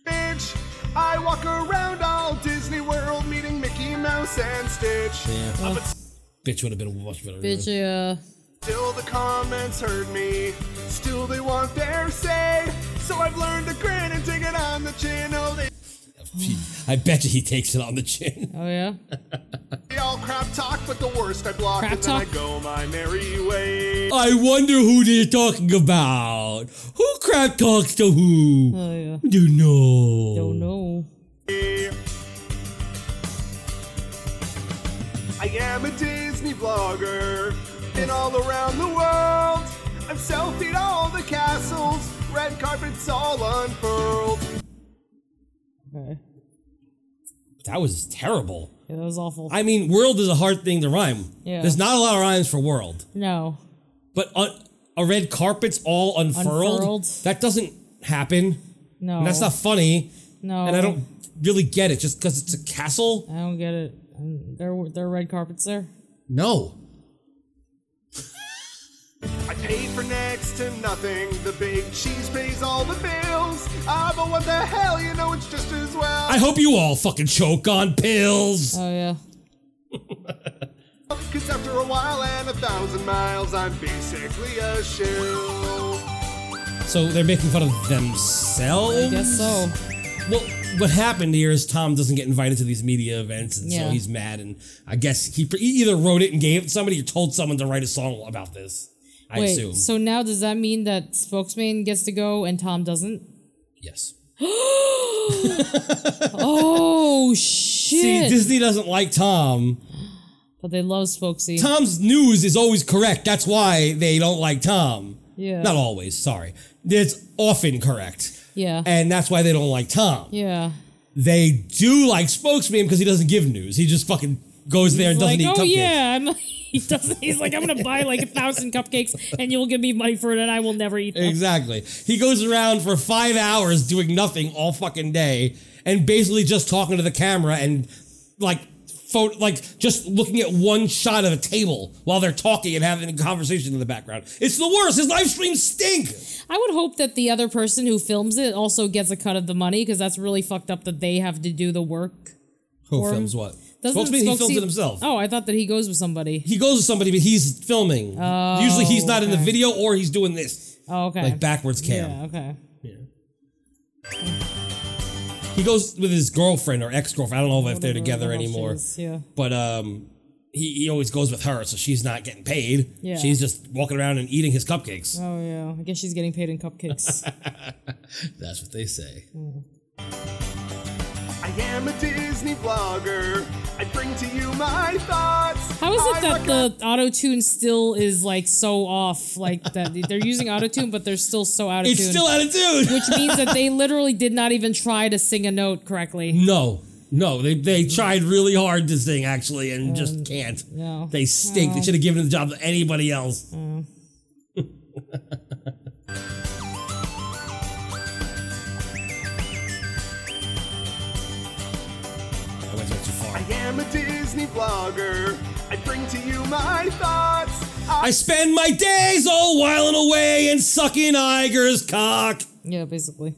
[SPEAKER 11] bitch. I walk around all Disney World meeting Mickey Mouse and Stitch. Uh, but
[SPEAKER 4] Bitch would have been much better.
[SPEAKER 5] Bitch, yeah.
[SPEAKER 11] still the comments hurt me. Still they want their say. So I've learned to grin and take it on the chin. Oh, they
[SPEAKER 4] Gee, I bet you he takes it on the chin.
[SPEAKER 5] Oh, yeah.
[SPEAKER 11] they all crap talk, but the worst I block
[SPEAKER 5] Crap
[SPEAKER 11] and then
[SPEAKER 5] talk?
[SPEAKER 11] I go my merry way.
[SPEAKER 4] I wonder who they're talking about. Who crap talks to who?
[SPEAKER 5] Oh, yeah.
[SPEAKER 4] Don't know.
[SPEAKER 5] Don't know.
[SPEAKER 11] I am a Disney blogger. And all around the world, I've selfied all the castles, red carpets all unfurled.
[SPEAKER 4] That was terrible.
[SPEAKER 5] Yeah, that was awful.
[SPEAKER 4] I mean, world is a hard thing to rhyme.
[SPEAKER 5] Yeah.
[SPEAKER 4] There's not a lot of rhymes for world.
[SPEAKER 5] no.
[SPEAKER 4] But uh, a red carpet's all unfurled.
[SPEAKER 5] Unfurled.
[SPEAKER 4] That doesn't happen.
[SPEAKER 5] No.
[SPEAKER 4] And that's not funny.
[SPEAKER 5] No.
[SPEAKER 4] And I don't really get it just because it's a castle.
[SPEAKER 5] I don't get it. Um, There were there are red carpets there.
[SPEAKER 4] No.
[SPEAKER 11] I paid for next to nothing. The big cheese pays all the bills. Ah, but what the hell? You know it's just as well.
[SPEAKER 4] I hope you all fucking choke on pills.
[SPEAKER 5] Oh yeah.
[SPEAKER 11] Cause after a while and a thousand miles, I'm basically a shell.
[SPEAKER 4] So they're making fun of themselves?
[SPEAKER 5] I guess so.
[SPEAKER 4] Well, what happened here is Tom doesn't get invited to these media events, and so
[SPEAKER 5] Yeah.
[SPEAKER 4] he's mad. And I guess he, pr- he either wrote it and gave it to somebody or told someone to write a song about this. I
[SPEAKER 5] Wait.
[SPEAKER 4] assume.
[SPEAKER 5] So now does that mean that spokesman gets to go and Tom doesn't?
[SPEAKER 4] yes.
[SPEAKER 5] oh shit!
[SPEAKER 4] See, Disney doesn't like Tom.
[SPEAKER 5] but they love Spokesy.
[SPEAKER 4] Tom's news is always correct. That's why they don't like Tom.
[SPEAKER 5] Yeah.
[SPEAKER 4] Not always, sorry. It's often correct.
[SPEAKER 5] Yeah.
[SPEAKER 4] And that's why they don't like Tom.
[SPEAKER 5] yeah.
[SPEAKER 4] They do like Spokesman because he doesn't give news. He just fucking goes there and doesn't
[SPEAKER 5] like,
[SPEAKER 4] eat
[SPEAKER 5] oh
[SPEAKER 4] cupcakes.
[SPEAKER 5] yeah, I'm. He doesn't. He's like, I'm gonna buy like a thousand cupcakes, and you will give me money for it, and I will never eat them.
[SPEAKER 4] Exactly. He goes around for five hours doing nothing all fucking day and basically just talking to the camera and like photo, like just looking at one shot of a table while they're talking and having a conversation in the background. It's the worst. His live streams stink.
[SPEAKER 5] I would hope that the other person who films it also gets a cut of the money because that's really fucked up that they have to do the work.
[SPEAKER 4] Who
[SPEAKER 5] Or-
[SPEAKER 4] films what?
[SPEAKER 5] Doesn't
[SPEAKER 4] Spokesman, he films
[SPEAKER 5] Spokesy-
[SPEAKER 4] it himself.
[SPEAKER 5] Oh, I thought that he goes with somebody.
[SPEAKER 4] He goes with somebody, but he's filming. Usually he's not in the
[SPEAKER 5] Oh, okay.
[SPEAKER 4] video or he's doing this.
[SPEAKER 5] Oh, okay.
[SPEAKER 4] Like backwards cam.
[SPEAKER 5] Yeah. Okay.
[SPEAKER 4] He goes with his girlfriend or ex girlfriend. I don't know if they're
[SPEAKER 5] Whatever
[SPEAKER 4] together
[SPEAKER 5] the hell she
[SPEAKER 4] anymore.
[SPEAKER 5] is, Yeah.
[SPEAKER 4] but um he, he always goes with her so she's not getting paid
[SPEAKER 5] Yeah.
[SPEAKER 4] she's just walking around and eating his cupcakes
[SPEAKER 5] Oh yeah. I guess she's getting paid in cupcakes.
[SPEAKER 4] that's what they say
[SPEAKER 11] I am a Disney blogger. I bring to you my thoughts.
[SPEAKER 5] How is
[SPEAKER 11] I
[SPEAKER 5] it that the auto tune still is like so off? Like that they're using auto tune, but they're still so out of
[SPEAKER 4] it's
[SPEAKER 5] tune.
[SPEAKER 4] still out of tune
[SPEAKER 5] which means that they literally did not even try to sing a note correctly.
[SPEAKER 4] no no they, they tried really hard to sing actually and just can't
[SPEAKER 5] No.
[SPEAKER 4] they stink they
[SPEAKER 5] Oh.
[SPEAKER 4] should have given the job to anybody else I went way too far.
[SPEAKER 11] I am a Disney blogger. I bring to you my thoughts.
[SPEAKER 4] I spend my days all whiling away and sucking Iger's cock.
[SPEAKER 5] Yeah, basically.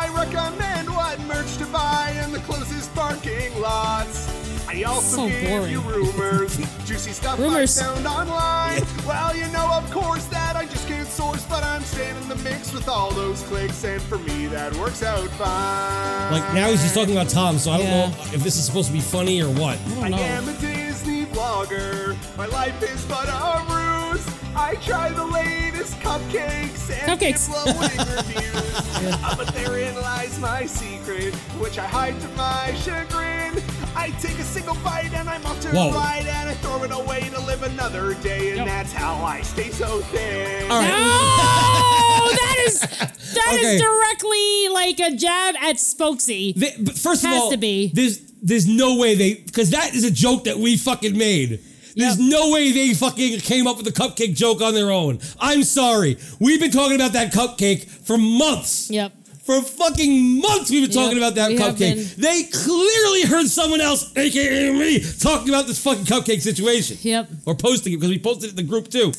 [SPEAKER 11] I recommend what merch to buy in the closest parking lots. I also
[SPEAKER 5] So
[SPEAKER 11] give
[SPEAKER 5] boring.
[SPEAKER 11] you rumors, juicy stuff
[SPEAKER 5] Rumors.
[SPEAKER 11] I found online. Well, you know, of course, that I just can't source, but I'm staying in the mix with all those clicks, and for me, that works out fine.
[SPEAKER 4] Like now he's just talking about Tom, so I don't
[SPEAKER 5] Yeah.
[SPEAKER 4] know if this is supposed to be funny or what.
[SPEAKER 5] I
[SPEAKER 11] I
[SPEAKER 5] don't know.
[SPEAKER 11] am a Disney blogger. My life is but a ruse. I try the latest cupcakes and give
[SPEAKER 5] Cupcakes.
[SPEAKER 11] glowing reviews. Uh, but therein lies my secret, which I hide to my chagrin. I take a single bite and I'm off to
[SPEAKER 4] Whoa.
[SPEAKER 11] the ride, and I throw it away to live another day, and that's how I stay so thin.
[SPEAKER 4] All
[SPEAKER 5] No,
[SPEAKER 4] right.
[SPEAKER 5] that is that is
[SPEAKER 4] Okay.
[SPEAKER 5] directly like a jab at Spokesy.
[SPEAKER 4] Th- but first of
[SPEAKER 5] Has
[SPEAKER 4] all,
[SPEAKER 5] to be.
[SPEAKER 4] there's there's no way they because that is a joke that we fucking made. There's no way they fucking came up with a cupcake joke on their own. I'm sorry. We've been talking about that cupcake for months.
[SPEAKER 5] Yep.
[SPEAKER 4] For fucking months, we've been
[SPEAKER 5] Yep,
[SPEAKER 4] talking about that
[SPEAKER 5] we have
[SPEAKER 4] cupcake. They clearly heard someone else, aka me, talking about this fucking cupcake situation.
[SPEAKER 5] Yep.
[SPEAKER 4] Or posting it because we posted it in the group too.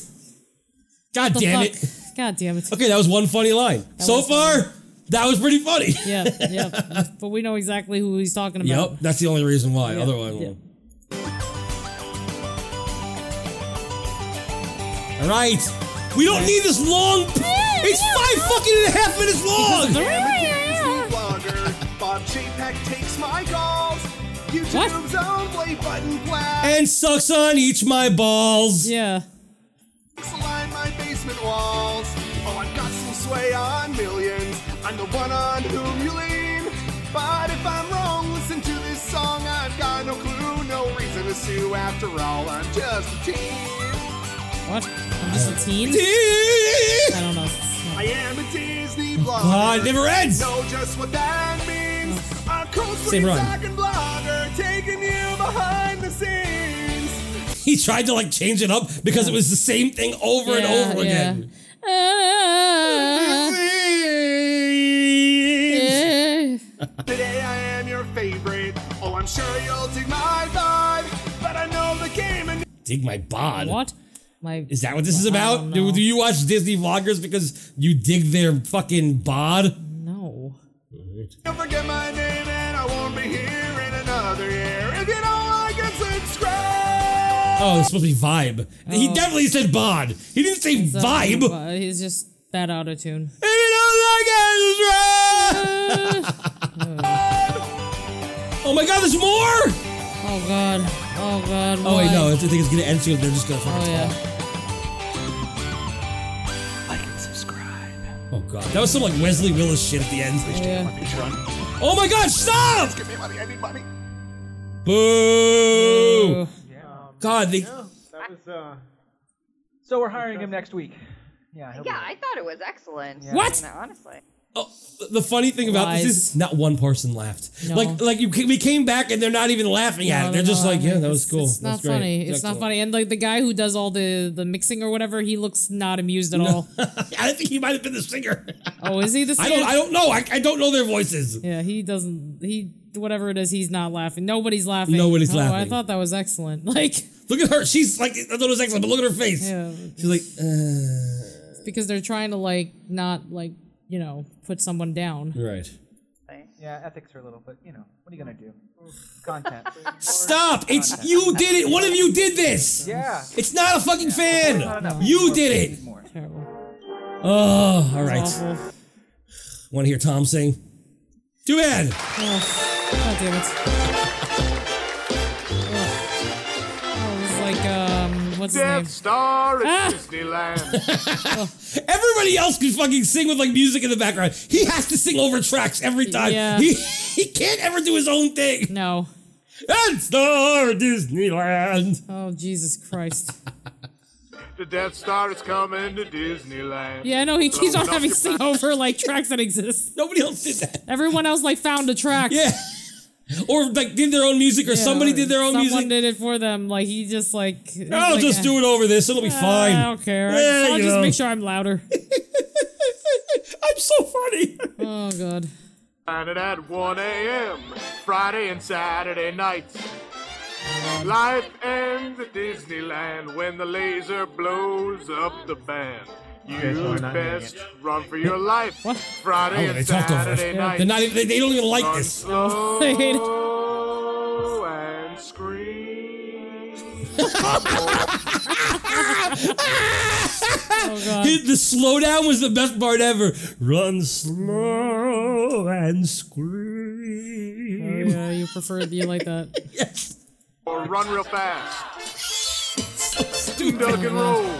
[SPEAKER 4] God
[SPEAKER 5] The
[SPEAKER 4] damn
[SPEAKER 5] fuck?
[SPEAKER 4] it.
[SPEAKER 5] God damn it.
[SPEAKER 4] Okay, that was one funny line. so
[SPEAKER 5] was
[SPEAKER 4] far, that was pretty funny.
[SPEAKER 5] Yeah, yeah. But we know exactly who he's talking about.
[SPEAKER 4] Yep, that's the only reason why.
[SPEAKER 5] Yeah,
[SPEAKER 4] Otherwise,
[SPEAKER 5] yeah.
[SPEAKER 4] all right, we don't need this long. It's five fucking and a half minutes long.
[SPEAKER 11] Blogger, Bob Chapek takes my calls.
[SPEAKER 5] What?
[SPEAKER 11] YouTube's own play button blast.
[SPEAKER 4] And sucks on each my balls.
[SPEAKER 5] Yeah.
[SPEAKER 11] Line my basement walls. Oh, I've got some sway on millions. I'm the one on whom you lean. But if I'm wrong, listen to this song. I've got no clue, no reason to sue after all. I'm just a teen.
[SPEAKER 5] What? I'm just a teen? I don't know.
[SPEAKER 11] I am a Disney blogger.
[SPEAKER 4] Ah, it never ends.
[SPEAKER 11] Know just what that means. A cool
[SPEAKER 4] Same rhyme.
[SPEAKER 11] second blogger taking you behind the scenes.
[SPEAKER 4] He tried to like change it up because it was the same thing over and
[SPEAKER 5] Yeah,
[SPEAKER 4] over
[SPEAKER 5] yeah.
[SPEAKER 4] again.
[SPEAKER 5] Ah, eh.
[SPEAKER 11] Today I am your favorite. Oh, I'm sure you'll take my vibe, but I know the game and
[SPEAKER 4] Dig my bod.
[SPEAKER 5] What? My
[SPEAKER 4] Is that what this is
[SPEAKER 5] I don't
[SPEAKER 4] about? Do,
[SPEAKER 5] know.
[SPEAKER 4] do you watch Disney vloggers because you dig their fucking bod?
[SPEAKER 5] No.
[SPEAKER 11] you'll forget my name, and I won't be here in another year. If you don't like it, subscribe.
[SPEAKER 4] Oh, it's supposed to be vibe. He
[SPEAKER 5] Oh.
[SPEAKER 4] definitely said bod. He didn't say
[SPEAKER 5] So,
[SPEAKER 4] vibe.
[SPEAKER 5] uh, He's just that out of tune.
[SPEAKER 4] And he don't like it, it's right. Oh my god, there's more!
[SPEAKER 5] Oh god. Oh god.
[SPEAKER 4] Oh wait,
[SPEAKER 5] why?
[SPEAKER 4] no, it's- I think it's gonna end soon. They're just gonna
[SPEAKER 5] Oh
[SPEAKER 4] fucking talk.
[SPEAKER 5] yeah.
[SPEAKER 9] Like and subscribe.
[SPEAKER 4] Oh god, that was some like Wesley Willis shit at the end.
[SPEAKER 5] Yeah.
[SPEAKER 4] Oh my god, stop!
[SPEAKER 11] Give me money, I need money.
[SPEAKER 4] Boo! God, they.
[SPEAKER 10] No, that was uh.
[SPEAKER 9] So we're hiring him next week. Yeah. he'll be
[SPEAKER 3] Yeah,
[SPEAKER 9] back.
[SPEAKER 3] I thought it was excellent.
[SPEAKER 4] What?
[SPEAKER 3] No, honestly.
[SPEAKER 4] Oh, the funny thing about this is
[SPEAKER 5] Lies.
[SPEAKER 4] not one person laughed.
[SPEAKER 5] No.
[SPEAKER 4] Like, like you, ca- we came back and they're not even laughing at
[SPEAKER 5] No,
[SPEAKER 4] it. They're
[SPEAKER 5] no,
[SPEAKER 4] just
[SPEAKER 5] no,
[SPEAKER 4] like,
[SPEAKER 5] I mean,
[SPEAKER 4] yeah, that was
[SPEAKER 5] it's-
[SPEAKER 4] cool.
[SPEAKER 5] It's not
[SPEAKER 4] That's great.
[SPEAKER 5] funny. It's
[SPEAKER 4] Yeah,
[SPEAKER 5] not
[SPEAKER 4] cool.
[SPEAKER 5] funny. And like the guy who does all the the mixing or whatever, he looks not amused at all.
[SPEAKER 4] I don't think he might have been the singer.
[SPEAKER 5] Oh, is he the
[SPEAKER 4] I
[SPEAKER 5] same?
[SPEAKER 4] don't. I don't know. I, I don't know their voices.
[SPEAKER 5] Yeah, he doesn't. He whatever it is, he's not laughing. Nobody's laughing.
[SPEAKER 4] Nobody's
[SPEAKER 5] oh, I
[SPEAKER 4] laughing.
[SPEAKER 5] thought that was excellent. Like
[SPEAKER 4] Look at her. She's like, I thought it was excellent, but look at her face.
[SPEAKER 5] yeah,
[SPEAKER 4] She's like, uh...
[SPEAKER 5] it's because they're trying to like not like you know put someone down.
[SPEAKER 4] right.
[SPEAKER 9] Yeah, ethics are a little, but you know, what are you gonna do? Content.
[SPEAKER 4] Stop! It's you did it. One of you did this.
[SPEAKER 9] yeah.
[SPEAKER 4] It's not a fucking
[SPEAKER 9] Not
[SPEAKER 4] fan.
[SPEAKER 9] enough.
[SPEAKER 4] You
[SPEAKER 9] More,
[SPEAKER 4] did
[SPEAKER 9] we
[SPEAKER 4] it.
[SPEAKER 9] need more.
[SPEAKER 5] Terrible.
[SPEAKER 4] Oh, all right.
[SPEAKER 5] Awful.
[SPEAKER 4] Want to hear Tom sing? Too bad.
[SPEAKER 5] Oh, God damn it. Oh. Oh, it was like um, what's his name?
[SPEAKER 11] Death Star
[SPEAKER 5] Ah.
[SPEAKER 11] at Disneyland.
[SPEAKER 4] Everybody else can fucking sing with like music in the background. He has to sing over tracks every time.
[SPEAKER 5] Yeah.
[SPEAKER 4] He he can't ever do his own thing.
[SPEAKER 5] No.
[SPEAKER 4] And Star Disneyland.
[SPEAKER 5] Oh Jesus Christ.
[SPEAKER 11] the Death Star is coming to Disneyland.
[SPEAKER 5] Yeah, I know he keeps on
[SPEAKER 11] Throwing off
[SPEAKER 5] having
[SPEAKER 11] your
[SPEAKER 5] sing over like tracks that exist.
[SPEAKER 4] Nobody else did that.
[SPEAKER 5] Everyone else like found a track.
[SPEAKER 4] Yeah. Or like did their own music, or
[SPEAKER 5] Yeah,
[SPEAKER 4] somebody did their own
[SPEAKER 5] someone
[SPEAKER 4] music.
[SPEAKER 5] did it for them. Like he just like. he's
[SPEAKER 4] I'll
[SPEAKER 5] like,
[SPEAKER 4] just
[SPEAKER 5] "Eh,
[SPEAKER 4] do it over this. It'll be fine.
[SPEAKER 5] I don't care.
[SPEAKER 4] Yeah,
[SPEAKER 5] I'll
[SPEAKER 4] you
[SPEAKER 5] just
[SPEAKER 4] know.
[SPEAKER 5] make sure I'm louder.
[SPEAKER 4] I'm so funny.
[SPEAKER 5] oh god.
[SPEAKER 11] Planet at 1 a.m. Friday and Saturday nights. Life ends at Disneyland when the laser blows up the band. You
[SPEAKER 10] not
[SPEAKER 11] best run for your life. Friday
[SPEAKER 4] Oh, they
[SPEAKER 11] and
[SPEAKER 4] talked over us.
[SPEAKER 11] Saturday
[SPEAKER 4] They're
[SPEAKER 11] night.
[SPEAKER 4] not. Even, they, they don't even like
[SPEAKER 11] Run
[SPEAKER 4] this.
[SPEAKER 11] slow
[SPEAKER 5] They hate it.
[SPEAKER 11] and scream.
[SPEAKER 5] Oh god.
[SPEAKER 4] Dude, the slowdown was the best part ever. Run slow and
[SPEAKER 5] Oh,
[SPEAKER 4] scream.
[SPEAKER 5] yeah, you prefer you like that.
[SPEAKER 4] Yes.
[SPEAKER 11] Or run real fast.
[SPEAKER 4] So stupid.
[SPEAKER 11] Duck and roll.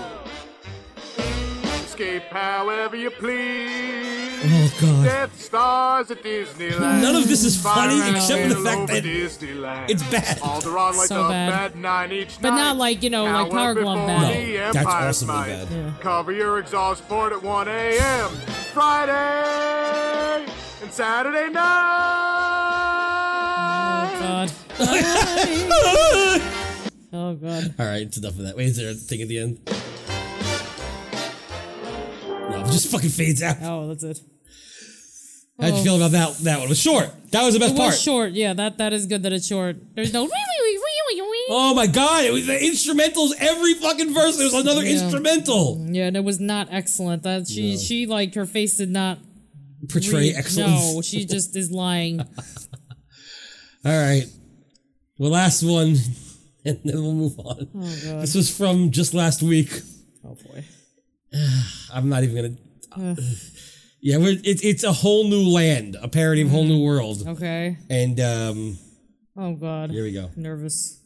[SPEAKER 11] Escape however you please.
[SPEAKER 4] Oh god.
[SPEAKER 11] Death stars at Disneyland.
[SPEAKER 4] None of this is funny
[SPEAKER 11] Fire
[SPEAKER 4] except for the
[SPEAKER 11] all
[SPEAKER 4] fact
[SPEAKER 11] over
[SPEAKER 4] that
[SPEAKER 11] Disneyland.
[SPEAKER 4] it's bad.
[SPEAKER 11] Alderaan lights
[SPEAKER 5] So
[SPEAKER 11] up
[SPEAKER 5] bad.
[SPEAKER 11] at nine each
[SPEAKER 5] But
[SPEAKER 11] night.
[SPEAKER 5] not like, you know, like
[SPEAKER 11] Hour
[SPEAKER 5] Power Glove
[SPEAKER 11] before
[SPEAKER 5] bad.
[SPEAKER 11] the
[SPEAKER 4] No, that's
[SPEAKER 11] Empire
[SPEAKER 4] awesomely
[SPEAKER 11] Fight.
[SPEAKER 4] bad.
[SPEAKER 5] Yeah.
[SPEAKER 11] Cover your exhaust port at 1 a.m. Friday and Saturday night.
[SPEAKER 5] Oh god. Oh god.
[SPEAKER 4] All right, it's enough of that. Wait, is there a thing at the end? No, it just fucking fades out.
[SPEAKER 5] Oh, that's it.
[SPEAKER 4] How'd you feel about that? That one it was short. That was the best
[SPEAKER 5] It
[SPEAKER 4] part.
[SPEAKER 5] was short. Yeah, that that is good that it's short. There's no.
[SPEAKER 4] Oh my god! It was the instrumentals. Every fucking verse, there was another
[SPEAKER 5] Yeah.
[SPEAKER 4] instrumental.
[SPEAKER 5] Yeah, and it was not excellent. That she
[SPEAKER 4] No.
[SPEAKER 5] she like her face did not.
[SPEAKER 4] Portray
[SPEAKER 5] read-
[SPEAKER 4] excellence.
[SPEAKER 5] No, she just is lying.
[SPEAKER 4] All right. Well, last one, and then we'll move on. This was from just last week.
[SPEAKER 5] Oh boy.
[SPEAKER 4] I'm not even gonna. yeah, we're, it, it's a whole new land, a parody of whole
[SPEAKER 5] Mm-hmm.
[SPEAKER 4] new world,
[SPEAKER 5] Okay.
[SPEAKER 4] and um,
[SPEAKER 5] Oh god.
[SPEAKER 4] here we go.
[SPEAKER 5] Nervous.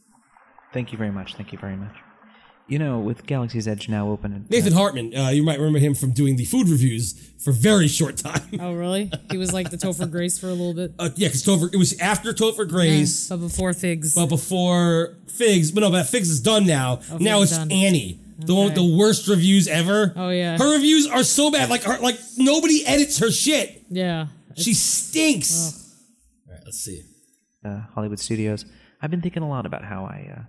[SPEAKER 9] Thank you very much. Thank you very much.
[SPEAKER 12] You know, with Galaxy's Edge now open,
[SPEAKER 4] Nathan Hartman, uh, you might remember him from doing the food reviews for a very short time.
[SPEAKER 5] Oh, really? He was like the Topher Grace for a little bit.
[SPEAKER 4] Uh, yeah, because Topher it was after Topher Grace,
[SPEAKER 5] but before Figs.
[SPEAKER 4] But before Figs, but no, but Figs is done now.
[SPEAKER 5] Oh,
[SPEAKER 4] now
[SPEAKER 5] Figs
[SPEAKER 4] it's
[SPEAKER 5] done.
[SPEAKER 4] Annie, the one with
[SPEAKER 5] Okay.
[SPEAKER 4] the worst reviews ever.
[SPEAKER 5] Oh, yeah.
[SPEAKER 4] her reviews are so bad. Like, her, like nobody edits her shit.
[SPEAKER 5] Yeah.
[SPEAKER 4] She stinks. All right, let's see.
[SPEAKER 12] uh, Hollywood Studios. I've been thinking a lot about how I, uh,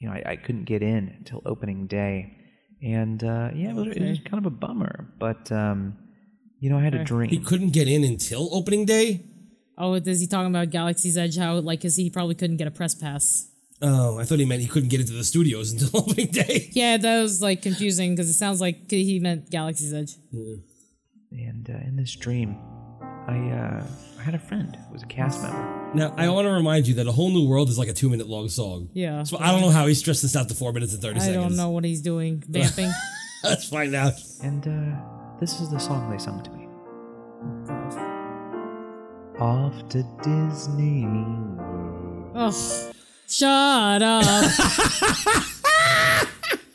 [SPEAKER 12] you know, I, I couldn't get in until opening day, and uh, yeah, it was, it was
[SPEAKER 4] Okay.
[SPEAKER 12] kind of a bummer. But um, you know, I had a
[SPEAKER 5] Okay.
[SPEAKER 12] dream.
[SPEAKER 4] He couldn't get in until opening day.
[SPEAKER 5] Oh, is he talking about Galaxy's Edge? How like, cause he probably couldn't get a press pass.
[SPEAKER 4] Oh, I thought he meant he couldn't get into the studios until opening day.
[SPEAKER 5] Yeah, that was like confusing because it sounds like he meant Galaxy's Edge.
[SPEAKER 12] And uh, in this dream, I uh, I had a friend who was a cast member.
[SPEAKER 4] Now, I want to remind you that A Whole New World is like a two minute long song.
[SPEAKER 5] Yeah.
[SPEAKER 4] So I don't know how he stretched this out to four minutes and 30
[SPEAKER 5] I
[SPEAKER 4] seconds.
[SPEAKER 5] don't know what he's doing. Vamping.
[SPEAKER 4] Let's find out.
[SPEAKER 12] And uh, this is the song they sung to me. Off to Disney World.
[SPEAKER 5] oh, shut up.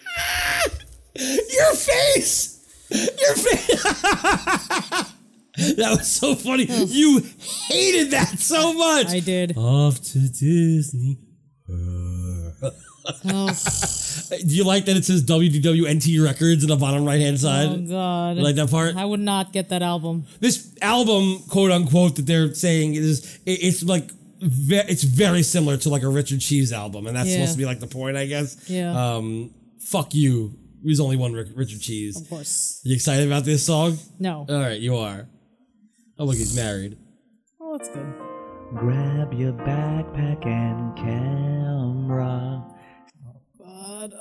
[SPEAKER 4] Your face! Your face! that was so funny.
[SPEAKER 5] Hmm.
[SPEAKER 4] You hated that so much. I
[SPEAKER 5] did.
[SPEAKER 4] Off to Disney. Oh.
[SPEAKER 5] Oh,
[SPEAKER 4] Do you like that it says WDWNT Records in the bottom right hand side?
[SPEAKER 5] oh God.
[SPEAKER 4] You like that part?
[SPEAKER 5] I would not get that album.
[SPEAKER 4] this album, quote unquote, that they're saying is it, it's like ve- it's very similar to like a Richard Cheese album, and that's
[SPEAKER 5] Yeah.
[SPEAKER 4] supposed to be like the point, I guess.
[SPEAKER 5] Yeah.
[SPEAKER 4] Um, fuck you. There's only one Rick- Richard Cheese.
[SPEAKER 5] Of course.
[SPEAKER 4] You excited about this song?
[SPEAKER 5] No.
[SPEAKER 4] All right, you are. Oh look, he's married.
[SPEAKER 5] Oh, that's good.
[SPEAKER 12] Grab your backpack and camera.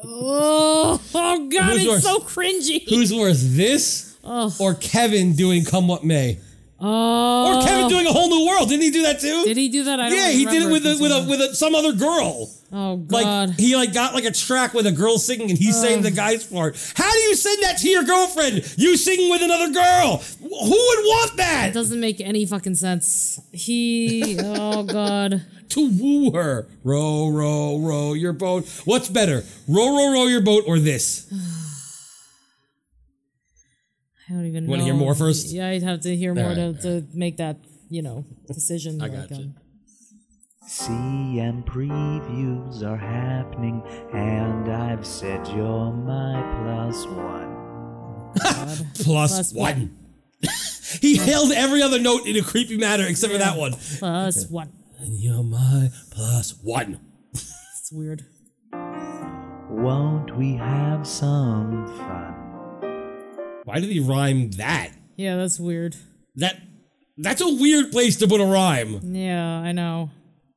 [SPEAKER 5] Oh, oh God,
[SPEAKER 4] Who's
[SPEAKER 5] it's
[SPEAKER 4] yours?
[SPEAKER 5] so cringy.
[SPEAKER 4] Who's worse, this or Kevin doing "Come What May"?
[SPEAKER 5] Oh.
[SPEAKER 4] Or Kevin doing a whole new world? Didn't he do that too?
[SPEAKER 5] Did he do that? I don't
[SPEAKER 4] yeah, he did it
[SPEAKER 5] remember
[SPEAKER 4] with a,
[SPEAKER 5] if
[SPEAKER 4] with
[SPEAKER 5] he's
[SPEAKER 4] a with a, some other girl.
[SPEAKER 5] Oh God.
[SPEAKER 4] Like he like got like a track with a girl singing and he sang the guy's part. How do you send that to your girlfriend? You singing with another girl. Wh- Who would want that?
[SPEAKER 5] It doesn't make any fucking sense. He, oh god.
[SPEAKER 4] To woo her. Row, row, row your boat. What's better? Row, row, row your boat or this?
[SPEAKER 5] I don't even.
[SPEAKER 4] Wanna
[SPEAKER 5] know.
[SPEAKER 4] hear more first?
[SPEAKER 5] Yeah, I'd have to hear more
[SPEAKER 4] Alright,
[SPEAKER 5] to, to make that you know decision.
[SPEAKER 12] I
[SPEAKER 5] like,
[SPEAKER 12] gotcha.
[SPEAKER 5] um,
[SPEAKER 12] CM previews are happening, and I've said you're my plus one.
[SPEAKER 4] Plus, Plus one. He held every other note in a creepy manner except for that one.
[SPEAKER 5] plus one.
[SPEAKER 4] And you're my plus one.
[SPEAKER 5] It's weird.
[SPEAKER 12] Won't we have some fun?
[SPEAKER 4] Why did he rhyme that?
[SPEAKER 5] Yeah, that's weird.
[SPEAKER 4] That that's a weird place to put a rhyme.
[SPEAKER 5] Yeah, I know.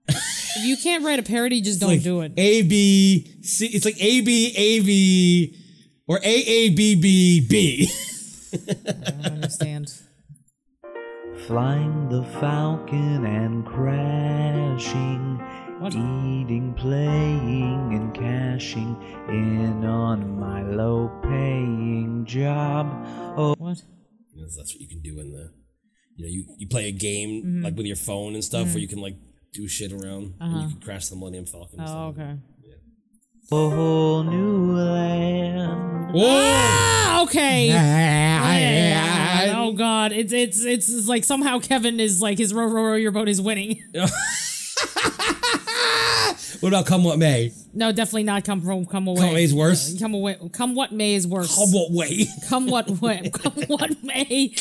[SPEAKER 5] if you can't write a parody, just don't
[SPEAKER 4] like
[SPEAKER 5] do it.
[SPEAKER 4] A B C. It's like A B A B or A A B B B.
[SPEAKER 5] I don't understand.
[SPEAKER 12] Flying the Falcon and crashing, eating, playing, and cashing in on my low paying job. Oh,
[SPEAKER 5] what?
[SPEAKER 4] That's that's what you can do in the, you know, you, you play a game
[SPEAKER 5] Mm-hmm.
[SPEAKER 4] like with your phone and stuff where you can like do shit around and
[SPEAKER 5] Uh-huh.
[SPEAKER 4] you can crash the Millennium Falcon.
[SPEAKER 5] Oh, okay.
[SPEAKER 12] whole new land.
[SPEAKER 4] Oh!
[SPEAKER 5] Ah, okay. Yeah.
[SPEAKER 12] Ah, yeah.
[SPEAKER 5] Oh God! It's, it's it's it's like somehow Kevin is like his row row row your boat is winning.
[SPEAKER 4] Ah! What about Come What May?
[SPEAKER 5] No, definitely not come from come away.
[SPEAKER 4] Come Way's worse?
[SPEAKER 5] Come away. Come what may is worse.
[SPEAKER 4] Come What Way
[SPEAKER 5] Come what way? Come what may?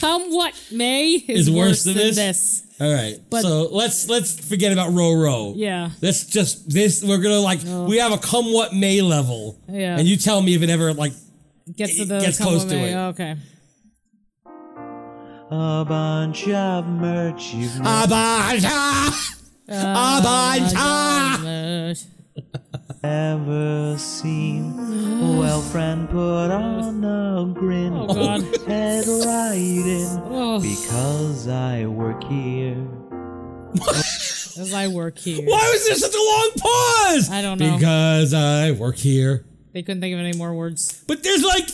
[SPEAKER 5] Come what may is,
[SPEAKER 4] is worse than, this?
[SPEAKER 5] this.
[SPEAKER 4] All right,
[SPEAKER 5] But-
[SPEAKER 4] so let's let's forget about row row.
[SPEAKER 5] Yeah.
[SPEAKER 4] Let's just this. We're gonna like we have a come what may level.
[SPEAKER 5] Yeah.
[SPEAKER 4] And you tell me if it ever like
[SPEAKER 5] Gets to
[SPEAKER 4] It
[SPEAKER 5] the
[SPEAKER 4] gets
[SPEAKER 5] come
[SPEAKER 4] close
[SPEAKER 5] what
[SPEAKER 4] to
[SPEAKER 5] may.
[SPEAKER 4] it.
[SPEAKER 5] Okay.
[SPEAKER 12] A bunch of merch you've
[SPEAKER 4] a bunch of- a bunch of-
[SPEAKER 12] never seen. Well, friend, put on a grin.
[SPEAKER 5] Oh, God.
[SPEAKER 12] Head right in.
[SPEAKER 5] Oh.
[SPEAKER 12] Because I work here.
[SPEAKER 5] As I work here.
[SPEAKER 4] Why was there such a long pause?
[SPEAKER 5] I don't know.
[SPEAKER 4] Because I work here.
[SPEAKER 5] They couldn't think of any more words.
[SPEAKER 4] But there's like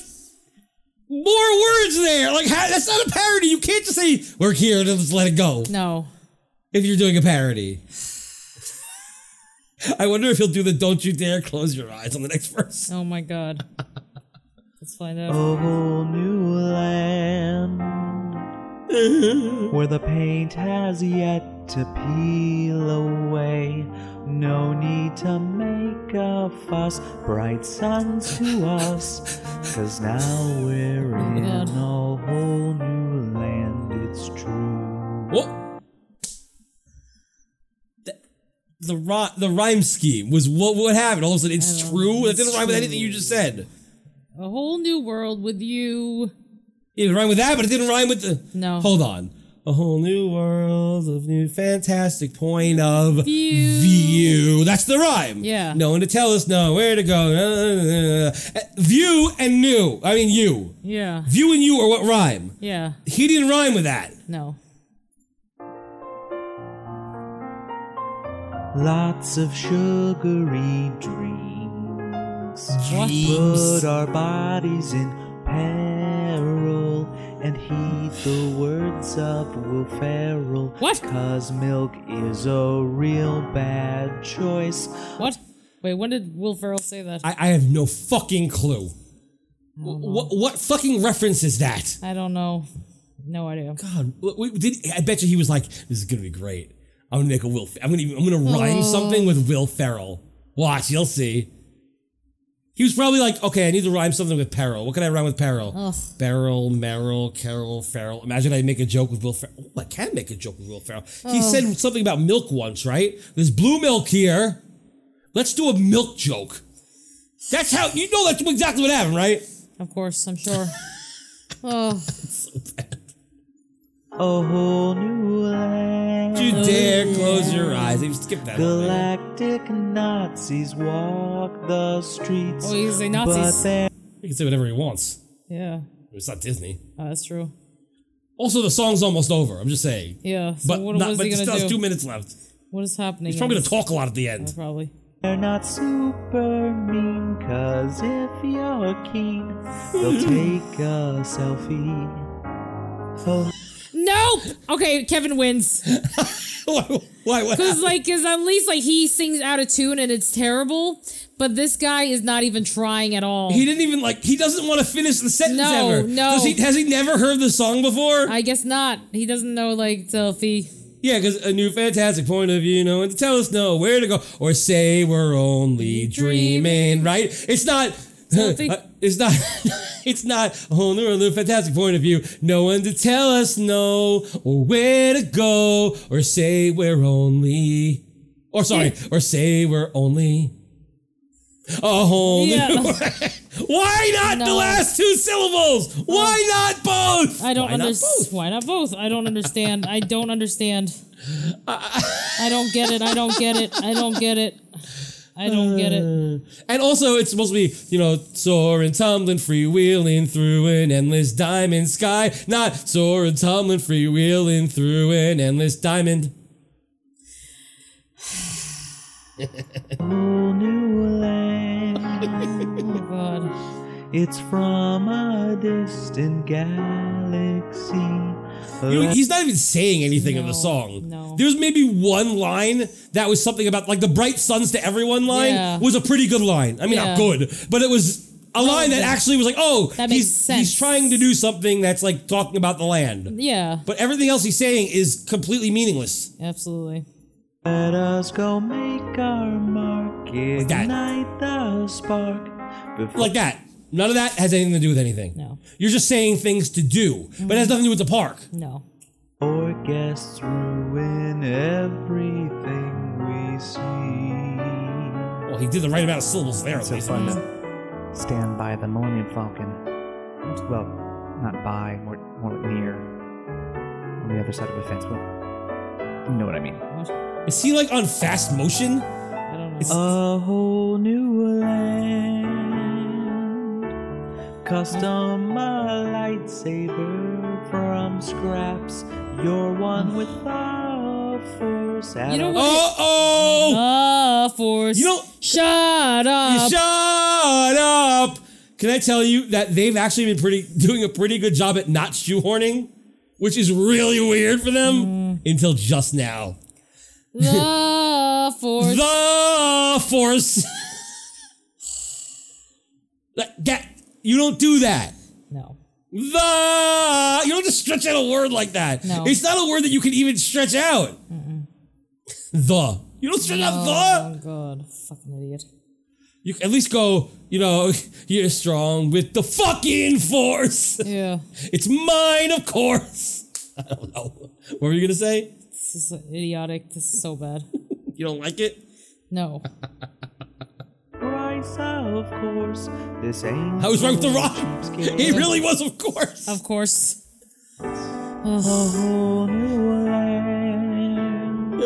[SPEAKER 4] more words there. Like how, that's not a parody. You can't just say work here and then just let it go.
[SPEAKER 5] No.
[SPEAKER 4] If you're doing a parody. I wonder if he'll do the "Don't you dare close your eyes" on the next verse.
[SPEAKER 5] Oh my god. Let's find out.
[SPEAKER 12] Oh, new land where the paint has yet to peel away. No need to make a fuss, bright suns to us, cause now we're
[SPEAKER 5] Oh,
[SPEAKER 12] in a whole new land. It's true.
[SPEAKER 4] The ri- the rhyme scheme was what what happened. All of a sudden,
[SPEAKER 5] I
[SPEAKER 4] it's
[SPEAKER 5] don't
[SPEAKER 4] true.
[SPEAKER 5] know.
[SPEAKER 4] That didn't
[SPEAKER 5] It's
[SPEAKER 4] rhyme with
[SPEAKER 5] true.
[SPEAKER 4] anything you just said.
[SPEAKER 5] A whole new world with you.
[SPEAKER 4] It rhymed with that, but it didn't rhyme with the.
[SPEAKER 5] No.
[SPEAKER 4] Hold on. A whole new world of new fantastic point of
[SPEAKER 5] View.
[SPEAKER 4] view. That's the rhyme.
[SPEAKER 5] Yeah.
[SPEAKER 4] No one to tell us no where to go. Uh, uh, uh, View and new. I mean you.
[SPEAKER 5] Yeah.
[SPEAKER 4] View and you are what rhyme.
[SPEAKER 5] Yeah.
[SPEAKER 4] He didn't rhyme with that.
[SPEAKER 5] No.
[SPEAKER 12] Lots of sugary drinks
[SPEAKER 5] What?
[SPEAKER 12] put our bodies in peril and heed the words of Will Ferrell.
[SPEAKER 5] What?
[SPEAKER 12] Cause milk is a real bad choice.
[SPEAKER 5] What? Wait, when did Will Ferrell say that?
[SPEAKER 4] I, I have no fucking clue. What what fucking reference is that?
[SPEAKER 5] I don't know. No idea.
[SPEAKER 4] God, w- we did. I bet you he was like, "This is gonna be great. I'm gonna make a Will. Fe- I'm gonna I'm gonna rhyme
[SPEAKER 5] Oh.
[SPEAKER 4] something with Will Ferrell. Watch, you'll see." He was probably like, "Okay, I need to rhyme something with peril. What can I rhyme with peril?
[SPEAKER 5] Ugh.
[SPEAKER 4] Beryl, Merrill, Carol, Ferrell. Imagine I make a joke with Will Ferrell. Oh, I can make a joke with Will Ferrell. He
[SPEAKER 5] Oh.
[SPEAKER 4] said something about milk once, right? There's blue milk here. Let's do a milk joke. That's how you know that's exactly what happened, right?
[SPEAKER 5] Of course, I'm sure. oh,
[SPEAKER 12] A whole new land.
[SPEAKER 4] You dare close your eyes. You skip that. whole thing.
[SPEAKER 12] Galactic Nazis walk the streets.
[SPEAKER 5] Oh, he's a
[SPEAKER 12] But
[SPEAKER 5] Nazis.
[SPEAKER 12] they're
[SPEAKER 4] He can say whatever he wants.
[SPEAKER 5] yeah.
[SPEAKER 4] It's not Disney.
[SPEAKER 5] Oh, that's true.
[SPEAKER 4] Also, the song's almost over. I'm just saying.
[SPEAKER 5] Yeah. So
[SPEAKER 4] but
[SPEAKER 5] what
[SPEAKER 4] not,
[SPEAKER 5] was
[SPEAKER 4] but
[SPEAKER 5] he
[SPEAKER 4] still
[SPEAKER 5] gonna
[SPEAKER 4] has
[SPEAKER 5] do?
[SPEAKER 4] two minutes left.
[SPEAKER 5] What is happening?
[SPEAKER 4] He's probably
[SPEAKER 5] in
[SPEAKER 4] gonna
[SPEAKER 5] this-
[SPEAKER 4] talk a lot at the end.
[SPEAKER 5] Oh, probably.
[SPEAKER 12] They're not super mean, cause if you're keen, they'll take a selfie. Oh,
[SPEAKER 5] Nope. Okay, Kevin wins
[SPEAKER 4] why? Why? What?
[SPEAKER 5] because
[SPEAKER 4] happened?
[SPEAKER 5] like, because at least like he sings out of tune and it's terrible. But this guy is not even trying at all.
[SPEAKER 4] He didn't even like. He doesn't want to finish the sentence
[SPEAKER 5] No,
[SPEAKER 4] ever.
[SPEAKER 5] no.
[SPEAKER 4] Does he? Has he never heard the song before?
[SPEAKER 5] I guess not. He doesn't know like Delphi.
[SPEAKER 4] yeah, because a new fantastic point of view, no one to tell us no where to go or say we're only dreaming. Right? It's not.
[SPEAKER 5] Something-
[SPEAKER 4] uh, it's not. it's not a whole new, new fantastic point of view. No one to tell us no or where to go or say we're only. Or sorry, or say we're only. A whole new.
[SPEAKER 5] Yeah.
[SPEAKER 4] Why not the
[SPEAKER 5] No.
[SPEAKER 4] last two syllables? Why not both?
[SPEAKER 5] I don't
[SPEAKER 4] Why not
[SPEAKER 5] understand.
[SPEAKER 4] both?
[SPEAKER 5] Why not both? I don't understand. I don't understand. I don't get it. I don't get it. I don't get it. I don't get it.
[SPEAKER 4] And also, it's supposed to be, you know, soaring, tumbling, freewheeling through an endless diamond sky. Not soaring, tumbling, freewheeling through an endless diamond.
[SPEAKER 12] whole new land.
[SPEAKER 5] Oh god.
[SPEAKER 12] It's from a distant galaxy.
[SPEAKER 4] You know, he's not even saying anything in the
[SPEAKER 5] No,
[SPEAKER 4] song.
[SPEAKER 5] no.
[SPEAKER 4] There's maybe one line that was something about, like, the bright suns to everyone line
[SPEAKER 5] Yeah.
[SPEAKER 4] was a pretty good line. I mean,
[SPEAKER 5] Yeah.
[SPEAKER 4] not good, but it was a line that
[SPEAKER 5] Relevant.
[SPEAKER 4] actually was like, oh,
[SPEAKER 5] That
[SPEAKER 4] he's,
[SPEAKER 5] makes sense.
[SPEAKER 4] he's trying to do something that's, like, talking about the land.
[SPEAKER 5] Yeah.
[SPEAKER 4] But everything else he's saying is completely meaningless.
[SPEAKER 5] Absolutely.
[SPEAKER 12] Let us go make our mark. Ignite
[SPEAKER 4] that.
[SPEAKER 12] the spark. Before
[SPEAKER 4] Like that. None of that has anything to do with anything.
[SPEAKER 5] No.
[SPEAKER 4] You're just saying things to do, but it has nothing to do with the park.
[SPEAKER 5] No.
[SPEAKER 12] Or guests ruin everything we see.
[SPEAKER 4] Well, he did the right amount of syllables there, at least.
[SPEAKER 12] Stand by the Millennium Falcon. Well, not by, more, more like near. On the other side of a fence. Well, you know what I mean.
[SPEAKER 4] Is he, like, on fast motion?
[SPEAKER 5] I don't know.
[SPEAKER 12] A whole new land. Custom a lightsaber from scraps. You're one with the force.
[SPEAKER 5] You know
[SPEAKER 12] At a-
[SPEAKER 5] what?
[SPEAKER 4] Uh oh!
[SPEAKER 5] Ah, force.
[SPEAKER 4] You don't-
[SPEAKER 5] Shut up.
[SPEAKER 4] Shut up! Can I tell you that they've actually been pretty doing a pretty good job at not shoehorning, which is really weird for them until just now.
[SPEAKER 5] The force.
[SPEAKER 4] The force. that, that- you don't do that.
[SPEAKER 5] No.
[SPEAKER 4] The you don't just stretch out a word like that.
[SPEAKER 5] No.
[SPEAKER 4] It's not a word that you can even stretch out. The you don't stretch out the.
[SPEAKER 5] Oh, God. Fucking idiot.
[SPEAKER 4] You can at least go. You know you're strong with the fucking force.
[SPEAKER 5] Yeah.
[SPEAKER 4] It's mine, of course. I don't know. What were you gonna say?
[SPEAKER 5] This is idiotic. This is so bad.
[SPEAKER 4] You don't like it?
[SPEAKER 5] No.
[SPEAKER 12] Right, of course. This ain't.
[SPEAKER 5] I was right with the
[SPEAKER 12] no
[SPEAKER 5] rock.
[SPEAKER 12] cheapskate.
[SPEAKER 5] He really was,
[SPEAKER 4] of course.
[SPEAKER 5] Of course.
[SPEAKER 12] A
[SPEAKER 4] Oh.
[SPEAKER 12] whole new land.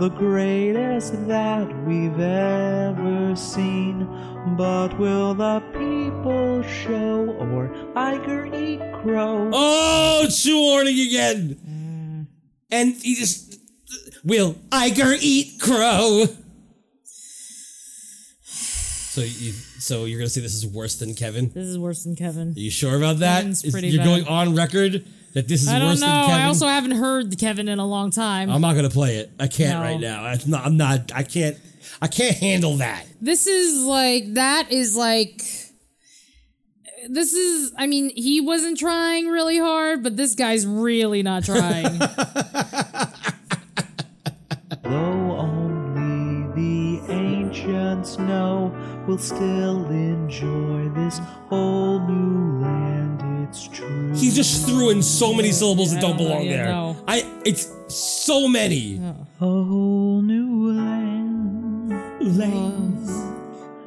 [SPEAKER 12] the greatest that we've ever seen. But will the people show or Iger eat crow?
[SPEAKER 4] Oh, shoe warning again. And he just will Iger eat crow. So you so you're gonna say this is worse than Kevin?
[SPEAKER 5] This is worse than Kevin.
[SPEAKER 4] Are you sure about that?
[SPEAKER 5] Kevin's
[SPEAKER 4] Is-
[SPEAKER 5] pretty
[SPEAKER 4] you're
[SPEAKER 5] bad.
[SPEAKER 4] going on record that this is
[SPEAKER 5] I don't
[SPEAKER 4] worse
[SPEAKER 5] know.
[SPEAKER 4] than Kevin. Oh.
[SPEAKER 5] I also haven't heard Kevin in a long time.
[SPEAKER 4] I'm not gonna play it. I can't
[SPEAKER 5] No.
[SPEAKER 4] right now. It's not, I'm not. I can't. I can't handle that.
[SPEAKER 5] This is like that is like this is I mean, he wasn't trying really hard, but this guy's really not trying.
[SPEAKER 12] Though only the ancients know, we'll still enjoy this whole new land. It's true.
[SPEAKER 4] He just threw in so many syllables that
[SPEAKER 12] I
[SPEAKER 4] don't
[SPEAKER 12] don't know,
[SPEAKER 4] belong
[SPEAKER 12] yeah,
[SPEAKER 4] there.
[SPEAKER 12] no.
[SPEAKER 4] I. It's so many.
[SPEAKER 12] A whole new land.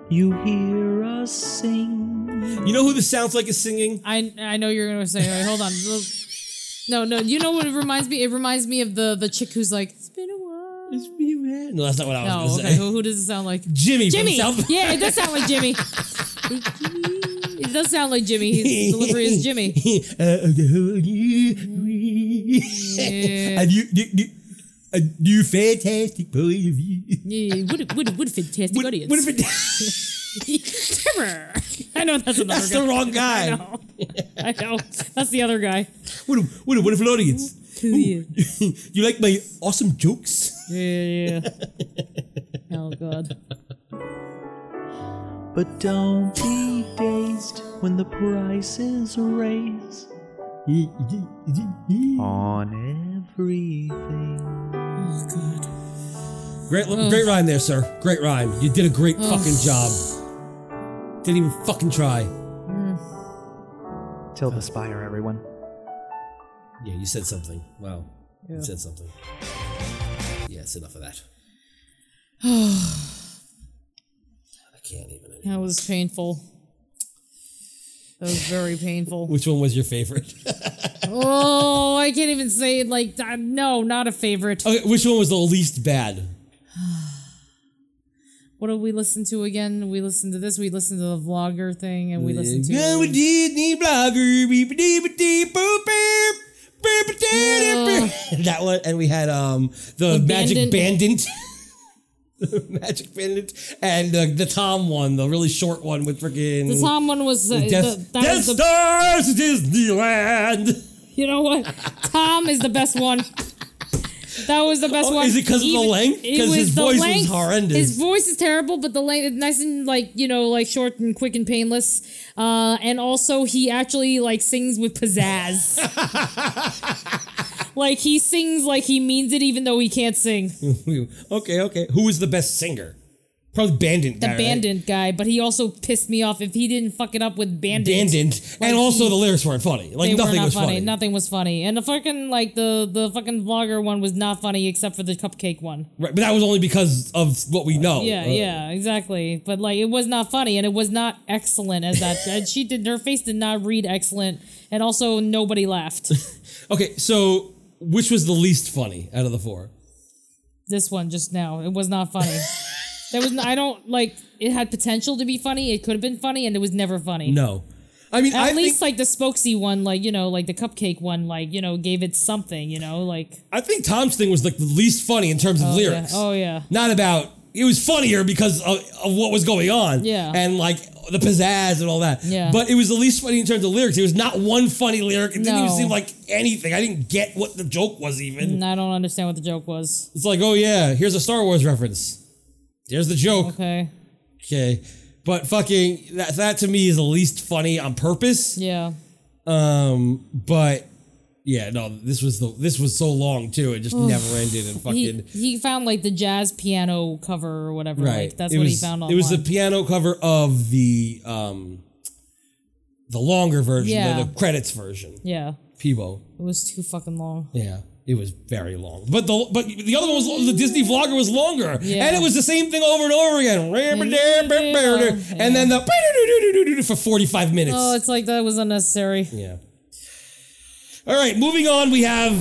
[SPEAKER 12] You hear us sing.
[SPEAKER 4] You know who this sounds like is singing?
[SPEAKER 5] I I know you're gonna say, all right, hold on. No, no, you know what it reminds me? It reminds me of the the chick who's like, it's been a while.
[SPEAKER 4] It's been a while. No, that's not what I was
[SPEAKER 5] No,
[SPEAKER 4] gonna
[SPEAKER 5] okay,
[SPEAKER 4] say.
[SPEAKER 5] who, who does it sound like?
[SPEAKER 4] Jimmy from
[SPEAKER 5] Jimmy.
[SPEAKER 4] South-
[SPEAKER 5] yeah, it does sound like Jimmy. It does sound like Jimmy. His delivery is Jimmy.
[SPEAKER 4] Uh, and you, you, you, a new fantastic point of view.
[SPEAKER 5] Yeah, what a, what a, what a fantastic audience.
[SPEAKER 4] what a
[SPEAKER 5] Trevor. I know that's another
[SPEAKER 4] That's
[SPEAKER 5] guy.
[SPEAKER 4] the wrong guy.
[SPEAKER 5] I know. I know. That's the other guy.
[SPEAKER 4] What a, what a wonderful audience. Ooh, you like my awesome jokes?
[SPEAKER 5] Yeah, yeah. oh, God.
[SPEAKER 12] But don't be dazed when the price is raised on everything.
[SPEAKER 5] Oh, God.
[SPEAKER 4] Great, great rhyme there, sir. Great rhyme. You did a great
[SPEAKER 12] Ugh.
[SPEAKER 4] fucking job. Didn't even fucking try.
[SPEAKER 12] Till the spire, everyone.
[SPEAKER 4] Yeah, you said something. Wow.
[SPEAKER 5] Yeah.
[SPEAKER 4] You said something. Yeah, it's enough of that.
[SPEAKER 5] that
[SPEAKER 4] I can't even.
[SPEAKER 5] was painful. That was very painful.
[SPEAKER 4] Which one was your favorite?
[SPEAKER 5] oh, I can't even say it like that. No, not a favorite.
[SPEAKER 4] Okay, which one was the least bad?
[SPEAKER 5] What did we listen to again? We listened to this. We listened to the vlogger thing, and we listened to.
[SPEAKER 4] Go with Disney blogger. beep, beep, beep, beep, boop, beep, beep, beep, beep, beep. That one, and we had um the magic bandit, the magic bandit, and uh, the Tom one, the really short one with freaking
[SPEAKER 5] The Tom one was, uh,
[SPEAKER 4] Death,
[SPEAKER 5] the- that was
[SPEAKER 4] Death
[SPEAKER 5] the-
[SPEAKER 4] Stars Disneyland.
[SPEAKER 5] You know what? Tom is the best one. That was the best
[SPEAKER 4] Oh,
[SPEAKER 5] one.
[SPEAKER 4] is it 'cause of the
[SPEAKER 5] Even-
[SPEAKER 4] length?
[SPEAKER 5] it
[SPEAKER 4] 'Cause his
[SPEAKER 5] the
[SPEAKER 4] voice was horrendous.
[SPEAKER 5] His voice is terrible, but the length is nice and like you know, like short and quick and painless. Uh, and also, he actually like sings with pizzazz. like he sings like he means it, even though he can't sing.
[SPEAKER 4] okay, okay. Who was the best singer? Probably Bandit.
[SPEAKER 5] The
[SPEAKER 4] guy, right?
[SPEAKER 5] bandit guy, but he also pissed me off if he didn't fuck it up with bandit.
[SPEAKER 4] Bandit,
[SPEAKER 5] Like,
[SPEAKER 4] and also
[SPEAKER 5] he-
[SPEAKER 4] the lyrics weren't funny. Like
[SPEAKER 5] they
[SPEAKER 4] nothing
[SPEAKER 5] were not
[SPEAKER 4] was
[SPEAKER 5] funny.
[SPEAKER 4] funny.
[SPEAKER 5] Nothing was funny, and the fucking like the the fucking vlogger one was not funny except for the cupcake one.
[SPEAKER 4] Right, but that was only because of what we know.
[SPEAKER 5] yeah,
[SPEAKER 4] Uh,
[SPEAKER 5] yeah, exactly. But like, it was not funny, and it was not excellent as that. and she did her face did not read excellent, and also nobody laughed.
[SPEAKER 4] Okay, so which was the least funny out of the four?
[SPEAKER 5] this one just now, it was not funny. There was, n- I don't like. It had potential to be funny. It could have been funny, and it was never funny.
[SPEAKER 4] No, I mean,
[SPEAKER 5] At
[SPEAKER 4] I
[SPEAKER 5] least
[SPEAKER 4] think
[SPEAKER 5] like the spokesy one, like you know, like the cupcake one, like you know, gave it something. You know, like
[SPEAKER 4] I think Tom's thing was like the least funny in terms of
[SPEAKER 5] oh,
[SPEAKER 4] lyrics.
[SPEAKER 5] Yeah. Oh yeah.
[SPEAKER 4] Not about it was funnier because of, of what was going on.
[SPEAKER 5] Yeah.
[SPEAKER 4] And like the pizzazz and all that.
[SPEAKER 5] Yeah.
[SPEAKER 4] But it was the least funny in terms of lyrics. It was not one funny lyric. It didn't
[SPEAKER 5] No.
[SPEAKER 4] even seem like anything. I didn't get what the joke was even.
[SPEAKER 5] And I don't understand what the joke was.
[SPEAKER 4] It's like, oh yeah, here's a Star Wars reference. There's the joke.
[SPEAKER 5] Okay.
[SPEAKER 4] Okay. But fucking that that to me is the least funny on purpose.
[SPEAKER 5] Yeah.
[SPEAKER 4] Um but yeah, no, this was the this was so long too. It just
[SPEAKER 5] Oof.
[SPEAKER 4] never ended and fucking
[SPEAKER 5] He, he found like the jazz piano cover or whatever.
[SPEAKER 4] right.
[SPEAKER 5] Like, that's
[SPEAKER 4] It
[SPEAKER 5] what he
[SPEAKER 4] was-
[SPEAKER 5] found online.
[SPEAKER 4] It was the piano cover of the um the longer version,
[SPEAKER 5] Yeah.
[SPEAKER 4] the, the credits version.
[SPEAKER 5] yeah.
[SPEAKER 4] Peebo.
[SPEAKER 5] It was too fucking long.
[SPEAKER 4] Yeah. It was very long. But the but the other one was the Disney vlogger was longer.
[SPEAKER 5] Yeah.
[SPEAKER 4] And it was the same thing over and over again. And then the for 45 minutes.
[SPEAKER 5] Oh, it's like that was unnecessary.
[SPEAKER 4] Yeah. All right, moving on, we have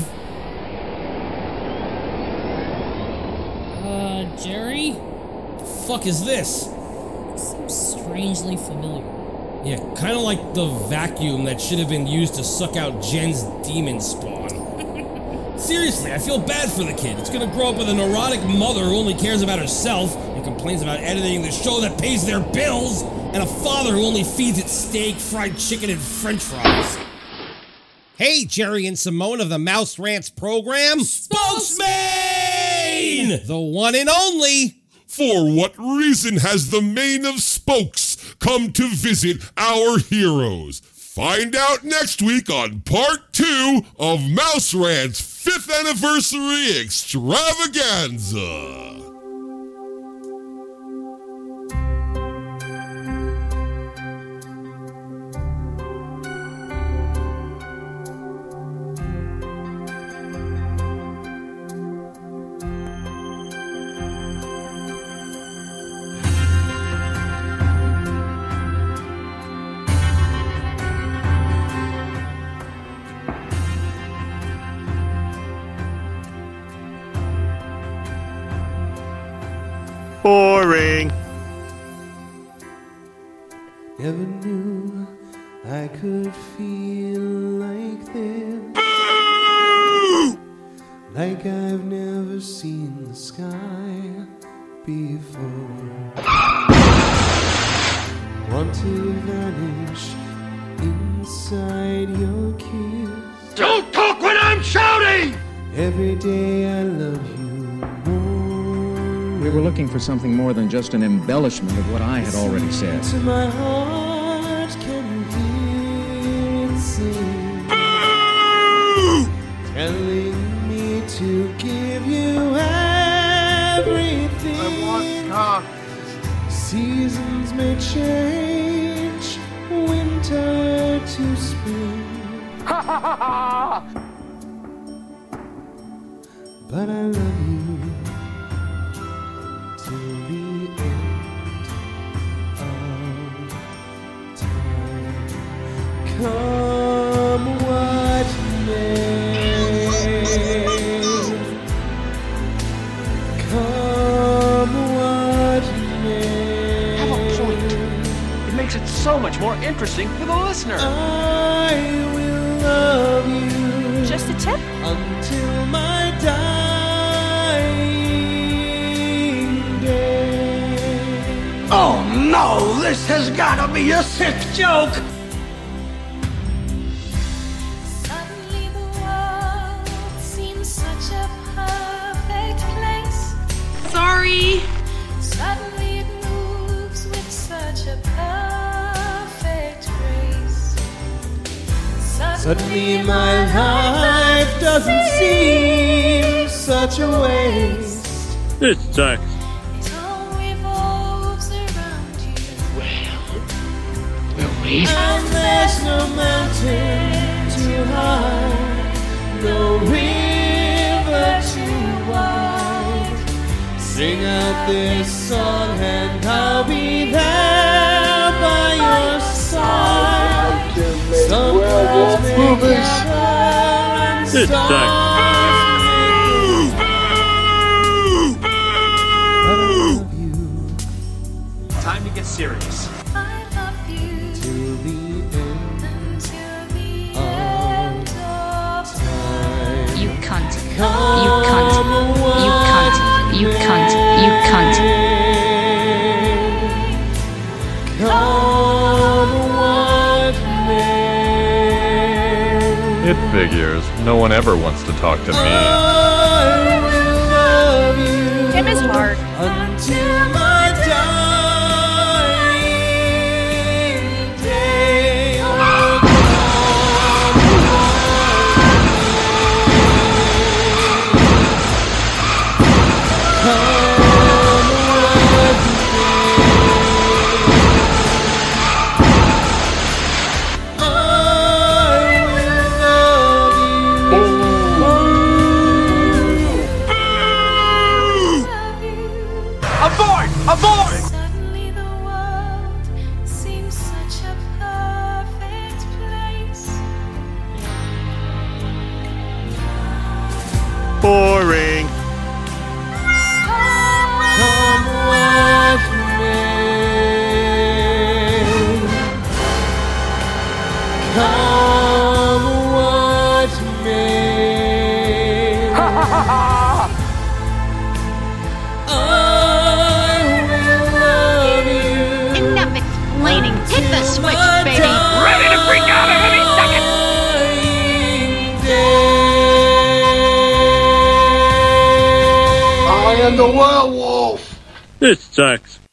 [SPEAKER 5] Uh, Jerry?
[SPEAKER 4] fuck is this?
[SPEAKER 5] Seems strangely familiar.
[SPEAKER 4] Yeah, kind of like the vacuum that should have been used to suck out Jen's demon spawn. Seriously, I feel bad for the kid. It's gonna grow up with a neurotic mother who only cares about herself and complains about editing the show that pays their bills, and a father who only feeds it steak, fried chicken, and french fries. Hey, Jerry and Simone of the Mouse Rants program. Spokesman! The one and only.
[SPEAKER 13] For what reason has the main of Spokes come to visit our heroes? Find out next week on part two of Mouse Rant's fifth anniversary extravaganza.
[SPEAKER 14] Boring.
[SPEAKER 2] Never knew I could feel like this. Like I've never seen the sky before. Want to vanish inside your kiss. Don't talk when I'm shouting! Every day I love you.
[SPEAKER 9] We were looking for something more than just an embellishment of what I had already said.
[SPEAKER 2] To my heart, can you hear it sing? Telling me to give you everything. I want Seasons may change, winter to spring. but I love you till the end of time. Come what may. Come what may. Have a point. It makes it so much more interesting for the listener. I will love you. Just a tip? Until my dying day.
[SPEAKER 12] Oh no, this has gotta be a sick joke!
[SPEAKER 2] Suddenly the world seems such a perfect place. Sorry. Suddenly it moves with such a perfect grace.
[SPEAKER 12] Suddenly
[SPEAKER 2] my life doesn't seem such a waste.
[SPEAKER 15] This sucks.
[SPEAKER 2] It all revolves around you.
[SPEAKER 15] read.
[SPEAKER 2] And there's no mountain too high, no river too wide. Sing out this song and I'll be there by your side. Some words make gather and
[SPEAKER 15] This sucks.
[SPEAKER 2] stars make
[SPEAKER 12] Time to get serious.
[SPEAKER 2] I love you till the end, until the end of time. You can't, you can't, you can't, you can't, you can't.
[SPEAKER 8] figures. No one ever wants to talk to me.
[SPEAKER 9] Tim is hard.
[SPEAKER 2] Until my dying day.
[SPEAKER 16] Abort! Abort!
[SPEAKER 12] Boring.
[SPEAKER 2] Come watch me. I will love you.
[SPEAKER 9] Enough explaining. Hit the switch, baby.
[SPEAKER 2] Ready to freak out at any second.
[SPEAKER 16] I am the werewolf!
[SPEAKER 11] This sucks.